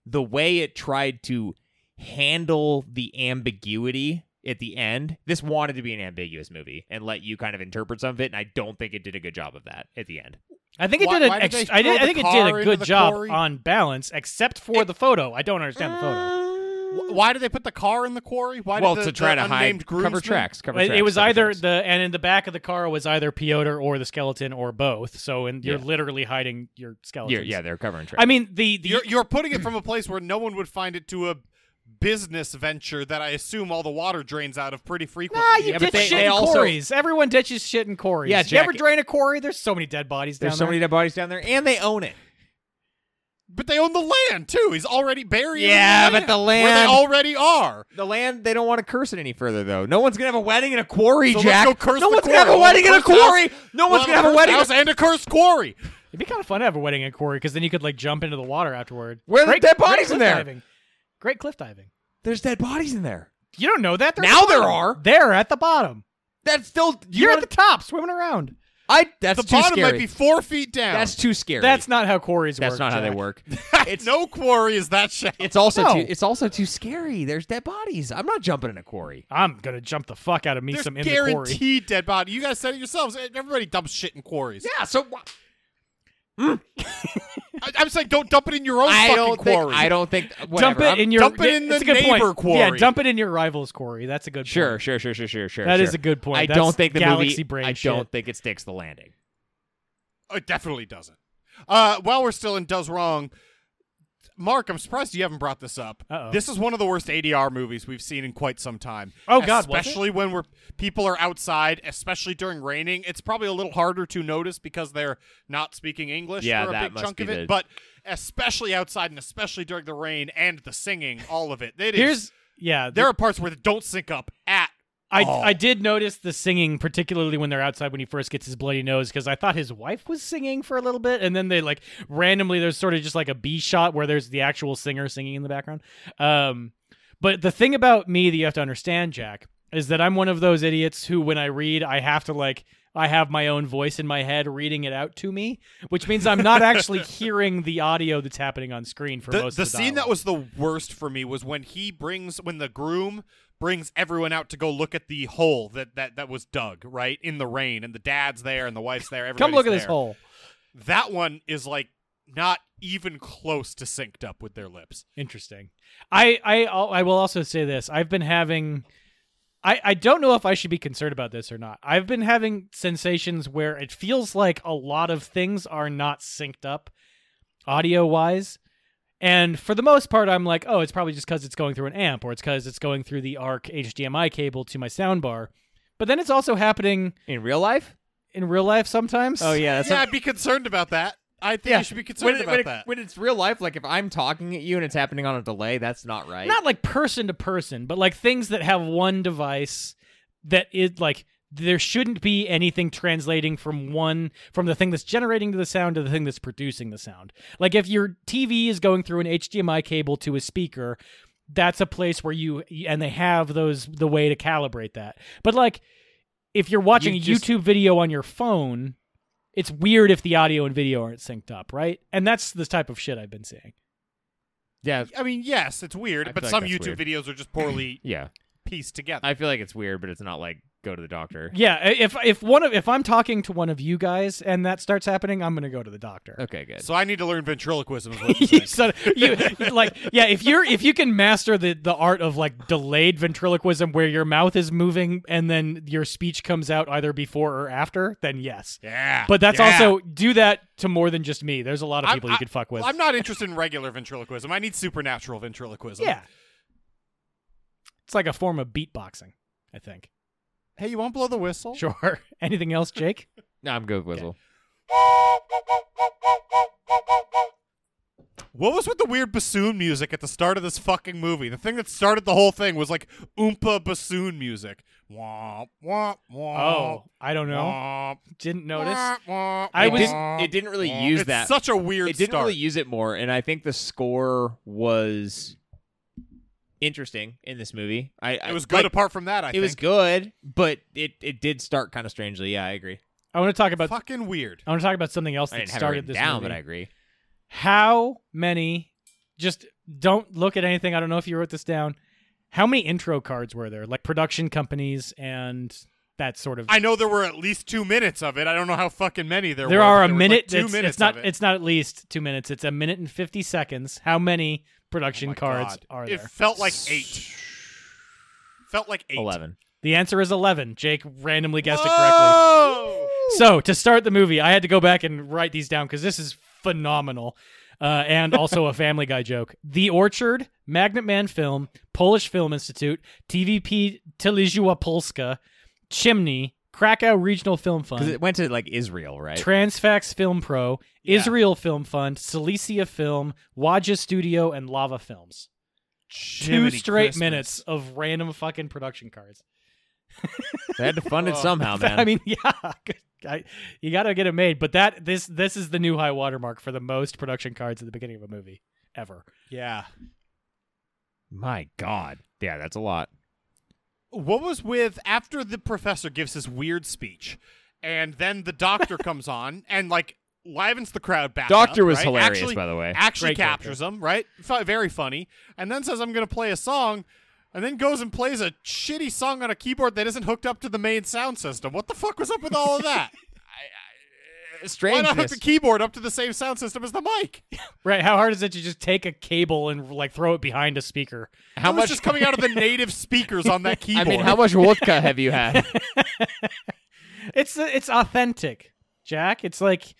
S1: the way it tried to handle the ambiguity at the end, this wanted to be an ambiguous movie and let you kind of interpret some of it, and I don't think it did a good job of that at the end.
S3: I think it
S2: Why-
S3: did.
S2: why
S3: A,
S2: did
S3: ex-
S2: they
S3: I,
S2: throw
S3: did
S2: the
S3: I think it
S2: car
S3: did a
S2: into
S3: good
S2: the
S3: job
S2: quarry?
S3: on balance, except for the photo. I don't understand the photo.
S1: Uh,
S2: Wh- Why did they put the car in the quarry? Why
S1: well,
S2: did the,
S1: to try to
S2: the
S1: hide
S2: unnamed
S1: cover
S2: groomsman-
S1: tracks. Cover
S3: It-
S1: tracks.
S3: it was
S1: cover
S3: either
S1: tracks.
S3: the and in the back of the car was either Piotr or the skeleton or both. So and you're
S1: Yeah.
S3: literally hiding your
S1: Yeah,
S3: skeleton.
S1: yeah, they're covering tracks.
S3: I mean the the
S2: You're, you're putting it from a place where no one would find it to a business venture that I assume all the water drains out of pretty frequently.
S3: Ah, you
S1: Yeah, but
S3: ditch
S1: they-
S3: shit
S1: they
S3: in
S1: also-
S3: quarries. Everyone ditches shit in quarries.
S1: Yeah,
S3: you ever
S1: Jack-
S3: drain a quarry? There's so many dead bodies
S1: There's
S3: down
S1: so
S3: there.
S1: many dead bodies down there, and they own it.
S2: But they own the land too. He's already buried.
S1: Yeah,
S2: in the
S1: but the
S2: where
S1: land-
S2: they already are.
S1: The land, they don't want to curse it any further, though. No one's gonna have a wedding in a quarry,
S2: So let's
S1: Jack.
S2: go curse
S1: no
S2: the
S1: one's gonna have a
S2: quarry.
S1: wedding in a
S2: We'll curse
S1: quarry.
S2: house.
S1: No
S2: We'll
S1: one's gonna
S2: have
S1: have a
S2: cursed
S1: wedding.
S2: house and a cursed quarry.
S3: It'd be kind of fun to have a wedding in a quarry because then you could like jump into the water afterward.
S1: Where are the
S3: Great-
S1: dead
S3: great
S1: bodies in
S3: cliff
S1: there?
S3: diving. Great cliff diving.
S1: There's dead bodies in there.
S3: You don't know that. They're
S1: Now
S3: at the
S1: there
S3: bottom.
S1: are.
S3: They're at the bottom.
S1: That's still you
S3: You're
S1: wanna-
S3: at the top, swimming around.
S1: I. That's
S2: The
S1: too
S2: bottom
S1: scary.
S2: might be four feet down.
S1: that's too scary.
S3: That's not how quarries
S1: that's
S3: work.
S1: not how they
S3: Jack.
S1: work. it's
S2: no quarry is that shallow.
S1: It's also
S3: No.
S1: too. It's also too scary. There's dead bodies. I'm not jumping in a quarry.
S3: I'm gonna jump the fuck out of me
S2: There's
S3: some in the quarry.
S2: guaranteed dead body. You guys said it yourselves. Everybody dumps shit in quarries.
S1: Yeah. So wh-
S2: I, I'm saying don't dump it in your own
S1: I
S2: fucking
S1: don't
S2: quarry.
S1: think. I don't think. Whatever.
S3: dump it
S1: I'm-
S3: in your
S2: dump it in
S3: that's
S2: the
S3: a good
S2: neighbor
S3: point. Yeah,
S2: quarry.
S3: dump it in your rival's quarry. That's a good
S1: Sure.
S3: point.
S1: Sure. Sure. Sure. Sure. Sure.
S3: That
S1: sure.
S3: is a good point.
S1: I
S3: That's
S1: don't think the
S3: galaxy
S1: movie.
S3: brain
S1: I
S3: shit.
S1: don't think it sticks the landing.
S2: It definitely doesn't. Uh, while we're still in Does Wrong, Mark, I'm surprised you haven't brought this up.
S3: Uh-oh.
S2: This is one of the worst ADR movies we've seen in quite some time.
S3: Oh, God, was it?
S2: Especially when we're people are outside, especially during raining. It's probably a little harder to notice because they're not speaking English
S1: Yeah,
S2: for a
S1: that
S2: big
S1: must
S2: chunk
S1: be
S2: of it.
S1: the-
S2: But especially outside and especially during the rain and the singing, all of it. It is-
S3: Here's yeah.
S2: there are parts where they don't sync up at
S3: I,
S2: all.
S3: I did notice the singing, particularly when they're outside when he first gets his bloody nose, because I thought his wife was singing for a little bit, and then they like randomly there's sort of just like a B shot where there's the actual singer singing in the background. Um, but the thing about me that you have to understand, Jack, is that I'm one of those idiots who, when I read, I have to like I have my own voice in my head reading it out to me, which means I'm
S2: *laughs*
S3: not actually hearing the audio that's happening on screen for
S2: the,
S3: most.
S2: the
S3: of the
S2: scene
S3: dialogue.
S2: that was the worst for me was when he brings when the groom brings everyone out to go look at the hole that that, that was dug right in the rain and the dad's there and the wife's there everybody's
S3: come look at
S2: there.
S3: this hole.
S2: that one is like not even close to synced up with their lips
S3: Interesting. I I I'll- I will also say this. I've been having I I don't know if I should be concerned about this or not. I've been having sensations where it feels like a lot of things are not synced up audio wise. And for the most part, I'm like, oh, it's probably just because it's going through an amp or it's because it's going through the ARC HDMI cable to my soundbar. But then it's also happening
S1: in real life.
S3: in real life sometimes.
S1: Oh yeah, that's
S2: yeah i'd be concerned about that i think
S1: Yeah.
S2: you should be concerned
S1: when, it-
S2: about
S1: when it-
S2: that
S1: when it's real life, like if I'm talking at you and it's happening on a delay, that's not right.
S3: not like person to person, but like things that have one device that is like there shouldn't be anything translating from one from the thing that's generating the sound to the thing that's producing the sound. Like if your TV is going through an HDMI cable to a speaker, that's a place where you and they have those the way to calibrate that. But like if you're watching
S1: You
S3: a
S1: just-
S3: YouTube video on your phone, it's weird if the audio and video aren't synced up, right? And that's the type of shit I've been seeing.
S1: yeah,
S2: i mean yes it's weird
S1: I
S2: but
S1: feel like
S2: some
S1: that's
S2: youtube
S1: weird.
S2: videos are just poorly
S1: *clears throat* yeah.
S2: pieced together
S1: I feel like it's weird, but it's not like go to the doctor.
S3: Yeah, i- if if one of if I'm talking to one of you guys and that starts happening, I'm gonna go to the doctor.
S1: Okay, good.
S2: so i need to learn ventriloquism is what you're
S3: *laughs* You
S2: saying.
S3: son- you- like yeah, if you're if you can master the the art of like delayed ventriloquism where your mouth is moving and then your speech comes out either before or after, then yes.
S2: yeah
S3: But that's
S2: yeah.
S3: also do that to more than just me. There's a lot of
S2: I'm-
S3: people
S2: I-
S3: you could fuck with.
S2: Well, I'm not interested in regular ventriloquism. I need supernatural ventriloquism.
S3: yeah. It's like a form of beatboxing, I think.
S2: Hey, you won't blow the whistle?
S3: Sure. *laughs* Anything else, Jake?
S1: No, I'm good with whistle.
S2: What was with the weird bassoon music at the start of this fucking movie? The thing that started the whole thing was like oompa bassoon music. Womp womp womp.
S3: Oh, I don't know.
S2: Womp,
S3: Didn't notice.
S2: womp, womp,
S3: I
S1: It
S3: was-
S1: didn't,
S2: Oh,
S1: it didn't really use
S2: It's
S1: that.
S2: Such a weird
S1: it didn't
S2: start.
S1: really use it more, and I think the score was interesting in this movie. I
S2: it was good apart from that. I
S1: it was good, but it it did start kind of strangely. Yeah, I agree.
S3: I want to talk about
S2: fucking weird.
S3: I want to talk about something else
S1: I
S3: that
S1: didn't have it
S3: started
S1: written
S3: this
S1: down,
S3: movie.
S1: but I agree.
S3: How many? Just don't look at anything. I don't know if you wrote this down. How many intro cards were there? Like production companies and that sort of.
S2: I know there were at least two minutes of it. I don't know how fucking many there,
S3: there
S2: were.
S3: are
S2: but
S3: a
S2: was, like,
S3: minute.
S2: two
S3: it's,
S2: minutes
S3: it's not.
S2: of it.
S3: It's not at least two minutes. It's a minute and fifty seconds. How many
S1: Oh
S3: production
S2: Oh My
S3: cards
S2: God.
S3: are
S2: it
S3: there?
S2: felt like eight. Felt like eight.
S1: Eleven.
S3: The answer is eleven. Jake randomly guessed it correctly.
S2: Whoa!
S3: So to start the movie, I had to go back and write these down because this is phenomenal, uh, and also a Family Guy joke. The Orchard, Magnet Man Film, Polish Film Institute, TVP Telewizja Polska, Chimney, Krakow Regional Film
S1: Because
S3: Fund,
S1: it went to like Israel, right?
S3: Transfax Film Pro,
S2: Yeah.
S3: Israel Film Fund, Cilicia Film, Waja Studio, and Lava Films. Two
S2: Jiminy
S3: straight
S2: Christmas.
S3: minutes of random fucking production cards.
S1: they had to fund
S3: *laughs*
S1: it
S2: Oh.
S1: somehow, man.
S3: I mean, yeah, I, you got to get it made. But that this this is the new high watermark for the most production cards at the beginning of a movie ever.
S2: Yeah.
S1: my God. Yeah, that's a lot.
S2: What was with after the professor gives his weird speech, and then
S1: *laughs*
S2: the doctor comes on and like livens the crowd back.
S1: Doctor
S2: up,
S1: was
S2: right?
S1: hilarious,
S2: Actually,
S1: by the way.
S2: actually
S3: Great
S2: captures him right. F- Very funny, and then says, "I'm gonna play a song." And then goes and plays a shitty song on a keyboard that isn't hooked up to the main sound system. What the fuck was up with all
S1: *laughs*
S2: of that? Why
S1: uh, Strangeness.
S2: not hook the keyboard up to the same sound system as the mic?
S3: Right? How hard is it to just take a cable and like throw it behind a speaker?
S1: How
S2: It was
S1: much?
S2: just coming out of the native speakers on
S3: *laughs*
S2: that
S1: I
S2: keyboard?
S1: mean, how much vodka have
S2: *laughs*
S1: you had?
S3: It's it's authentic, Jack. It's like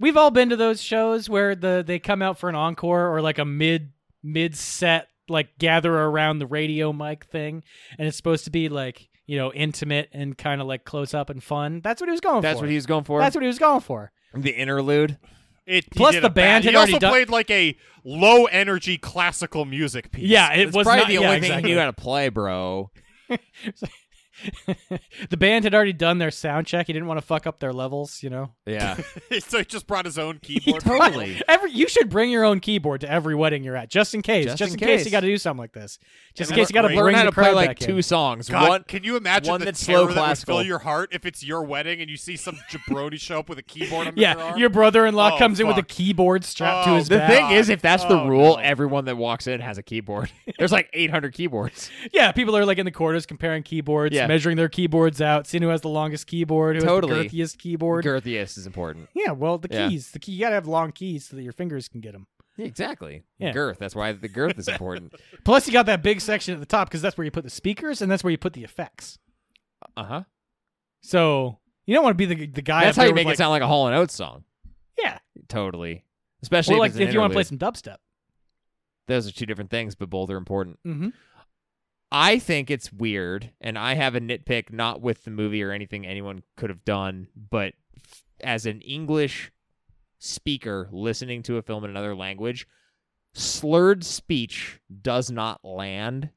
S3: we've all been to those shows where the they come out for an encore or like a mid mid set like gather around the radio mic thing, and it's supposed to be like you know intimate and kind of like close up and fun. That's what he was going
S1: That's
S3: for.
S1: what he was going for.
S3: That's what he was going for.
S1: the interlude.
S2: It, he
S3: Plus
S2: did
S3: the
S2: a bad-
S3: band had
S2: he also
S3: already done-
S2: played like a low energy classical music piece.
S3: Yeah, it
S1: It's
S3: was
S1: probably
S3: not
S1: the
S3: yeah,
S1: only thing
S3: exactly.
S1: he knew how to play, bro.
S3: the band had already done their sound check. He didn't want to fuck up their levels, you know.
S2: *laughs*
S1: Yeah.
S2: so *laughs* he just brought his own keyboard.
S3: *laughs*
S1: totally.
S3: Every you should bring your own keyboard to every wedding you're at, just in case. Just, in, case. you got to do something like this. Just in
S2: And
S3: case you got to
S2: learn
S1: Learn
S3: bring
S1: how
S3: the
S1: to play
S3: crowd
S1: like
S3: back
S1: two
S3: in.
S1: songs.
S2: God,
S1: One,
S2: can you imagine
S1: one
S2: the
S1: that's
S2: terror
S1: slow
S2: that would
S1: classical.
S2: fill your heart if it's your wedding and you see some jabroni show up with a keyboard under their
S3: Yeah,
S2: arm?
S3: your brother-in-law
S2: Oh,
S3: comes in with a
S2: fuck.
S3: keyboard strapped to
S2: Oh,
S3: his
S1: the
S3: back.
S1: thing is, if that's the
S2: Oh,
S1: rule,
S2: no.
S1: everyone that walks in has a keyboard. *laughs* There's like 800 keyboards.
S3: Yeah, people are like in the quarters comparing keyboards,
S1: Yeah.
S3: measuring their keyboards out, seeing who has the longest keyboard, who
S1: Totally.
S3: has the girthiest keyboard.
S1: Girthiest is important.
S3: yeah, well, the
S1: Yeah.
S3: keys, the key, you gotta have long keys so that your fingers can get them.
S1: Yeah, exactly.
S3: Yeah.
S1: Girth. That's why the girth is
S3: *laughs*
S1: important.
S3: Plus, you got that big section at the top because that's where you put the speakers and that's where you put the effects.
S1: uh huh.
S3: So you don't want to be the the guy.
S1: That's
S3: up
S1: how you
S3: there
S1: make
S3: with,
S1: it sound like a Hall and Oats song.
S3: like,
S1: Totally.
S3: Yeah,
S1: Especially
S3: or like
S1: if,
S3: if you
S1: want
S3: want to play some dubstep.
S1: Those are two different things, but both are important.
S3: Mm-hmm.
S1: I think it's weird, and I have a nitpick not with the movie or anything anyone could have done, but f- as an English speaker listening to a film in another language, slurred speech does not land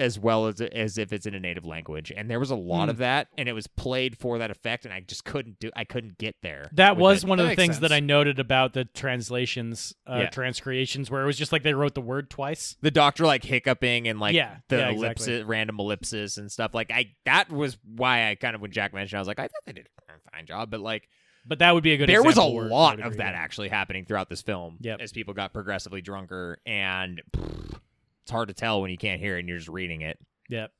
S1: as well as as if it's in a native language. And there was a lot
S3: Hmm.
S1: of that, and it was played for that effect, and I just couldn't do. I couldn't get there.
S3: That
S1: with
S3: was
S1: it.
S3: one
S2: That
S3: of the
S2: makes
S3: things that
S2: sense.
S3: I noted about the translations, uh,
S1: Yeah.
S3: transcreations, where it was just like they wrote the word twice.
S1: the doctor like hiccuping and like
S3: Yeah,
S1: the
S3: yeah,
S1: ellipsis,
S3: exactly.
S1: random ellipsis and stuff. Like I, that was why I kind of when Jack mentioned, I was like, I thought they did a fine job, but like
S3: But that would be a good.
S1: there was a
S3: example where- I
S1: lot
S3: would
S1: of
S3: agree,
S1: that
S3: yeah.
S1: actually happening throughout this film
S3: Yep.
S1: as people got progressively drunker, and pfft, it's hard to tell when you can't hear it and you're just reading it.
S3: Yep.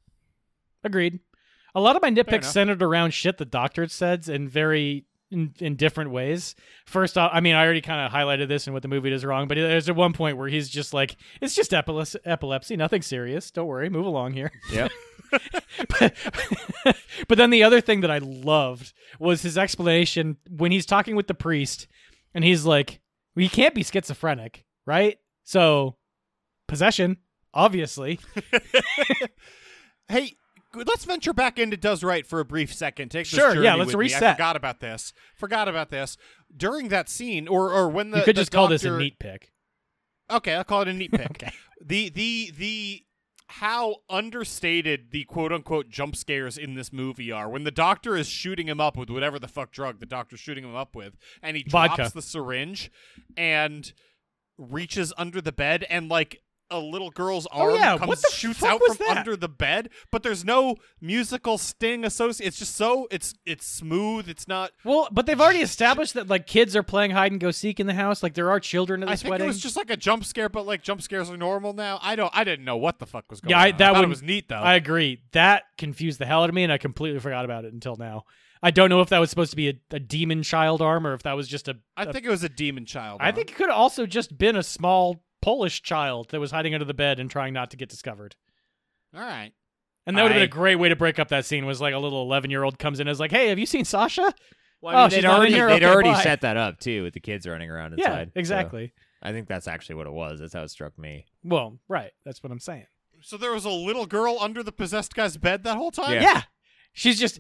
S3: Agreed. A lot of my nitpicks
S2: enough.
S3: centered around shit the doctor had said in very in, in different ways. First off, I mean, I already kind of highlighted this and what the movie does wrong, but there's at one point where he's just like, "It's just epilepsy, epilepsy, nothing serious. Don't worry, move along
S2: *laughs*
S3: here."
S1: Yep.
S3: *laughs* but, but then the other thing that I loved was his explanation when he's talking with the priest, and he's like, "We can't be schizophrenic, right?" So, possession, obviously.
S2: Hey, g- let's venture back into Does Right for a brief second. Take
S3: Sure,
S2: this journey
S3: yeah, let's
S2: with Me. I
S3: reset.
S2: forgot about this. Forgot about this. During that scene, or or when the
S3: you could
S2: the
S3: just call this a
S2: doctor-
S3: neat pick.
S2: Okay, I'll call it a neat pick.
S3: *laughs* Okay.
S2: The the the how understated the quote unquote jump scares in this movie are when the doctor is shooting him up with whatever the fuck drug the doctor's shooting him up with, and he
S3: Vodka.
S2: drops the syringe and reaches under the bed and like a little girl's arm
S3: Oh, yeah,
S2: comes
S3: what the
S2: shoots
S3: fuck
S2: out
S3: was
S2: from
S3: that?
S2: under the bed, but there's no musical sting associated. It's just so it's it's smooth. It's not.
S3: Well, but they've already established that like kids are playing hide and go seek in the house. Like there are children at
S2: I
S3: this
S2: think
S3: wedding.
S2: it was just like a jump scare, but like jump scares are normal now. I don't. I didn't know what the fuck was going
S3: Yeah, I-
S2: on.
S3: that
S2: I thought it
S3: wouldn't-
S2: was neat though.
S3: I agree. That confused the hell out of me, and I completely forgot about it until now. I don't know if that was supposed to be a, a demon child arm or if that was just a.
S2: I
S3: a-
S2: think it was a demon child.
S3: I
S2: arm.
S3: think it could have also just been a small Polish child that was hiding under the bed and trying not to get discovered.
S2: All right.
S3: And that would have
S1: I-
S3: been a great way to break up that scene. Was like a little eleven-year-old comes in and is like, "Hey, have you seen Sasha?"
S1: Well,
S3: I mean, Oh, they'd she's
S1: they'd
S3: not in
S1: already,
S3: already- here? they'd Okay, already bye.
S1: set
S3: set
S1: that up too with the kids running around
S3: Yeah,
S1: inside.
S3: exactly.
S1: I think that's actually what it was. That's how it struck me.
S3: Well, right. That's what I'm saying.
S2: So there was a little girl under the possessed guy's bed that whole time.
S1: Yeah.
S3: Yeah. She's just,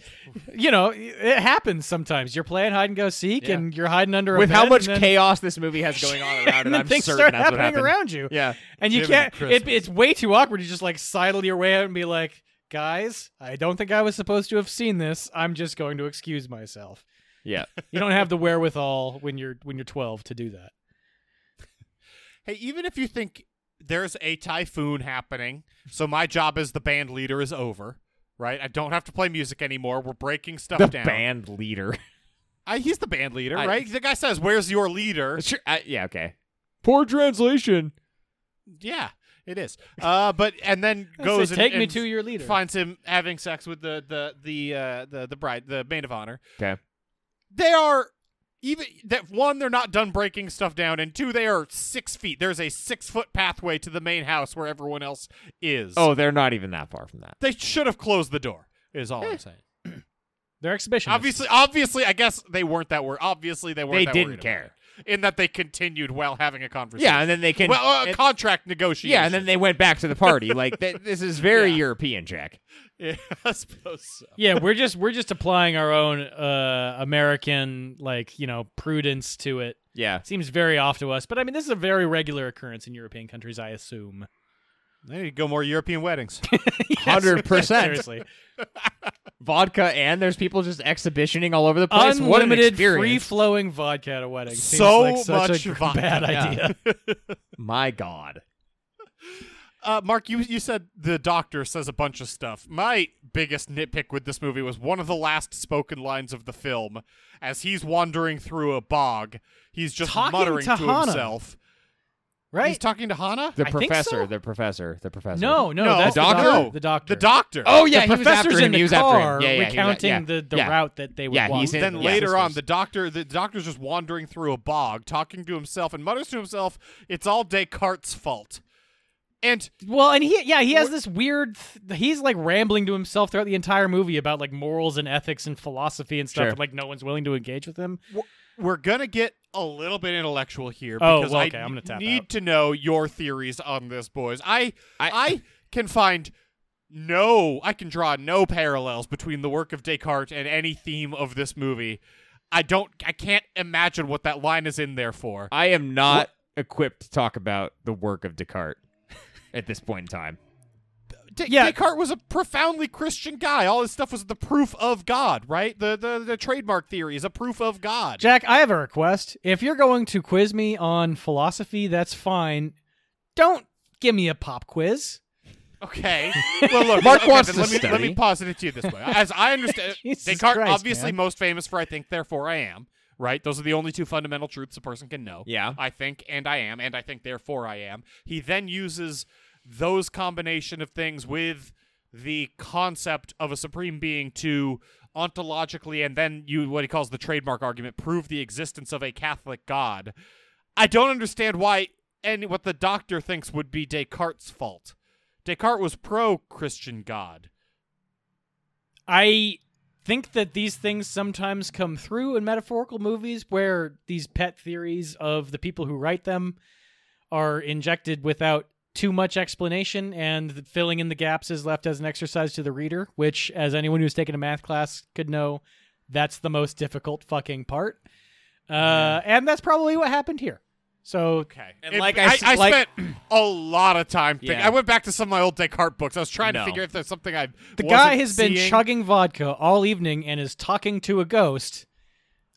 S3: you know, it happens sometimes. You're playing hide and go seek,
S1: Yeah.
S3: and you're hiding under a
S1: With how
S3: bed,
S1: much
S3: and then,
S1: chaos this movie has going on around it,
S3: *laughs* and then
S1: I'm
S3: things
S1: certain
S3: start
S1: that's what happened.
S3: happening around you, *laughs*
S1: Yeah,
S3: and you
S2: Giving
S3: can't.
S2: it
S3: It,
S2: Christmas.
S3: it's way too awkward. You just like sidle your way out and be like, "Guys, I don't think I was supposed to have seen this. I'm just going to excuse myself."
S1: yeah.
S3: You don't have the wherewithal when you're when you're 12 to do that.
S2: Hey, even if you think there's a typhoon happening, so my job as the band leader is over. Right. I don't have to play music anymore. We're breaking stuff
S1: The
S2: down.
S1: band leader.
S2: I, he's the band leader,
S1: I-
S2: right? The guy says, "Where's your leader?"
S1: Sure. I, yeah. Okay. Poor translation.
S2: Yeah, it is. Uh, but and then
S3: *laughs* I
S2: goes
S3: say,
S2: and,
S3: take me
S2: and
S3: to your leader.
S2: finds him having sex with the the the uh, the the bride, the maid of honor.
S1: Okay.
S2: they are even that one they're not done breaking stuff down and two they are six feet there's a six foot pathway to the main house where everyone else is
S1: Oh, they're not even that far from that.
S2: they should have closed the door is
S1: Eh.
S2: all i'm saying
S3: Their exhibition.
S2: obviously obviously i guess they weren't that worried obviously they weren't
S1: They
S2: that
S1: didn't
S2: worried
S1: care.
S2: about it, in that they continued while having a conversation
S1: Yeah, and then they can.
S2: well uh,
S1: and-
S2: contract negotiation
S1: yeah, and then they went back to the party. like th- this is very European, Jack.
S2: *laughs* yeah, i suppose so
S3: yeah, we're just we're just applying our own uh American like, you know, prudence to it. *laughs*
S1: Yeah.
S3: Seems very off to us, but I mean, this is a very regular occurrence in European countries, I assume.
S2: they need to go more european weddings
S1: *laughs* Hundred percent.
S3: Seriously.
S1: vodka and there's people just exhibitioning all over the place. what an
S3: Unlimited,
S1: experience.
S3: free flowing vodka at a wedding. Seems
S2: So
S3: like such
S2: much
S3: a
S2: vodka,
S3: *laughs* bad
S2: yeah.
S1: *laughs*
S3: idea.
S1: My God.
S2: Uh, Mark, you you said the doctor says a bunch of stuff. My biggest nitpick with this movie was one of the last spoken lines of the film, as he's wandering through a bog. He's just
S3: Talking
S2: muttering to,
S3: to Hannah,
S2: himself. He's
S3: Right?
S2: talking to Hana.
S1: The
S3: I think
S1: professor,
S3: so.
S1: the professor, the professor.
S3: No, no,
S2: No,
S3: that's
S1: the doctor?
S2: No,
S3: the doctor.
S2: The doctor.
S1: Oh yeah,
S3: the
S1: he was after
S3: professor's
S1: him.
S3: in the
S1: he was
S3: car
S1: after him. Yeah, yeah, he was a-
S3: recounting
S1: yeah,
S3: the, the
S1: yeah.
S3: route that they would
S1: Yeah,
S3: walk.
S1: he's in-
S2: then
S1: yeah.
S2: later on,
S1: Sisters.
S2: the doctor the doctor's just wandering through a bog, talking to himself, and mutters to himself, "It's all Descartes' fault." And
S3: well, and he yeah he has this weird. Th- he's like rambling to himself throughout the entire movie about like morals and ethics and philosophy and stuff,
S1: Sure.
S3: and like no one's willing to engage with him.
S2: we're gonna get a little bit intellectual here
S3: Oh,
S2: because
S3: well,
S2: I
S3: okay, I'm gonna tap
S2: need
S3: out.
S2: to know your theories on this, boys. I
S1: I-
S2: I, can find no, I can draw no parallels between the work of Descartes and any theme of this movie. I don't, I can't imagine what that line is in there for. Uh,
S1: I am not equipped to talk about the work of Descartes *laughs* at this point in time.
S2: De-
S3: yeah.
S2: Descartes was a profoundly Christian guy. All his stuff was the proof of God, right? The the, the trademark theory is a proof of God.
S3: Jack, I have a request. If you're going to quiz me on philosophy, that's fine. Don't give me a pop quiz.
S1: *laughs*
S2: Okay. Well, look,
S1: Mark
S2: okay,
S1: wants
S2: then
S1: to
S2: let me, Let
S1: study.
S2: me posit it to you this way. As
S1: *laughs*
S2: I understand,
S3: Jesus
S2: Descartes,
S3: Christ,
S2: obviously
S3: man.
S2: most famous for I think, therefore I am, right? Those are the only two fundamental truths a person can know.
S1: Yeah.
S2: I think and I am, and I think, therefore I am. He then uses those combination of things with the concept of a supreme being to ontologically and then you what he calls the trademark argument prove the existence of a catholic god i don't understand why and what the doctor thinks would be descartes fault Descartes was pro Christian God.
S3: I think that these things sometimes come through in metaphorical movies where these pet theories of the people who write them are injected without too much explanation and the filling in the gaps is left as an exercise to the reader, which as anyone who's taken a math class could know, that's the most difficult fucking part. Uh, and that's probably what happened here. So
S2: Okay.
S1: And like I s-
S2: I,
S1: like-
S2: spent a lot of time thinking.
S1: Yeah.
S2: I went back to some of my old Descartes books. I was trying
S1: No.
S2: to figure if there's something I.
S3: the guy has been chugging vodka all evening and is talking to a ghost.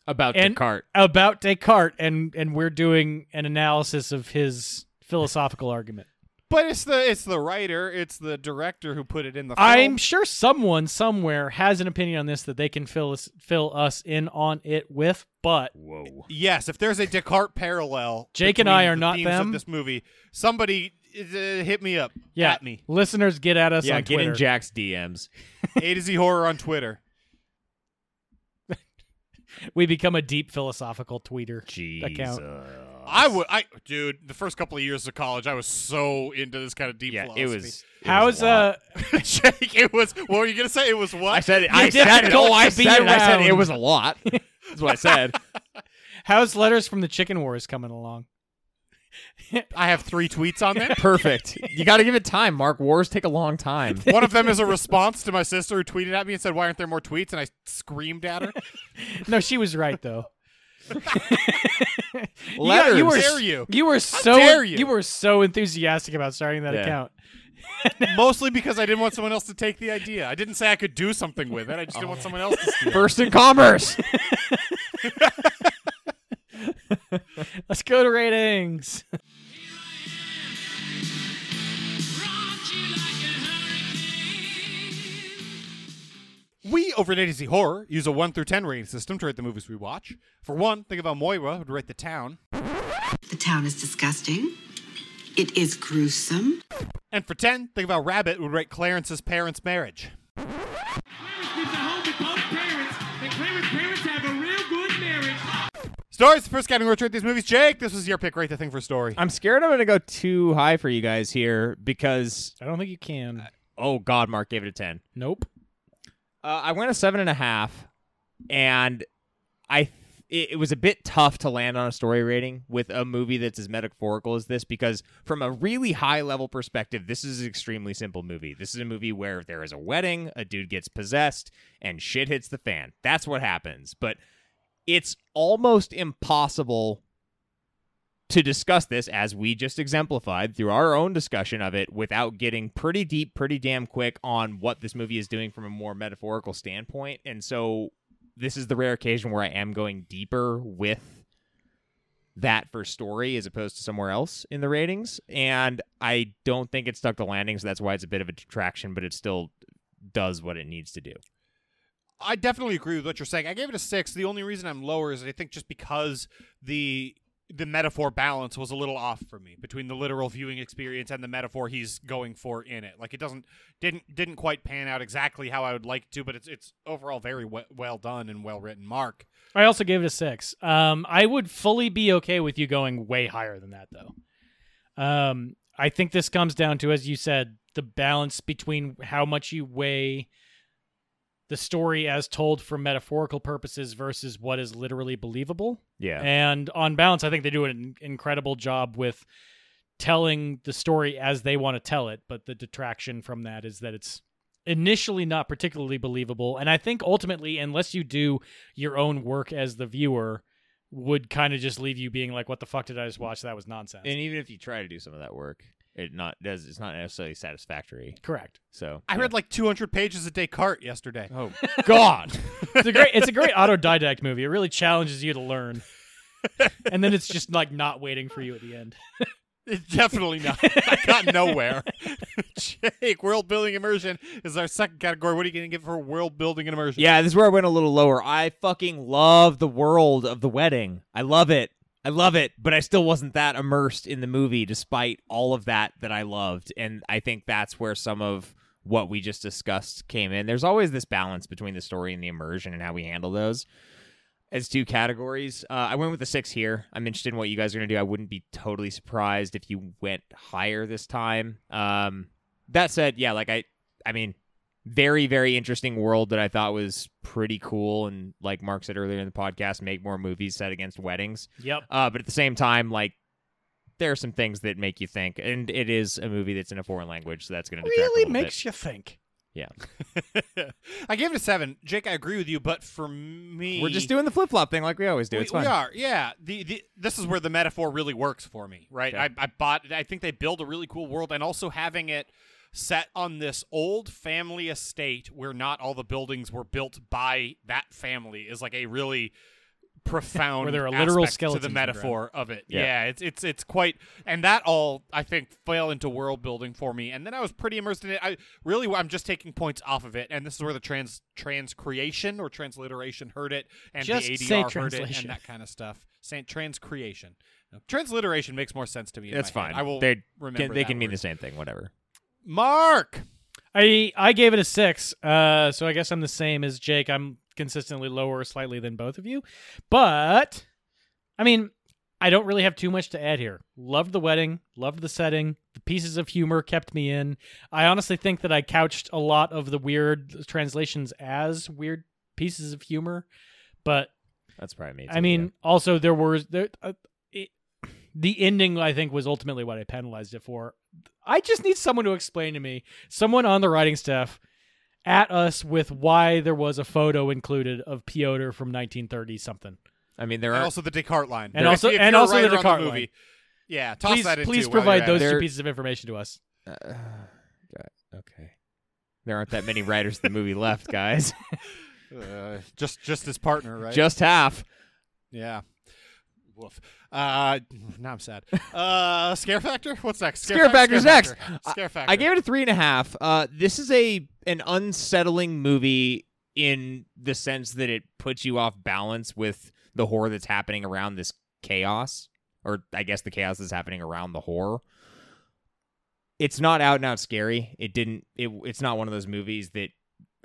S1: About
S3: And-
S1: Descartes.
S3: about Descartes and and we're doing an analysis of his philosophical argument.
S2: But it's the it's the writer, it's the director who put it in the. Film.
S3: I'm sure someone somewhere has an opinion on this that they can fill us, fill us in on it with, but
S1: Whoa.
S2: Yes, if there's a Descartes parallel,
S3: Jake and I
S2: between
S3: are
S2: the
S3: not
S2: themes of
S3: them.
S2: This movie, somebody uh, hit me up.
S3: yeah,
S2: at me.
S3: listeners get at us
S1: Yeah,
S3: on
S1: get in
S3: Twitter.
S1: Jack's DMs.
S2: A to Z horror on Twitter.
S3: we become a deep philosophical tweeter.
S1: Jesus.
S2: I would, I dude, the first couple of years of college, I was so into this kind of deep.
S1: Yeah, it
S2: philosophy.
S1: was. it was
S3: How's
S1: a lot.
S2: *laughs*
S3: uh
S2: Jake, it was. What were you gonna say? It was what?
S1: I said it.
S3: You're
S1: I said it.
S3: difficult
S1: Oh, I
S3: to be
S1: said it. I said it. it
S3: around.
S1: was a
S3: *laughs*
S1: lot. That's what I *laughs* said.
S3: how's letters from the chicken wars coming along?
S2: I have three tweets on
S3: *laughs*
S2: that.
S1: Perfect. You got to give it time, Mark. Wars take a long
S3: *laughs*
S1: time.
S2: One of them is a response to my sister who tweeted at me and said, "Why aren't there more tweets?" And I screamed at her.
S3: No, she was right though.
S1: Letters.
S3: Yeah, you were
S2: dare you.
S3: You were so
S2: dare you.
S3: were so enthusiastic about starting that
S1: Yeah.
S3: account.
S2: Mostly because I didn't want someone else to take the idea. I didn't say I could do something with it. I just didn't want someone else to steal. it.
S1: first in commerce.
S3: Let's go to ratings. *laughs*
S4: rocked you like a hurricane.
S2: *laughs* We over at A to Z Horror use a one through ten rating system to rate the movies we watch. For one, think about Moira who'd rate the town,
S5: The town is disgusting. It is gruesome.
S2: and for ten, think about Rabbit who'd rate Clarence's parents' marriage.
S6: Clarence lives at home with both parents, and Clarence's parents have a real good marriage.
S2: Stories, the first category to rate these movies. Jake, this was your pick. Rate the thing for story.
S1: *laughs* I'm scared I'm going to go too high for you guys here because
S3: I don't think you can.
S1: oh god, Mark gave it a ten.
S3: nope.
S1: Uh, I went a seven and a half, and I it, it was a bit tough to land on a story rating with a movie that's as metaphorical as this because from a really high level perspective, this is an extremely simple movie. This is a movie where there is a wedding, a dude gets possessed, and shit hits the fan. That's what happens. But it's almost impossible to discuss this as we just exemplified through our own discussion of it without getting pretty deep pretty damn quick on what this movie is doing from a more metaphorical standpoint and so this is the rare occasion where i am going deeper with that for story as opposed to somewhere else in the ratings and i don't think it stuck the landing so that's why it's a bit of a detraction but it still does what it needs to do
S2: I definitely agree with what you're saying. I gave it a six. The only reason I'm lower is I think just because the the metaphor balance was a little off for me between the literal viewing experience and the metaphor he's going for in it. Like it doesn't didn't didn't quite pan out exactly how I would like to, but it's it's overall very we- well done and well written. Mark,
S3: I also gave it a six. Um, I would fully be okay with you going way higher than that, though. Um, I think this comes down to, as you said, the balance between how much you weigh the story as told for metaphorical purposes versus what is literally believable.
S1: yeah
S3: And on balance, I think they do an incredible job with telling the story as they want to tell it. But the detraction from that is that it's initially not particularly believable. And I think ultimately, unless you do your own work as the viewer, would kind of just leave you being like, what the fuck did I just watch? That was nonsense.
S1: and even if you try to do some of that work it not does it's not necessarily satisfactory
S3: Correct.
S1: so
S2: I read like 200 pages of Descartes yesterday.
S1: oh god
S3: It's a great it's a great autodidact movie. It really challenges you to learn. and then it's just like not waiting for you at the end.
S2: *laughs* It's definitely not. I got nowhere. *laughs* Jake, world building immersion is our second category. What are you going to give for world building and immersion?
S1: Yeah, this is where I went a little lower. I fucking love the world of the wedding. I love it. I love it, but I still wasn't that immersed in the movie despite all of that that I loved. And I think that's where some of what we just discussed came in. There's always this balance between the story and the immersion and how we handle those as two categories. Uh, I went with the six here. I'm interested in what you guys are going to do. I wouldn't be totally surprised if you went higher this time. Um, that said, yeah, like I, I mean, very very interesting world that I thought was pretty cool. And like Mark said earlier in the podcast, make more movies set against weddings.
S3: Yep.
S1: Uh, but at the same time, like. There are some things that make you think, and it is a movie that's in a foreign language, so that's going to
S3: Really makes you think.
S2: *laughs* I gave it a seven. Jake, I agree with you, but for me,
S1: We're just doing the flip flop thing like we always do.
S2: We,
S1: it's fine.
S2: we are, yeah. The, the this is where the metaphor really works for me, right?
S1: Okay.
S2: I, I bought. I think they build a really cool world, and also having it set on this old family estate where not all the buildings were built by that family is like a really profound
S3: *laughs* Where there are
S2: aspect
S3: literal
S2: to
S3: skeletons
S2: the
S3: in the ground.
S2: metaphor of it.
S1: Yeah.
S2: Yeah. it's it's it's quite, and that all I think fell into world building for me. And then I was pretty immersed in it. I really I'm just taking points off of it, and this is where the trans transcreation or transliteration hurt it, and
S3: Just
S2: the ADR
S3: say
S2: hurt it, and
S3: translation.
S2: that kind of stuff. Say transcreation. No, Transliteration makes more sense to me. in
S1: That's
S2: my
S1: fine.
S2: head. I will.
S1: They
S2: remember
S1: can, they
S2: that
S1: can mean
S2: word.
S1: the same thing. Whatever.
S2: Mark.
S3: I I gave it a six. Uh, so I guess I'm the same as Jake. I'm consistently lower slightly than both of you, but I mean, I don't really have too much to add here. Loved the wedding. Loved the setting. The pieces of humor kept me in. I honestly think that I couched a lot of the weird translations as weird pieces of humor, but
S1: That's probably me.
S3: I mean, also there were there, uh, it, the ending. I think was ultimately what I penalized it for. I just need someone to explain to me, someone on the writing staff, at us with why there was a photo included of Piotr from 1930 something.
S1: I mean, there
S2: And
S1: are
S2: also the Descartes line.
S3: And
S2: There-
S3: also-
S2: if
S3: and
S2: you're a
S3: also the
S2: writer on
S3: Descartes
S2: movie,
S3: line.
S2: Yeah, toss
S3: Please,
S2: that in
S3: please
S2: too while you're
S3: provide
S2: at
S3: those
S2: it.
S3: two
S1: There-
S3: pieces of information to us.
S1: Uh, *sighs* God, okay. There aren't that many writers of the movie left, guys.
S2: Uh, just just his partner, *laughs* right?
S1: Just half.
S2: yeah. Woof. Uh, now I'm
S3: *laughs*
S2: sad. Uh, scare factor. What's next?
S1: Scare
S2: factor,
S1: factor's next.
S2: factor. Scare factor.
S1: I gave it a three and a half. Uh, this is a an unsettling movie in the sense that it puts you off balance with the horror that's happening around this chaos, or I guess the chaos that's happening around the horror. It's not out and out scary. It didn't. It, it's not one of those movies that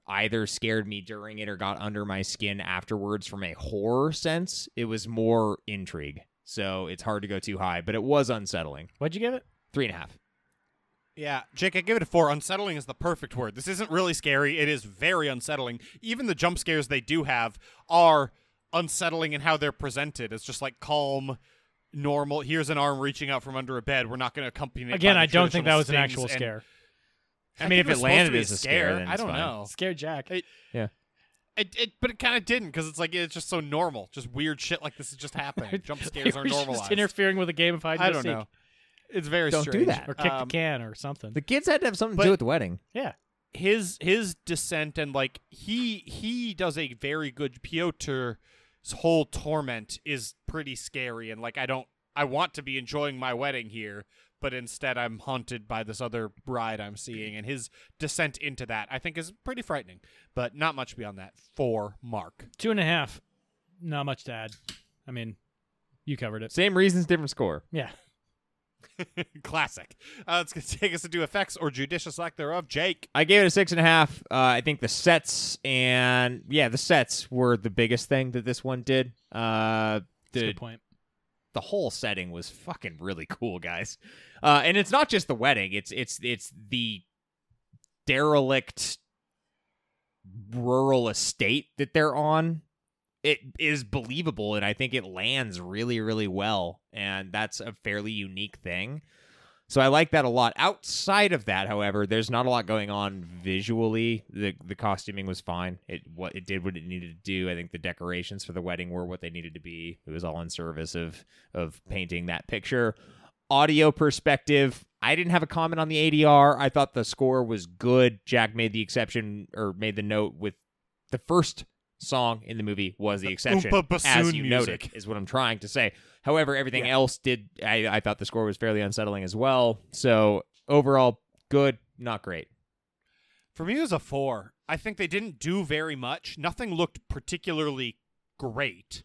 S1: either scared me during it or got under my skin afterwards from a horror sense. It was more intrigue. So it's hard to go too high, but it was unsettling.
S3: What'd you give it?
S1: Three and a half.
S2: Yeah, Jake, I give it a four. Unsettling is the perfect word. This isn't really scary. It is very unsettling. Even the jump scares they do have are unsettling in how they're presented. It's just like calm, normal. Here's an arm reaching out from under a bed. We're not going to accompany it.
S3: Again,
S2: by the
S3: I don't think that
S2: traditional
S3: was an
S2: stings
S3: actual
S2: and-
S3: scare.
S1: I mean,
S2: think
S1: if it
S2: was supposed to
S1: landed
S2: be
S1: as a scare, then
S2: I
S1: it's
S2: don't *laughs*
S3: *laughs*
S1: fine.
S2: know.
S3: Scare Jack.
S2: Hey, It, it, but it kind of didn't because it's like it's just so normal. Just weird shit like this is just
S3: *laughs*
S2: happening. Jump
S3: It
S2: scares are
S3: was
S2: normalized.
S3: just interfering with a game of hide and
S2: I
S3: go
S2: don't
S3: seek.
S2: know. It's very
S1: Don't do
S2: strange.
S1: that.
S3: or kick
S2: Um,
S3: the can or something.
S1: The kids had to have something
S2: But-
S1: to do with the wedding.
S3: yeah,
S2: his his descent and like he he does a very good Piotr's whole torment is pretty scary and like I don't I want to be enjoying my wedding here but instead I'm haunted by this other bride I'm seeing and his descent into that I think is pretty frightening but not much beyond that for Mark
S3: two and a half. Not much to add. I mean, you covered it.
S1: Same reasons, different score.
S3: Yeah.
S2: *laughs* classic uh, it's gonna *laughs* take us to do effects or judicious lack thereof Jake
S1: I gave it a six and a half. Uh, I think the sets and yeah, the sets were the biggest thing that this one did. Uh,
S3: That's a
S1: the
S3: good point.
S1: the whole setting was fucking really cool, guys. Uh, and it's not just the wedding; it's it's it's the derelict rural estate that they're on. It is believable, and I think it lands really, really well. And that's a fairly unique thing. So I like that a lot. Outside of that, however, there's not a lot going on visually. the The costuming was fine. It what it did what it needed to do. I think the decorations for the wedding were what they needed to be. It was all in service of of painting that picture. Audio perspective, I didn't have a comment on the ADR. I thought the score was good. Jack made the exception or made the note with the first song in the movie was
S3: Uh,
S1: the exception,
S2: oompa bassoon
S1: as you
S2: music.
S1: noted, is what I'm trying to say. However, everything else did. I, I thought the score was fairly unsettling as well. So overall, good, not great.
S2: For me, it was a four. I think they didn't do very much. Nothing looked particularly great.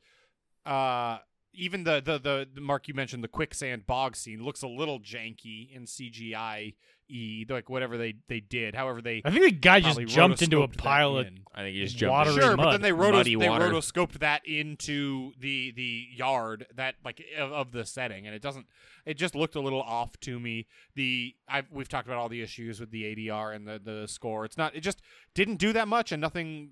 S2: Uh, even the, the the the Mark you mentioned the quicksand bog scene looks a little janky in CGI e like whatever they they did. However, they
S3: I think the guy just
S2: probably
S3: jumped into a
S2: rotoscoped that
S3: pile of.
S2: in.
S1: I think you
S3: just
S1: just
S3: jumped
S1: jumped.
S3: Water in.
S2: Sure, but
S3: mud.
S2: then they rotos-
S1: Muddy
S2: they
S1: water.
S2: rotoscoped that into the the yard that like of, of the setting, and it doesn't. It just looked a little off to me. The I've, we've talked about all the issues with the ADR and the the score. It's not. It just didn't do that much, and nothing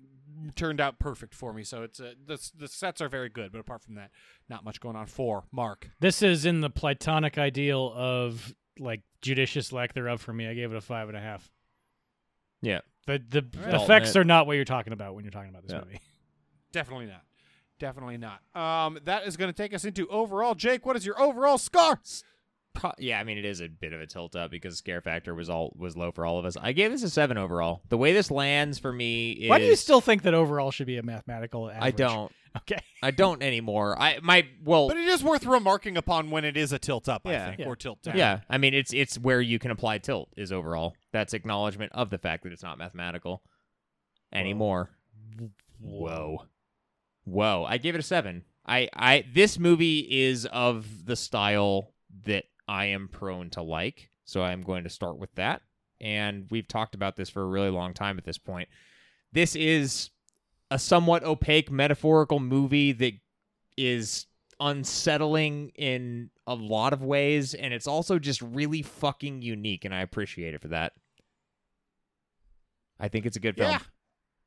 S2: turned out perfect for me. So it's a, the s- the sets are very good, but apart from that, not much going on. For Mark,
S3: This is in the platonic ideal of like judicious lack thereof for me. I gave it a five and a half.
S1: Yeah.
S3: The the
S1: Alright.
S3: effects are not what you're talking about when you're talking about this
S1: Yeah.
S3: movie.
S2: definitely not. Definitely not. Um, that is going to take us into overall. Jake, what is your overall score?
S1: Pro- yeah, I mean it is a bit of a tilt up because scare factor was all was low for all of us. I gave this a seven overall. The way this lands for me is
S3: Why do you still think that overall should be a mathematical average?
S1: I don't.
S3: Okay.
S1: I don't anymore. I my well
S2: But it is worth remarking upon when it is a tilt up, I
S1: Yeah.
S2: think,
S3: Yeah.
S2: or tilt down.
S1: yeah. I mean it's it's where you can apply tilt is overall. That's acknowledgement of the fact that it's not mathematical anymore. Whoa. Whoa. I gave it a seven. I, I this movie is of the style that I am prone to like. So I'm going to start with that. And we've talked about this for a really long time at this point. This is a somewhat opaque metaphorical movie that is unsettling in a lot of ways, and it's also just really fucking unique, and I appreciate it for that. I think it's a good film.
S2: Yeah.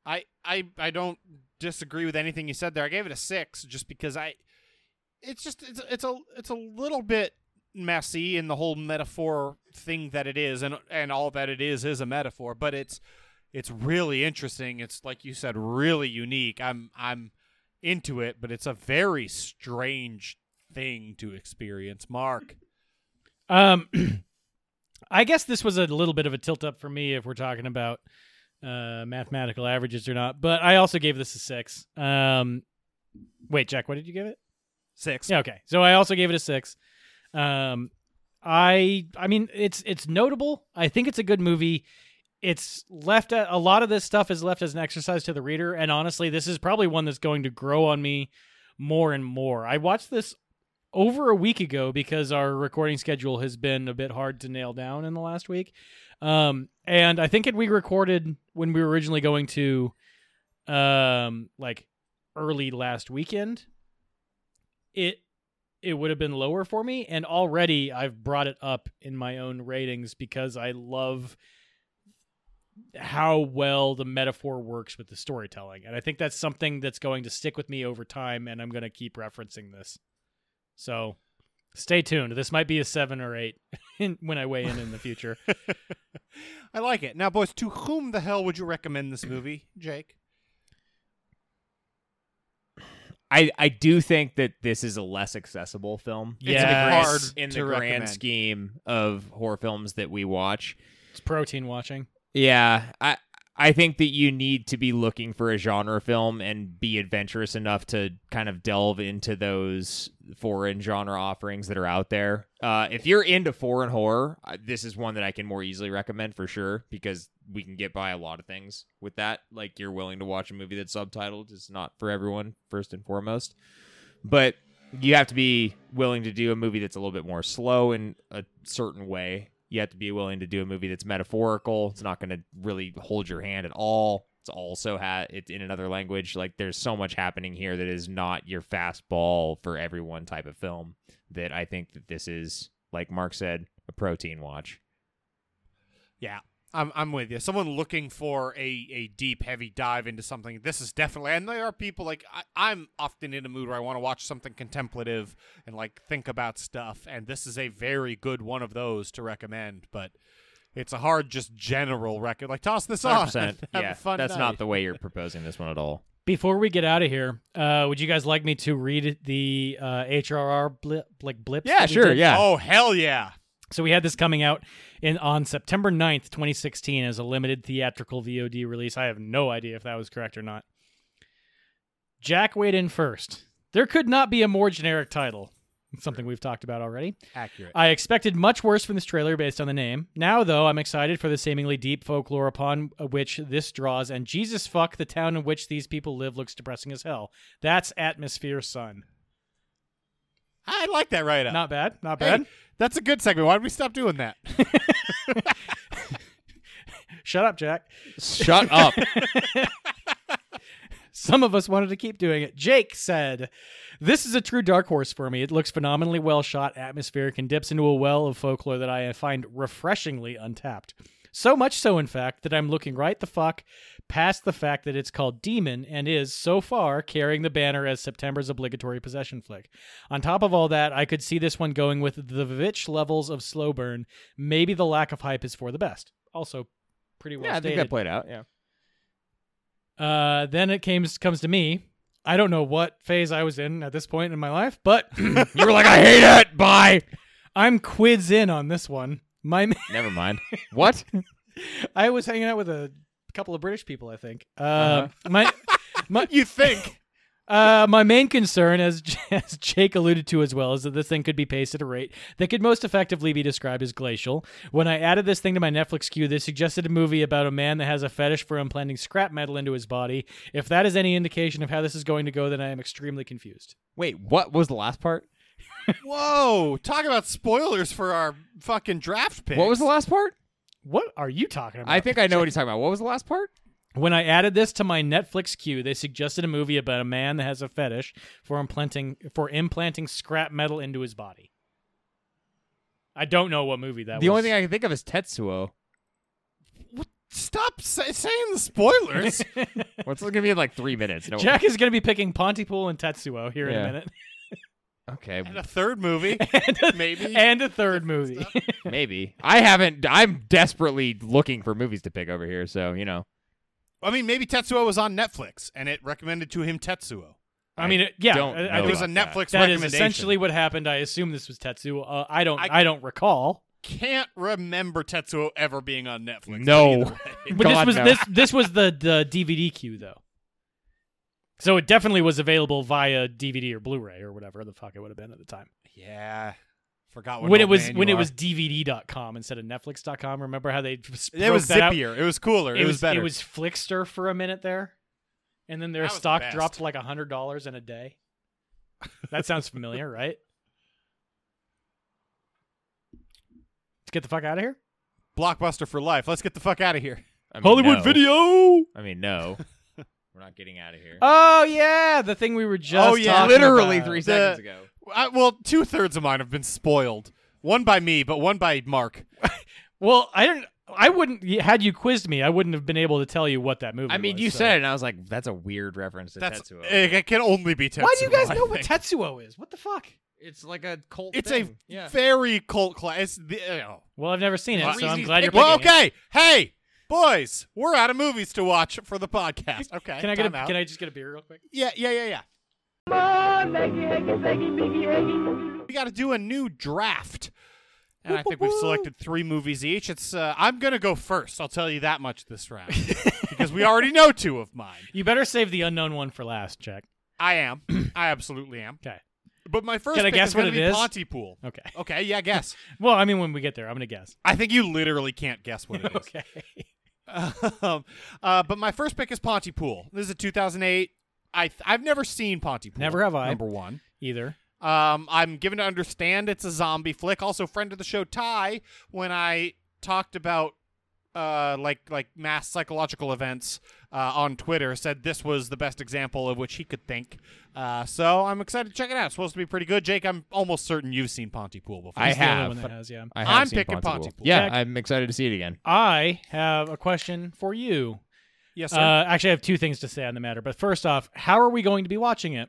S2: I, I I don't disagree with anything you said there. I gave it a six just because I it's just it's, it's a it's a little bit messy in the whole metaphor thing that it is and and all that it is is a metaphor, but it's it's really interesting. It's like you said really unique. I'm I'm into it, but it's a very strange thing to experience, Mark.
S3: Um, *clears throat* I guess this was a little bit of a tilt up for me if we're talking about uh, mathematical averages or not. But I also gave this a six. Um, wait, Jack, what did you give it?
S2: Six.
S3: Yeah, okay. So I also gave it a six. Um, I I mean it's it's notable. I think it's a good movie. It's left uh, a, a lot of this stuff is left as an exercise to the reader, and honestly, this is probably one that's going to grow on me more and more. I watched this over a week ago because our recording schedule has been a bit hard to nail down in the last week. Um, and I think had we recorded when we were originally going to, um, like early last weekend, it it would have been lower for me and already i've brought it up in my own ratings because i love how well the metaphor works with the storytelling and i think that's something that's going to stick with me over time and i'm going to keep referencing this so stay tuned this might be a seven or eight *laughs* in- when i weigh in in the future
S2: *laughs* I like it. Now, boys, to whom the hell would you recommend this movie, Jake?
S1: I, I do think that this is a less accessible film.
S3: It's Yes.
S1: hard in the
S2: to
S1: grand
S2: recommend.
S1: scheme of horror films that we watch.
S3: *laughs* It's protein watching.
S1: Yeah, I I think that you need to be looking for a genre film and be adventurous enough to kind of delve into those foreign genre offerings that are out there. Uh, if you're into foreign horror, I- this is one that I can more easily recommend for sure because we can get by a lot of things with that. Like you're willing to watch a movie that's subtitled, it's not for everyone first and foremost, but you have to be willing to do a movie that's a little bit more slow in a certain way. You have to be willing to do a movie that's metaphorical. It's not going to really hold your hand at all. It's also ha- it's in another language. Like there's so much happening here that is not your fastball for everyone type of film. That I think that this is, like Mark said, a protein watch.
S2: Yeah, I'm, I'm with you. Someone looking for a, a deep, heavy dive into something. This is definitely, and there are people like I, I'm often in a mood where I want to watch something contemplative and like think about stuff. And this is a very good one of those to recommend. But it's a hard, just general record. Like toss this on.
S1: 100%.
S2: *laughs* Have
S1: yeah,
S2: a fun
S1: that's not
S2: night.
S1: the way you're proposing this one at
S2: *laughs*
S1: all.
S3: Before we get out of here, uh, would you guys like me to read the uh, HRR blip, like blips? that we did?
S1: Yeah.
S2: Oh hell yeah!
S3: So we had this coming out in on September 9th, 2016 as a limited theatrical VOD release. I have no idea if that was correct or not. Jack weighed in first. There could not be a more generic title. It's Something we've talked about already.
S2: Accurate.
S3: I expected much worse from this trailer based on the name. Now, though, I'm excited for the seemingly deep folklore upon which this draws, and Jesus fuck, the town in which these people live looks depressing as hell. That's Atmosphere Sun.
S2: I like that right up.
S3: Not bad, not
S2: Hey,
S3: bad.
S2: that's a good segment. Why did we stop doing that?
S3: Shut up, Jack.
S1: Shut up.
S3: Some of us wanted to keep doing it. Jake said, This is a true dark horse for me. It looks phenomenally well shot, atmospheric, and dips into a well of folklore that I find refreshingly untapped. So much so, in fact, that I'm looking right the fuck past the fact that it's called Demon and is, so far, carrying the banner as September's obligatory possession flick. On top of all that, I could see this one going with the Vich levels of slow burn. Maybe the lack of hype is for the best. Also, pretty well
S1: yeah, I think
S3: stated.
S1: that played out. Yeah.
S3: Uh, then it came comes to me. I don't know what phase I was in at this point in my life, but *laughs*
S1: you were like, I hate it. Bye.
S3: I'm quids in on this one. My ma- *laughs*
S1: Never
S2: *laughs*
S1: mind. What?
S3: I was hanging out with a couple of British people, I think. Uh, my my
S1: *laughs*
S2: you think?
S3: uh, my main concern, as, *laughs* as Jake alluded to as well, is that this thing could be paced at a rate that could most effectively be described as glacial. When I added this thing to my Netflix queue, they suggested a movie about a man that has a fetish for implanting scrap metal into his body. If that is any indication of how this is going to go, then I am extremely confused.
S1: Wait, what was the last part?
S2: Whoa! Talk about spoilers for our fucking draft pick.
S1: What was the last part?
S3: What are you talking about?
S1: I think I know what he's talking about. What was the last part?
S3: when I added this to my Netflix queue, they suggested a movie about a man that has a fetish for implanting for implanting scrap metal into his body. I don't know what movie that
S1: the
S3: was.
S1: only thing I can think of is Tetsuo.
S2: Stop sa- saying the spoilers.
S1: What's it gonna be in like three minutes?
S3: *laughs*
S1: No.
S3: Jack is going to be picking Pontypool and Tetsuo here in
S1: Yeah.
S3: a *laughs* minute,
S1: Okay,
S2: *laughs* and a third movie, maybe.
S3: *laughs* and a *laughs* third movie.
S1: maybe. I haven't. I'm desperately looking for movies to pick over here, so you know.
S2: I mean, maybe Tetsuo was on Netflix, and it recommended to him Tetsuo.
S3: I mean, it- yeah,
S1: don't
S3: I- I
S1: know
S3: think
S2: It was a
S1: about that.
S2: Netflix
S3: that is
S2: recommendation.
S3: essentially what happened. I assume this was Tetsuo. Uh, I don't.
S2: I-
S3: I, don't recall.
S2: can't remember Tetsuo ever being on Netflix.
S1: No.
S2: but either way. *laughs*
S3: But this
S1: God,
S3: was
S1: no.
S3: this this was the the DVD queue though. So it definitely was available via DVD or Blu-ray or whatever the fuck it would have been at the time.
S2: yeah, forgot what
S3: When, it was when it was DVD.com instead of Netflix.com. Remember how they *laughs* just
S2: It was
S3: broke that out?
S2: zippier. It was cooler. It,
S3: It
S2: was, better.
S3: It was Flickster for a minute there, and then their
S2: That was the
S3: stock
S2: best.
S3: dropped like hundred dollars in a day. That sounds familiar, *laughs* right? Let's get the fuck out of here.
S2: blockbuster for life. Let's get the fuck out of here.
S1: I mean,
S7: Hollywood
S1: no.
S7: Video.
S1: I mean, no. We're not getting out of here.
S3: Oh yeah, the thing we were just
S2: Oh, yeah.
S3: talking
S1: Literally
S3: about.
S1: three
S2: The-
S1: seconds ago.
S2: I, well, two thirds of mine have been spoiled. One by me, but one by Mark.
S3: Well, I don't. I wouldn't. Had you quizzed me, I wouldn't have been able to tell you what that movie.
S1: I mean,
S3: was, uh,
S1: you
S3: so.
S1: said it, and I was like, "That's a weird reference to
S2: That's
S1: Tetsuo."
S2: it, it can only be Tetsuo.
S3: Why do you guys
S2: I
S3: know what
S2: think.
S3: Tetsuo is? What the fuck?
S1: it's like a cult.
S2: It's a
S1: thing. yeah.
S2: very cult class. The, oh.
S3: Well, I've never seen it,
S1: Well,
S3: so I'm
S1: easy
S3: glad you're.
S1: pick-
S2: Well,
S3: picking it.
S2: okay. Hey, boys, we're out of movies to watch for the podcast. Okay. *laughs*
S3: Can I get a?
S2: time out.
S3: Can I just get a beer real quick?
S2: Yeah, yeah, yeah, yeah. We got to do a new draft. And I think we've selected three movies each. It's uh, I'm gonna go first. I'll tell you that much this round *laughs* because we already know two of mine.
S3: You better save the unknown one for last, Jack.
S2: I am. *clears throat* I absolutely am.
S3: Okay.
S2: But my first
S3: Can I
S2: pick
S3: guess
S2: is gonna
S3: what it
S2: be
S3: is?
S2: Pontypool.
S3: Okay.
S2: Okay, yeah, guess.
S3: Well, I mean, when we get there, I'm gonna guess.
S2: I think you literally can't guess what it is.
S3: Okay.
S2: um, uh, but my first pick is Pontypool. This is a 2008. I th- I've never seen Pontypool.
S3: Never have I.
S2: Number one.
S3: Either.
S2: Um, I'm given to understand it's a zombie flick. Also, friend of the show Ty, when I talked about uh, like like mass psychological events uh, on Twitter, said this was the best example of which he could think. Uh, so I'm excited to check it out. It's supposed to be pretty good. Jake, I'm almost certain you've seen Pontypool before.
S1: I
S3: He's the only
S1: have.
S3: one that has, yeah.
S1: I
S2: I'm
S1: seen
S2: picking Pontypool.
S1: Yeah,
S3: Jack-
S1: I'm excited to see it again.
S3: I have a question for you.
S2: yes, sir.
S3: Uh, actually, I have two things to say on the matter. But first off, how are we going to be watching it?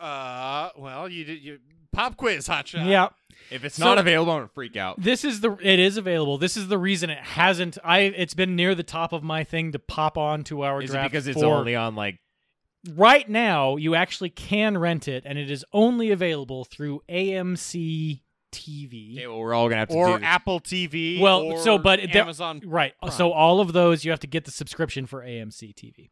S2: Uh, well, you did you pop quiz, hotshot.
S3: Yeah,
S1: If it's
S3: So-
S1: not available, I'm gonna freak out.
S3: this is the. It is available. This is the reason it hasn't. I. It's been near the top of my thing to pop on to our
S1: Is it
S3: draft
S1: because it's
S3: for-
S1: only on like
S3: right now. You actually can rent it, and it is only available through AMC TV.
S1: okay, well, we're all gonna have to
S2: Or
S1: do this.
S2: Apple TV.
S3: well,
S2: or
S3: so but there-
S2: Amazon.
S3: right.
S2: Prime.
S3: So all of those you have to get the subscription for AMC TV.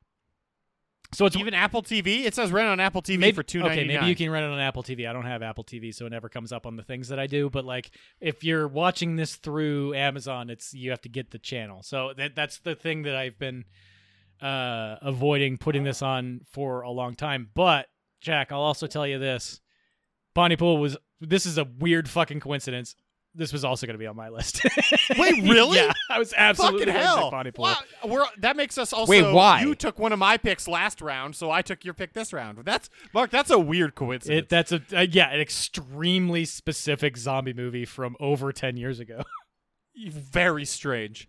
S3: So it's
S2: Even Apple TV. It says rent on Apple TV
S3: maybe,
S2: for two ninety
S3: okay,
S2: nine.
S3: maybe you can rent it on Apple TV. I don't have Apple TV, so it never comes up on the things that I do. But like, if you're watching this through Amazon, it's you have to get the channel. So that that's the thing that I've been uh, avoiding putting this on for a long time. But Jack, I'll also tell you this: Bonnie Pool was. This is a weird fucking coincidence. This was also going to be on my list. *laughs*
S2: Wait, really?
S3: yeah, I was absolutely
S2: Fucking
S3: gonna
S2: hell!
S3: pick Bonnie Pool.
S2: Wow, we're- that makes us also.
S1: Wait, why?
S2: You took one of my picks last round, so I took your pick this round. That's Mark. That's a weird coincidence.
S3: It, that's a uh, yeah, an extremely specific zombie movie from over ten years ago.
S2: Very strange.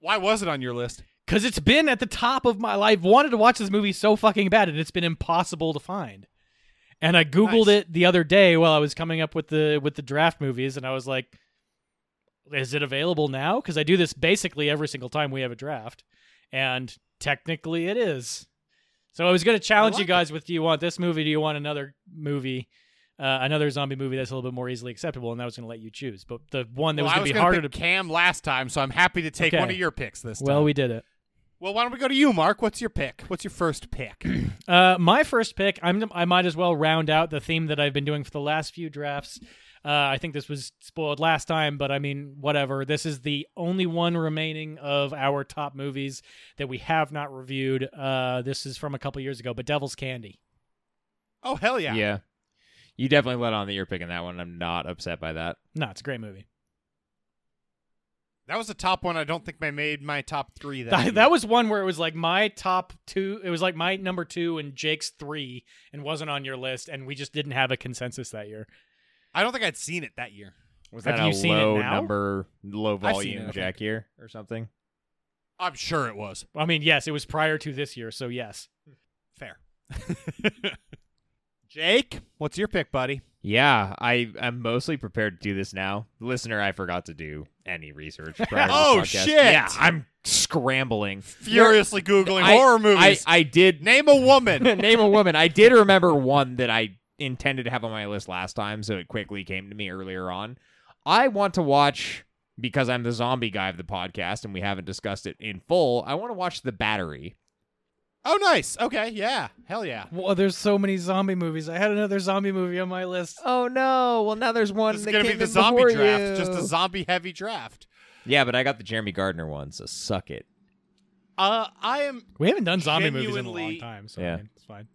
S2: Why was it on your list?
S3: Cause it's been at the top of my life. Wanted to watch this movie so fucking bad, and it's been impossible to find. And I googled
S2: Nice.
S3: it the other day while I was coming up with the with the draft movies, and I was like, "Is it available now?" Because I do this basically every single time we have a draft, and technically it is. So I was going to challenge you
S2: like
S3: guys with, "Do you want this movie? Do you want another movie?" Uh, another zombie movie that's a little bit more easily acceptable, and I was going to let you choose. But the one that
S2: well,
S3: was
S2: I
S3: going
S2: was
S3: to be
S2: gonna
S3: harder
S2: pick
S3: to
S2: Cam last time, so I'm happy to take
S3: Okay.
S2: one of your picks this time.
S3: well, we did it.
S2: well, why don't we go to you, Mark? What's your pick? What's your
S1: *clears throat*
S2: first pick?
S3: Uh, my first pick, I'm I might as well round out the theme that I've been doing for the last few drafts. Uh, I think this was spoiled last time, but I mean, whatever. This is the only one remaining of our top movies that we have not reviewed. Uh, this is from a couple years ago, but Devil's Candy.
S2: oh hell
S1: Yeah.
S2: yeah!
S1: You definitely let on that you're picking that one. I'm not upset by that.
S3: No, it's a great movie.
S2: That was the top one. I don't think I made my top three. That
S3: That,
S2: year.
S3: that was one where it was like my top two. It was like my number two and Jake's three, and wasn't on your list, and we just didn't have a consensus that year.
S2: I don't think I'd seen it that year.
S1: Was
S3: Have
S1: that
S3: you
S1: a
S3: seen it
S1: low
S3: now?
S1: number, low
S2: I've seen
S1: volume
S2: it, I
S1: Jack here or something?
S2: I'm sure it was.
S3: I mean, yes, it was prior to this year, so yes.
S2: Fair. *laughs* Jake, what's your pick, buddy?
S1: Yeah, I am mostly prepared to do this now. Listener, I forgot to do any research. Prior *laughs* to
S2: Oh,
S1: this podcast.
S2: shit.
S1: Yeah, I'm scrambling.
S2: Furiously googling
S1: I-
S2: horror movies.
S1: I, I did
S2: Name a woman.
S1: *laughs*
S2: *laughs*
S1: name a woman. I did remember one that I intended to have on my list last time, so it quickly came to me earlier on. I want to watch because I'm the zombie guy of the podcast, and we haven't discussed it in full. I want to watch The Battery.
S2: oh, nice. Okay, yeah, hell yeah.
S3: Well, there's so many zombie movies. I had another zombie movie on my list.
S1: Oh no! Well, now there's one
S2: This is gonna be the zombie draft, just a zombie heavy draft.
S1: yeah, but I got the Jeremy Gardner one, so suck it.
S2: Uh, I am
S3: We haven't done zombie movies in a long
S2: Genuinely-
S3: time, so
S1: Yeah.
S3: I mean, it's fine.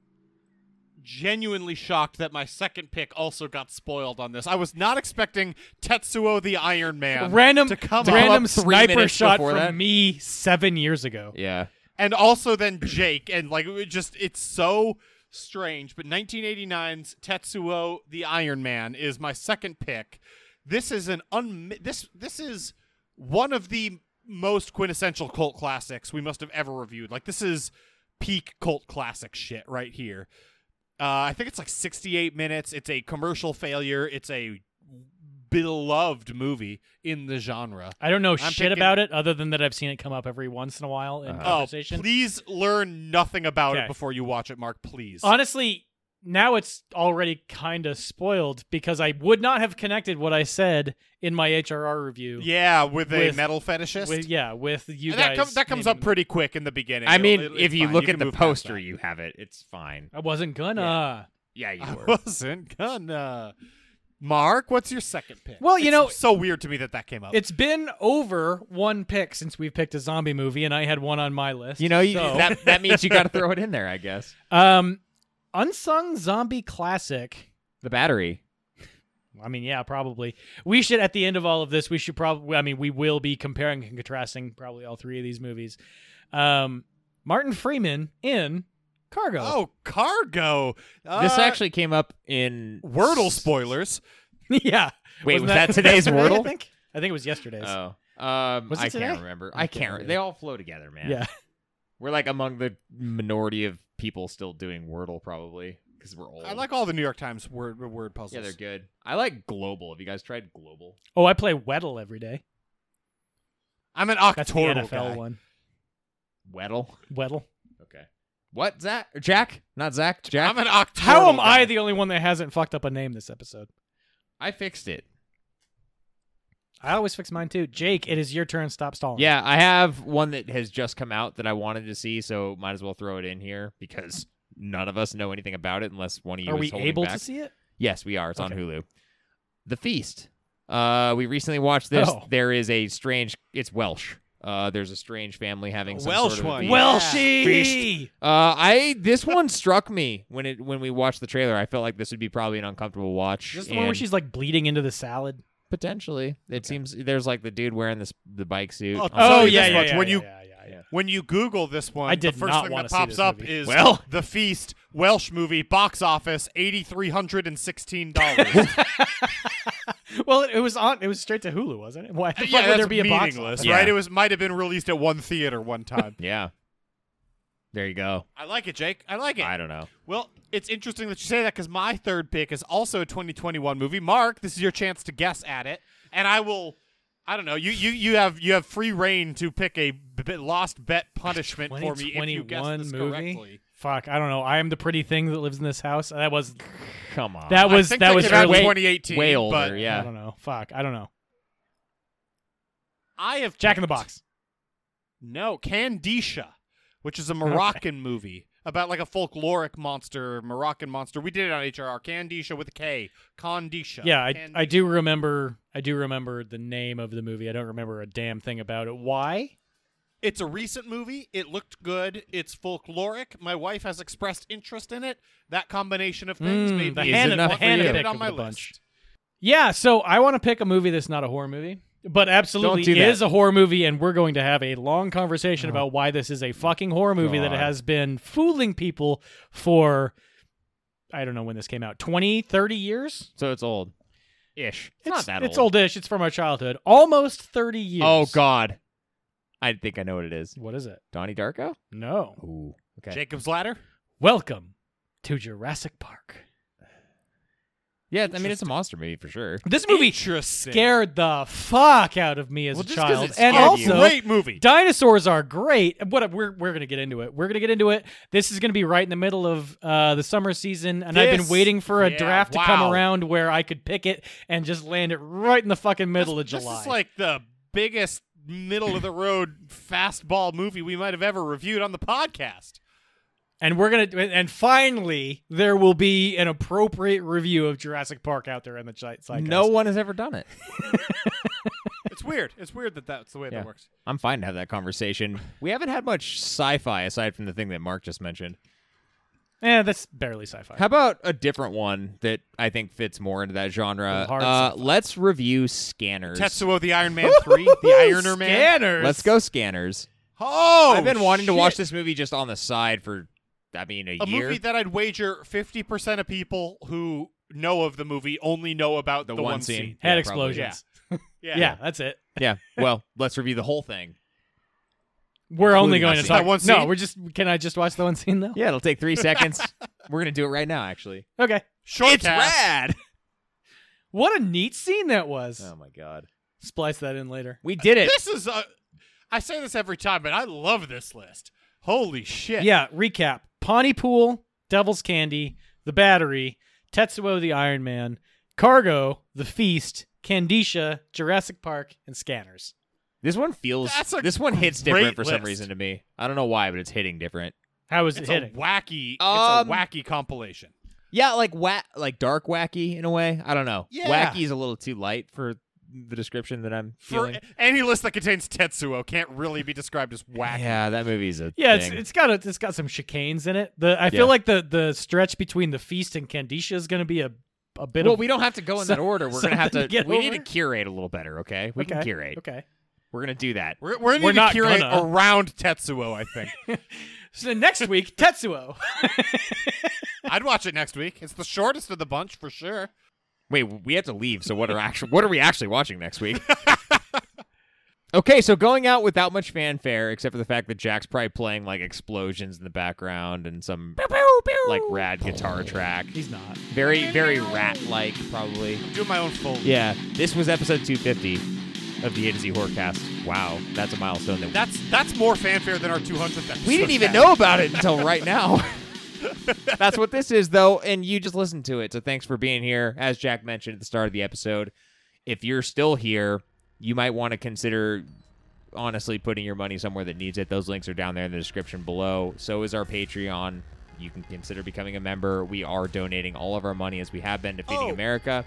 S2: genuinely shocked that my second pick also got spoiled on this. I was not expecting Tetsuo the Iron Man
S3: Random,
S2: to come up,
S3: random
S1: three
S3: sniper
S1: minutes
S3: shot
S1: before
S3: from
S1: that.
S3: me seven years ago.
S1: Yeah,
S2: and also then Jake, and like it just it's so strange. But 1989's Tetsuo the Iron Man is my second pick. This is an un this this is one of the most quintessential cult classics we must have ever reviewed. Like this is peak cult classic shit right here. Uh, I think it's like 68 minutes. It's a commercial failure. It's a beloved movie in the genre.
S3: I don't know
S2: I'm
S3: shit
S2: picking-
S3: about it other than that I've seen it come up every once in a while in
S2: Oh,
S3: uh, conversation.
S2: please learn nothing about
S3: Okay.
S2: it before you watch it, Mark. Please.
S3: Honestly, now it's already kind of spoiled because I would not have connected what I said in my HRR review.
S2: yeah, with a
S3: With-
S2: metal fetishist.
S3: with, yeah, with you
S2: And that,
S3: guys.
S2: com- that comes
S3: making-
S2: up pretty quick in the beginning.
S1: I mean,
S2: It- it's
S1: if you
S2: fine.
S1: look
S2: can
S1: at the
S2: move past
S1: poster,
S2: that.
S1: you have it. It's fine.
S3: I wasn't gonna.
S1: Yeah, you
S2: I
S1: were.
S2: wasn't *laughs* gonna. Mark, what's your second pick?
S3: Well, you
S2: It's
S3: know-
S2: so weird to me that that came up.
S3: It's been over one pick since we've picked a zombie movie, and I had one on my list.
S1: You know, you,
S3: so-
S1: that that means you got to throw it in there, I guess.
S2: *laughs*
S3: um, unsung zombie classic.
S1: The battery.
S3: I mean, yeah, probably. We should at the end of all of this, we should probably. I mean, we will be comparing and contrasting probably all three of these movies. Um, Martin Freeman in Cargo.
S2: oh, cargo.
S1: this
S2: Uh,
S1: actually came up in
S2: Wordle spoilers.
S3: *laughs* yeah.
S1: Wait,
S3: *laughs* Wasn't
S1: was that today's
S3: yesterday, I
S1: Wordle?
S3: think I think it was yesterday's.
S1: Oh, um,
S3: Was it
S1: I
S3: today?
S1: can't remember.
S3: I
S1: I
S3: can't
S1: can't. re-
S3: remember.
S1: They all flow together, man.
S3: yeah.
S1: we're like among the minority of people still doing Wordle, probably because we're old.
S2: I like all the New York Times word word puzzles.
S1: Yeah, they're good. I like Global. Have you guys tried Global?
S3: Oh, I play Weddle every day.
S2: I'm an
S3: That's
S2: octorable
S3: the NFL
S2: guy.
S3: one.
S1: Weddle.
S3: Weddle.
S1: Okay. What Zach? Jack? Not Zach. Jack.
S2: I'm an octorable.
S3: How am
S2: guy.
S3: I the only one that hasn't fucked up a name this episode?
S1: I fixed it.
S3: I always fix mine too. Jake, it is your turn. Stop stalling.
S1: Yeah, I have one that has just come out that I wanted to see, so might as well throw it in here because none of us know anything about it unless one of you
S3: Are
S1: is
S3: we
S1: holding
S3: able
S1: back.
S3: to see it?
S1: Yes, we are. It's on
S3: Okay.
S1: Hulu. The Feast. Uh, we recently watched this.
S3: Oh.
S1: There is a strange. It's Welsh. Uh, there's a strange family having some
S2: Welsh
S1: sort of a
S2: one.
S1: feast.
S2: Well-
S3: Welshy.
S1: Uh, I this one *laughs* struck me when it when we watched the trailer. I felt like this would be probably an uncomfortable watch.
S3: This is the one where
S1: and
S3: she's like bleeding into the salad.
S1: potentially. It seems there's like the dude wearing this the bike suit.
S2: I'll
S1: I'm
S2: tell
S1: sorry.
S2: you this much, when you-
S3: Oh, yeah, yeah, yeah.
S2: When you Google this one,
S3: I did
S2: the first
S3: not
S2: thing
S3: wanna
S2: that
S3: see
S2: pops
S3: this
S2: up
S3: movie.
S2: is
S1: Well-
S2: *laughs* the feast Welsh movie box office eighty three hundred and sixteen dollars.
S3: *laughs*
S2: yeah,
S3: Well, it, it was on. It was straight to Hulu, wasn't it? Why
S2: *laughs*
S3: the fuck would
S2: that's
S3: there be a box?
S2: meaningless,
S3: office?
S1: Yeah.
S2: right? It was might have been released at one theater one time.
S1: Yeah. There you go.
S2: *laughs* I like it, Jake. I like it.
S1: I don't know.
S2: Well, it's interesting that you say that because my third pick is also a 2021 movie. Mark, this is your chance to guess at it, and I will. I don't know. You you you have you have free reign to pick a b- b- lost bet punishment for me if you guess
S3: 2021
S2: this
S3: movie.
S2: correctly.
S3: Fuck, I don't know. I am the pretty thing that lives in this house. That was
S1: Come on.
S3: that
S2: I
S3: was
S2: think
S3: that
S2: that
S3: was
S2: came out in
S3: early.
S2: 2018.
S1: way older.
S2: but
S3: I
S1: yeah.
S3: don't know. Fuck, I don't know.
S2: I have
S3: Jack in the
S2: picked-
S3: Box.
S2: No, Candisha, which is a Moroccan movie about like a folkloric monster, Moroccan monster. We did it on HRR. Candisha with a K. Condisha.
S3: Yeah, I, I
S2: Candisha.
S3: do remember. I do remember the name of the movie. I don't remember a damn thing about it. Why?
S2: It's a recent movie. It looked good. It's folkloric. My wife has expressed interest in it. That combination of things
S3: Mm,
S2: made
S3: the
S2: me
S1: Hannah-
S2: want
S1: the
S2: to
S1: Hannah
S2: put
S3: pick
S2: it on
S3: of
S2: my
S3: the bunch.
S2: list.
S3: Yeah, so I want to pick a movie that's not a horror movie, but absolutely
S1: Don't do that.
S3: is a horror movie, and we're going to have a long conversation about why this is a fucking horror movie that
S1: God.
S3: has been fooling people for I don't know when this came out 20, 30 years.
S1: So it's old. Ish. It's, not that
S3: It's oldish. It's from our childhood. Almost 30 years.
S1: Oh God. I think I know what it is.
S3: What is it?
S1: Donnie Darko?
S3: No.
S1: Ooh. Okay.
S2: Jacob's Ladder.
S3: Welcome to Jurassic Park.
S1: yeah, I mean it's a monster movie for sure.
S3: This movie
S2: Interesting.
S3: scared the fuck out of me as
S1: Well,
S3: a
S1: just 'cause
S3: child.
S1: it scared
S3: And also
S1: you.
S2: great movie.
S3: dinosaurs are great. What we're we're gonna get into it. We're gonna get into it. This is gonna be right in the middle of uh, the summer season, and I've been
S2: This-
S3: waiting for a
S2: yeah,
S3: draft to come
S2: wow.
S3: around where I could pick it and just land it right in the fucking middle
S2: This-
S3: of July.
S2: This is like the biggest middle of the road fastball movie we might have ever reviewed on the podcast.
S3: and we're gonna and finally there will be an appropriate review of Jurassic Park out there in the chi- zeitgeist.
S1: No one has ever done it.
S2: It's weird. It's weird that that's the way
S1: Yeah.
S2: that works.
S1: *laughs* I'm fine to have that conversation. We haven't had much sci-fi aside from the thing that Mark just mentioned.
S3: Yeah, Eh, that's barely sci-fi.
S1: How about a different one that I think fits more into that genre?
S3: The hard
S1: Uh,
S3: sci-fi.
S1: let's review Scanners.
S2: Tetsuo the Iron Man 3,
S1: *laughs*
S2: the Ironer Man.
S3: Scanners.
S1: Let's go Scanners.
S2: Oh,
S1: I've been wanting to watch
S2: shit.
S1: this movie just on the side for, I mean, a,
S2: A
S1: year.
S2: movie that I'd wager 50% of people who know of the movie only know about the,
S1: the, one, scene.
S3: Head
S1: Yeah, probably.
S3: explosions.
S2: Yeah.
S3: Yeah. that's it.
S1: Yeah. Well, let's review the whole *laughs* thing.
S3: We're only
S1: Including that
S3: going
S1: scene.
S3: to talk.
S2: That one
S3: no,
S2: scene?
S3: we're just. Can I just watch the one scene though?
S1: Yeah, it'll take three seconds. We're gonna do it right now, actually.
S3: Okay.
S2: Short cast.
S1: rad.
S3: What a neat scene that was.
S1: Oh my god.
S3: Splice that in later.
S1: We did
S2: *laughs*
S1: it.
S2: This is a. I say this every time, but I love this list. Holy shit!
S3: Yeah, recap. Pawnee Pool, Devil's Candy, The Battery, Tetsuo the Iron Man, Cargo, The Feast, Candisha, Jurassic Park, and Scanners.
S1: This one feels
S2: That's a
S1: this one hits
S2: great
S1: different for some
S2: list.
S1: reason to me. I don't know why, but it's hitting different.
S3: How is
S2: it's
S3: it
S2: a
S3: hitting?
S2: wacky.
S1: Um,
S2: it's a wacky compilation.
S1: Yeah, like wa- like dark wacky in a way. I don't know.
S2: Yeah.
S1: Wacky is a little too light for the description that I'm
S2: For
S1: feeling.
S2: any list that contains Tetsuo can't really be described as wacky.
S1: Yeah, that movie's a
S3: yeah, it's,
S1: thing.
S3: it's got a, it's got some chicanes in it. The I
S1: Yeah.
S3: feel like the the stretch between The Feast and Candisha is going to be a a bit
S1: well,
S3: of
S1: we don't have to go in that
S3: some-
S1: order. We're gonna have
S3: something
S1: to.
S3: to get
S1: we need to
S3: over.
S1: curate a little better. Okay, we can
S3: Okay,
S1: curate.
S3: Okay.
S1: We're gonna do that.
S2: We're, we're,
S3: We're
S2: going to
S3: not
S2: curate
S3: gonna.
S2: around Tetsuo, I think.
S3: So next week, Tetsuo.
S2: I'd watch it next week. It's the shortest of the bunch for sure.
S1: Wait, we have to leave. So what are actually what are we actually watching next week? *laughs* okay, so going out without much fanfare, except for the fact that Jack's probably playing like explosions in the background and some like rad guitar track.
S3: He's not.
S1: Very very rat like probably.
S2: I'm doing my own full.
S1: Yeah, this was episode 250 of the A to Z Horrorcast. Wow, that's a milestone that
S2: That's that's more fanfare than our 200th episode.
S1: we didn't even know about it until right
S2: *laughs*
S1: now. That's what this is, though, and you just listened to it. So thanks for being here. As Jack mentioned at the start of the episode, if you're still here, you might want to consider honestly putting your money somewhere that needs it. Those links are down there in the description below. So is our Patreon. You can consider becoming a member. We are donating all of our money as we have been to Feeding
S2: Oh.
S1: America.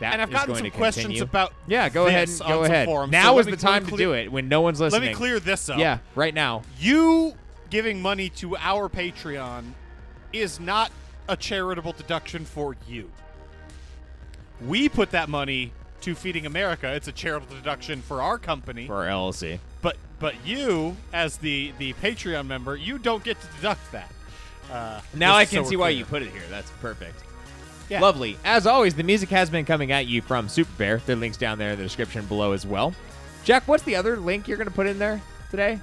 S1: That
S2: And I've
S1: is
S2: gotten
S1: going
S2: some
S1: to
S2: questions
S1: continue.
S2: about
S1: yeah. Go ahead.
S2: this
S1: and-
S2: on
S1: Go
S2: some
S1: ahead.
S2: forums. So
S1: Now
S2: let
S1: is
S2: me-
S1: the
S2: let me
S1: time to
S2: clear-
S1: do it when no one's
S2: Let
S1: listening.
S2: me clear this up.
S1: Yeah, right now.
S2: You giving money to our Patreon is not a charitable deduction for you. We put that money to Feeding America. It's a charitable deduction for our company.
S1: for LLC.
S2: But but you, as the the Patreon member, you don't get to deduct that. Uh,
S1: Now
S2: just
S1: I
S2: so
S1: can
S2: we're
S1: see why
S2: clear.
S1: you put it here. That's perfect.
S2: Yeah.
S1: Lovely. As always, the music has been coming at you from Super Bear. The link's down there in the description below as well. Jack, what's the other link you're going to put in there today?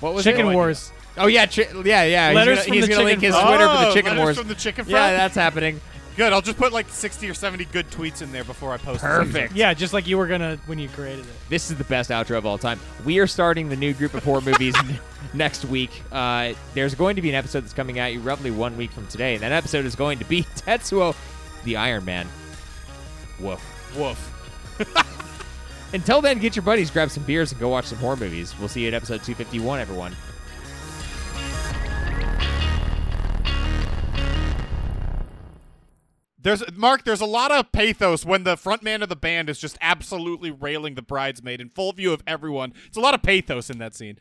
S1: What was
S3: Chicken
S1: it?
S3: Wars.
S1: Oh yeah, chi- yeah, yeah. He's
S3: Letters
S1: gonna-
S3: from
S1: he's going to
S3: the Chicken
S1: link his
S3: Frog.
S1: Twitter for
S2: Oh,
S1: the Chicken
S2: letters
S1: Wars.
S2: from the chicken
S1: yeah,
S2: frog?
S1: that's happening.
S2: Good. I'll just put like 60 or 70 good tweets in there before I post. this episode.
S1: Perfect.
S3: *laughs* Yeah, just like you were gonna when you created it.
S1: This is the best outro of all time. We are starting the new group of horror
S2: *laughs*
S1: movies n- next week. Uh, there's going to be an episode that's coming out you roughly one week from today, and that episode is going to be *laughs* Tetsuo, the Iron Man. Woof.
S2: Woof.
S1: Until then, get your buddies, grab some beers, and go watch some horror movies. We'll see you at episode 251, everyone.
S2: There's Mark. There's a lot of pathos when the front man of the band is just absolutely railing the bridesmaid in full view of everyone. It's a lot of pathos in that scene.